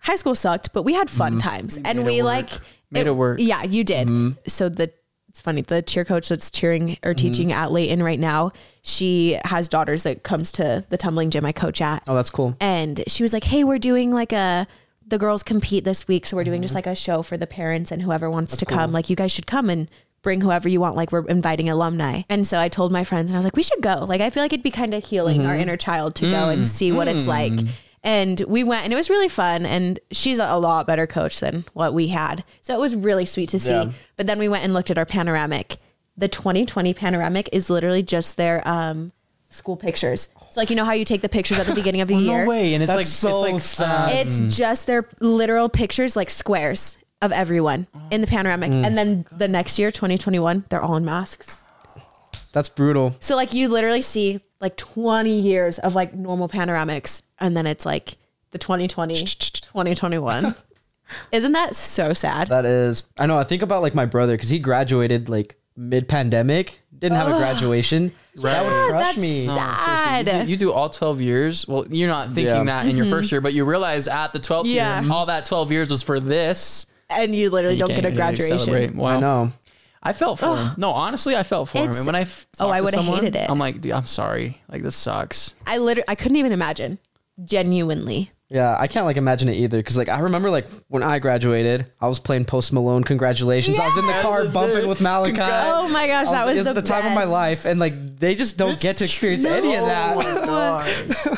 high school sucked, but we had fun
Mm-hmm.
times and we like
Made it work. Mm-hmm.
Yeah, you did. So the it's funny, the cheer coach that's cheering or teaching at Layton right now, she has daughters that comes to the tumbling gym I coach at.
Oh, that's cool.
and she was like, "Hey, we're doing like a the girls compete this week, so we're doing just like
Mm-hmm.
a show for the parents and whoever wants to come. Like you guys should come and bring whoever you want. Like we're inviting alumni." And so I told my friends and I was like, "We should go. Like I feel like it'd be kind of healing
Mm-hmm.
our inner child to go
Mm.
and see what it's like." And we went and it was really fun and she's a a lot better coach than what we had. So it was really sweet to see.
Yeah.
But then we went and looked at our panoramic. The 2020 panoramic is literally just their um school pictures. It's like you know how you take the pictures at the beginning
(laughs)
of
Oh,
the year.
No way. And it's
That's
like
so
it's like uh,
sad.
It's
Mm.
just their literal pictures, like squares of everyone in the panoramic.
Mm.
And then the next year, 2021, they're all in masks.
That's brutal.
So, like, you literally see like 20 years of like normal panoramics. And then it's like the 2020,
(laughs)
2021. Isn't that so sad?
That is, I know. I think about like my brother because he graduated like mid pandemic, didn't have a graduation. That would crush
that's
me.
sad.
No, seriously, you, do, you do all 12 years. Well, you're not thinking
Yeah.
that in your first year, but you realize at the 12th
Mm-hmm. Yeah.
year, all that 12 years was for this.
And you literally don't get a graduation.
Wow.
I know.
I felt for him. No, honestly, I felt for him.
It's-
And when I f-
Oh,
talked
I
to
would've
someone,
hated it.
I'm like, dude, I'm sorry. Like this sucks.
I literally, I couldn't even imagine. Genuinely.
Yeah, I can't like imagine it either. Cause like I remember like when I graduated, I was playing Post Malone. Congratulations! I was in the
Yes,
car
dude.
bumping with Malachi.
Oh my gosh,
Uh, I
that was
it's
the,
time of my
best.
life, and like they just don't get to experience any of that.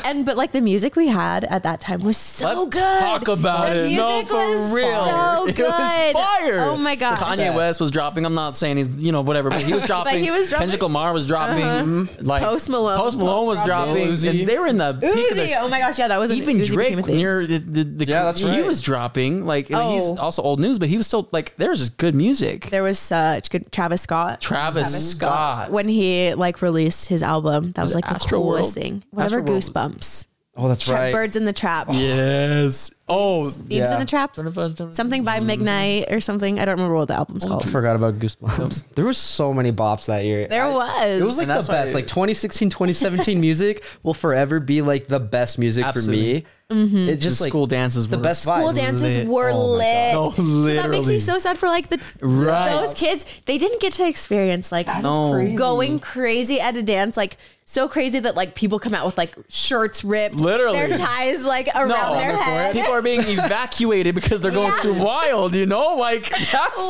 and but like the music we had at that time was so
Let's
good.
talk about
the
it.
Music
No, for
was
real.
So
It
good.
was fire.
Oh my gosh.
Kanye West was dropping. I'm not saying he's you know whatever, but
(laughs)
he was dropping.
he was dropping- Uh-huh.
Kendrick Lamar was dropping. mm-hmm. Like
Post Malone.
Post Malone was dropping.
Lil Uzi.
And they were in the peak of
Uzi.
the,
Oh my gosh. Yeah, that was
even
Uzi
Drake
became a thing.
near the, the, the
Yeah, that's
he
right.
was dropping. Like
Oh.
he's also old news, but he was still like there's just good music.
There was such good Travis Scott.
Travis, Scott.
When he like released his album, that was, like the
Astroworld?
coolest thing. Whatever
Astroworld.
Goosebumps.
(laughs) Oh, that's
Tra-
right.
Birds in the Trap.
Yes. Oh.
Beams
Yeah.
in the Trap. Something
Mm-hmm.
by McKnight or something. I don't remember what the album's
I
called.
forgot about Goosebumps. There was so many bops that year.
There
I-
was.
It was like
And
the
that's
best.
why-
Like 2016, 2017 (laughs) music will forever be like the best music
Absolutely.
for me.
Mm-hmm.
It just
The
like
school dances
the
were
best vibe.
School dances
Lit.
were
Oh my
lit.
God. No,
so that makes me
literally.
so sad for like the
Right.
those kids. They didn't get to experience like
No. crazy.
going crazy at a dance, like so crazy that like people come out with like shirts ripped,
Literally.
their ties like around their head.
people
(laughs)
are being evacuated because they're going
Yeah.
too wild. You know, like (laughs) that's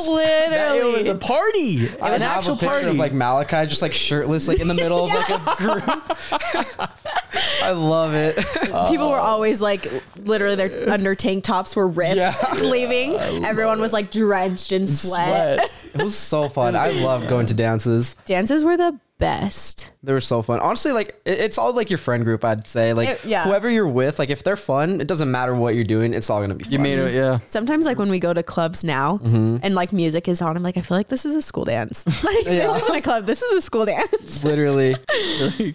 that- it
Literally.
was a party,
I
an
have
actual
a picture
party.
of like Malachi just like shirtless, like in the middle of like
(laughs)
a group. (laughs) I love it.
people
Oh.
were always like literally their under tank tops were ripped,
Yeah.
(laughs) leaving. Everyone was like drenched in sweat.
It was so fun. I love going to dances.
Dances were the best.
They were so fun. Honestly, like it- it's all like your friend group. I'd say like
It- yeah.
whoever you're with, like if they're fun, it doesn't matter what you're doing. It's all gonna be fun.
You uh, made it, yeah.
Sometimes, like when we go to clubs now, and like music is on, I'm like, I feel like this is a school dance. (laughs) Like
Yeah.
this isn't a club. This is a school dance.
(laughs)
literally.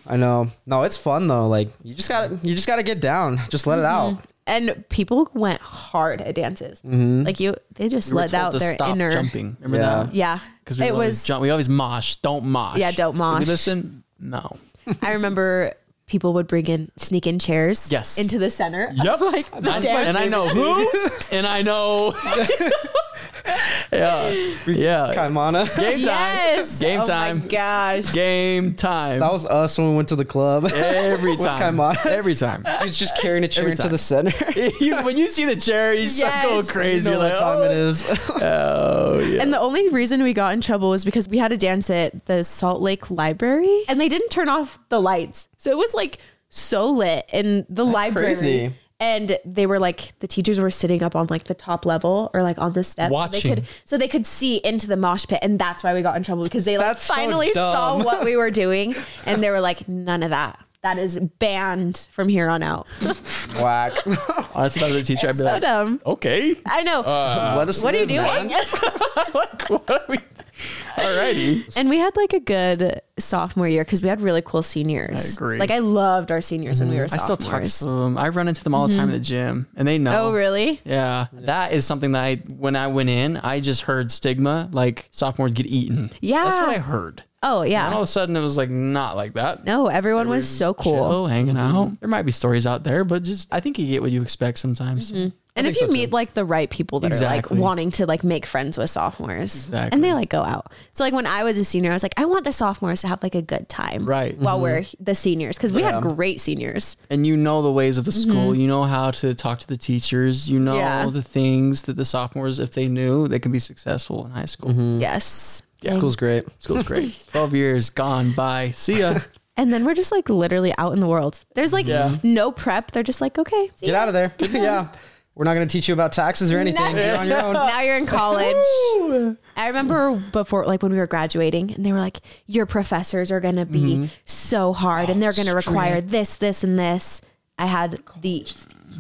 I know. No, it's fun though. Like you just gotta you just gotta get down. Just let
Mm-hmm.
it out.
And people went hard at dances. Like you, they just
We were
let
told
out
to
their
stop
inner.
jumping. Remember
Yeah.
that?
Yeah,
Because
it was.
jump. We always mosh. Don't mosh.
Yeah, don't
Did we
mosh.
listen. No.
I remember people would bring in sneak in chairs
Yes.
into the center. of,
Yep.
Like the
and,
dance.
and I know who, and I know. (laughs) yeah. Yeah.
(laughs) Kaimana.
Game time.
Yes.
Game
oh
time.
My gosh.
Game time.
That was us when we went to the club. (laughs)
every
With
time.
Kaimana.
Every time.
He was just carrying a chair
Every
into
time.
the
(laughs)
center.
You- when you see the chair, you just
Yes.
go crazy.
You
You're
know
like,
what time
oh,
it is. (laughs)
oh, yeah.
And the only reason we got in trouble was because we had to dance at the Salt Lake Library and they didn't turn off the lights. So it was like so lit in the library.
crazy.
And they were like the teachers were sitting up on like the top level or like on the steps. So
Watching.
they could so they could see into the mosh pit and that's why we got in trouble because they like
That's so
finally saw
dumb.
what we were doing and they were like, none of that. That is banned from here on out.
Whack.
"Oh." Honestly, if I was a teacher, I'd be
so
like,
dumb.
okay. (laughs)
I know.
Let us
what are you
live,
doing?
man.
(laughs)
like, what are we? Alrighty.
And we had like a good sophomore year because we had really cool seniors.
I agree. Mm-hmm.
Like I loved our seniors when we were
I still talk
sophomores.
to them. um, I run into them all the time in the gym, and they know.
Oh really?
Yeah, that is something that I when I went in, I just heard stigma like sophomores get eaten.
Yeah.
that's what I heard.
Oh
And all
yeah.
of a sudden, it was like not like that.
No, everyone was so cool. Mm-hmm.
Chill, hanging out. There might be stories out there, but just I think you get what you expect sometimes.
And if you meet like the right people that are
Exactly.
like wanting to like make friends with sophomores,
Exactly.
and they like go out. So like when I was a senior, I was like, I want the sophomores to have like a good time,
Right. Mm-hmm.
While we're the seniors, because we had great seniors.
and you know the ways of the school. You know how to talk to the teachers. You know
Mm-hmm. Yeah.
the things that the sophomores, if they knew, they could be successful in high school.
Mm-hmm. Yes.
School's great.
School's great.
(laughs)
Twelve years gone by. See ya.
And then we're just like literally out in the world. There's like
Yeah.
no prep. They're just like, okay, see
Get out of
(laughs)
there. yeah. We're not going to teach you about taxes or anything.
No.
You're on your own. (laughs)
(laughs) now you're in college. I remember before, like when we were graduating, and they were like, "Your professors are going to be
Mm-hmm.
so hard, and they're going to require this, this, and this." I had the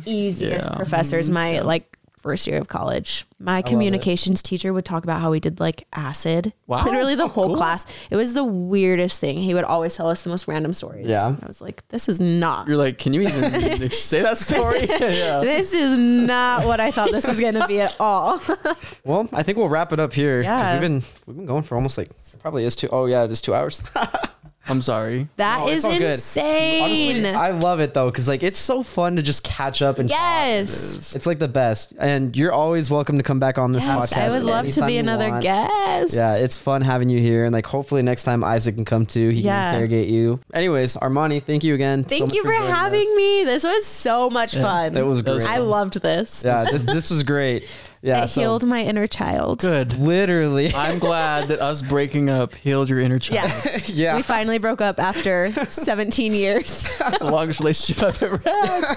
easiest
Yeah.
Mm-hmm.
professors. My like first year of college, my communications teacher would talk about how we did like acid.
Wow.
Literally the
Oh,
whole
cool.
class. It was the weirdest thing. He would always tell us the most random stories.
Yeah.
I was like, "This is not."
You're like, can you
(laughs)
even say that story? yeah.
This is not what I thought this was going to be at all. (laughs)
Well, I think we'll wrap it up here. 'cause
Yeah.
We've been we've been going for almost like it probably is two oh yeah, it is two hours. (laughs)
I'm sorry.
That
No, it's
is
all good.
insane.
Honestly, I love it though, because like it's so fun to just catch up and
yes.
it's like the best. And you're always welcome to come back on this
Yes,
podcast.
I would love to
anytime
be
you
another
want.
guest.
Yeah, it's fun having you here, and like hopefully next time Isaac can come too. He
Yeah.
can interrogate you. Anyways, Armani, thank you again. so
Thank
much
you for
joining us.
having me. This was so much fun.
It was
That
great.
was
I loved this.
yeah,
(laughs)
this, this was great. Yeah,
it
so
healed my inner child.
Good.
literally.
I'm glad that us breaking up healed your inner child.
(laughs)
Yeah.
yeah,
(laughs) We finally broke
(laughs)
up after 17 years.
That's the longest relationship I've ever had.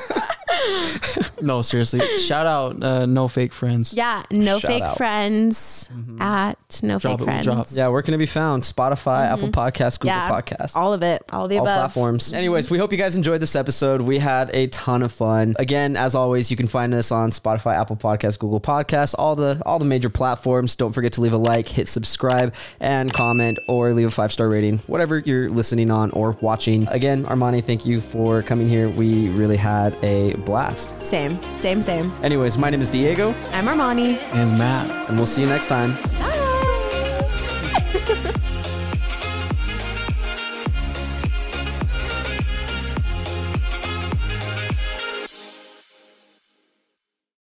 (laughs)
no, seriously. Shout out uh, No Fake Friends.
Yeah. No
Shout
fake
out.
friends at no
Drop
fake
it, we
friends.
drop.
yeah. Where can it be found? Spotify, Apple Podcasts, Google
Mm-hmm. Yeah.
Podcasts.
All of it. All of the
all
above. Mm-hmm.
platforms. Anyways, we hope you guys enjoyed this episode. We had a ton of fun. Again, as always, you can find us on Spotify, Apple Podcasts, Google Podcasts, all the all the major platforms. Don't forget to leave a like, hit subscribe, and comment, or leave a five star rating, whatever you're listening on or watching. Again, Armani, thank you for coming here. We really had a blast.
Same. Same, same.
Anyways, my name is Diego,
I'm Armani.
And Matt.
and we'll see you next time.
Bye.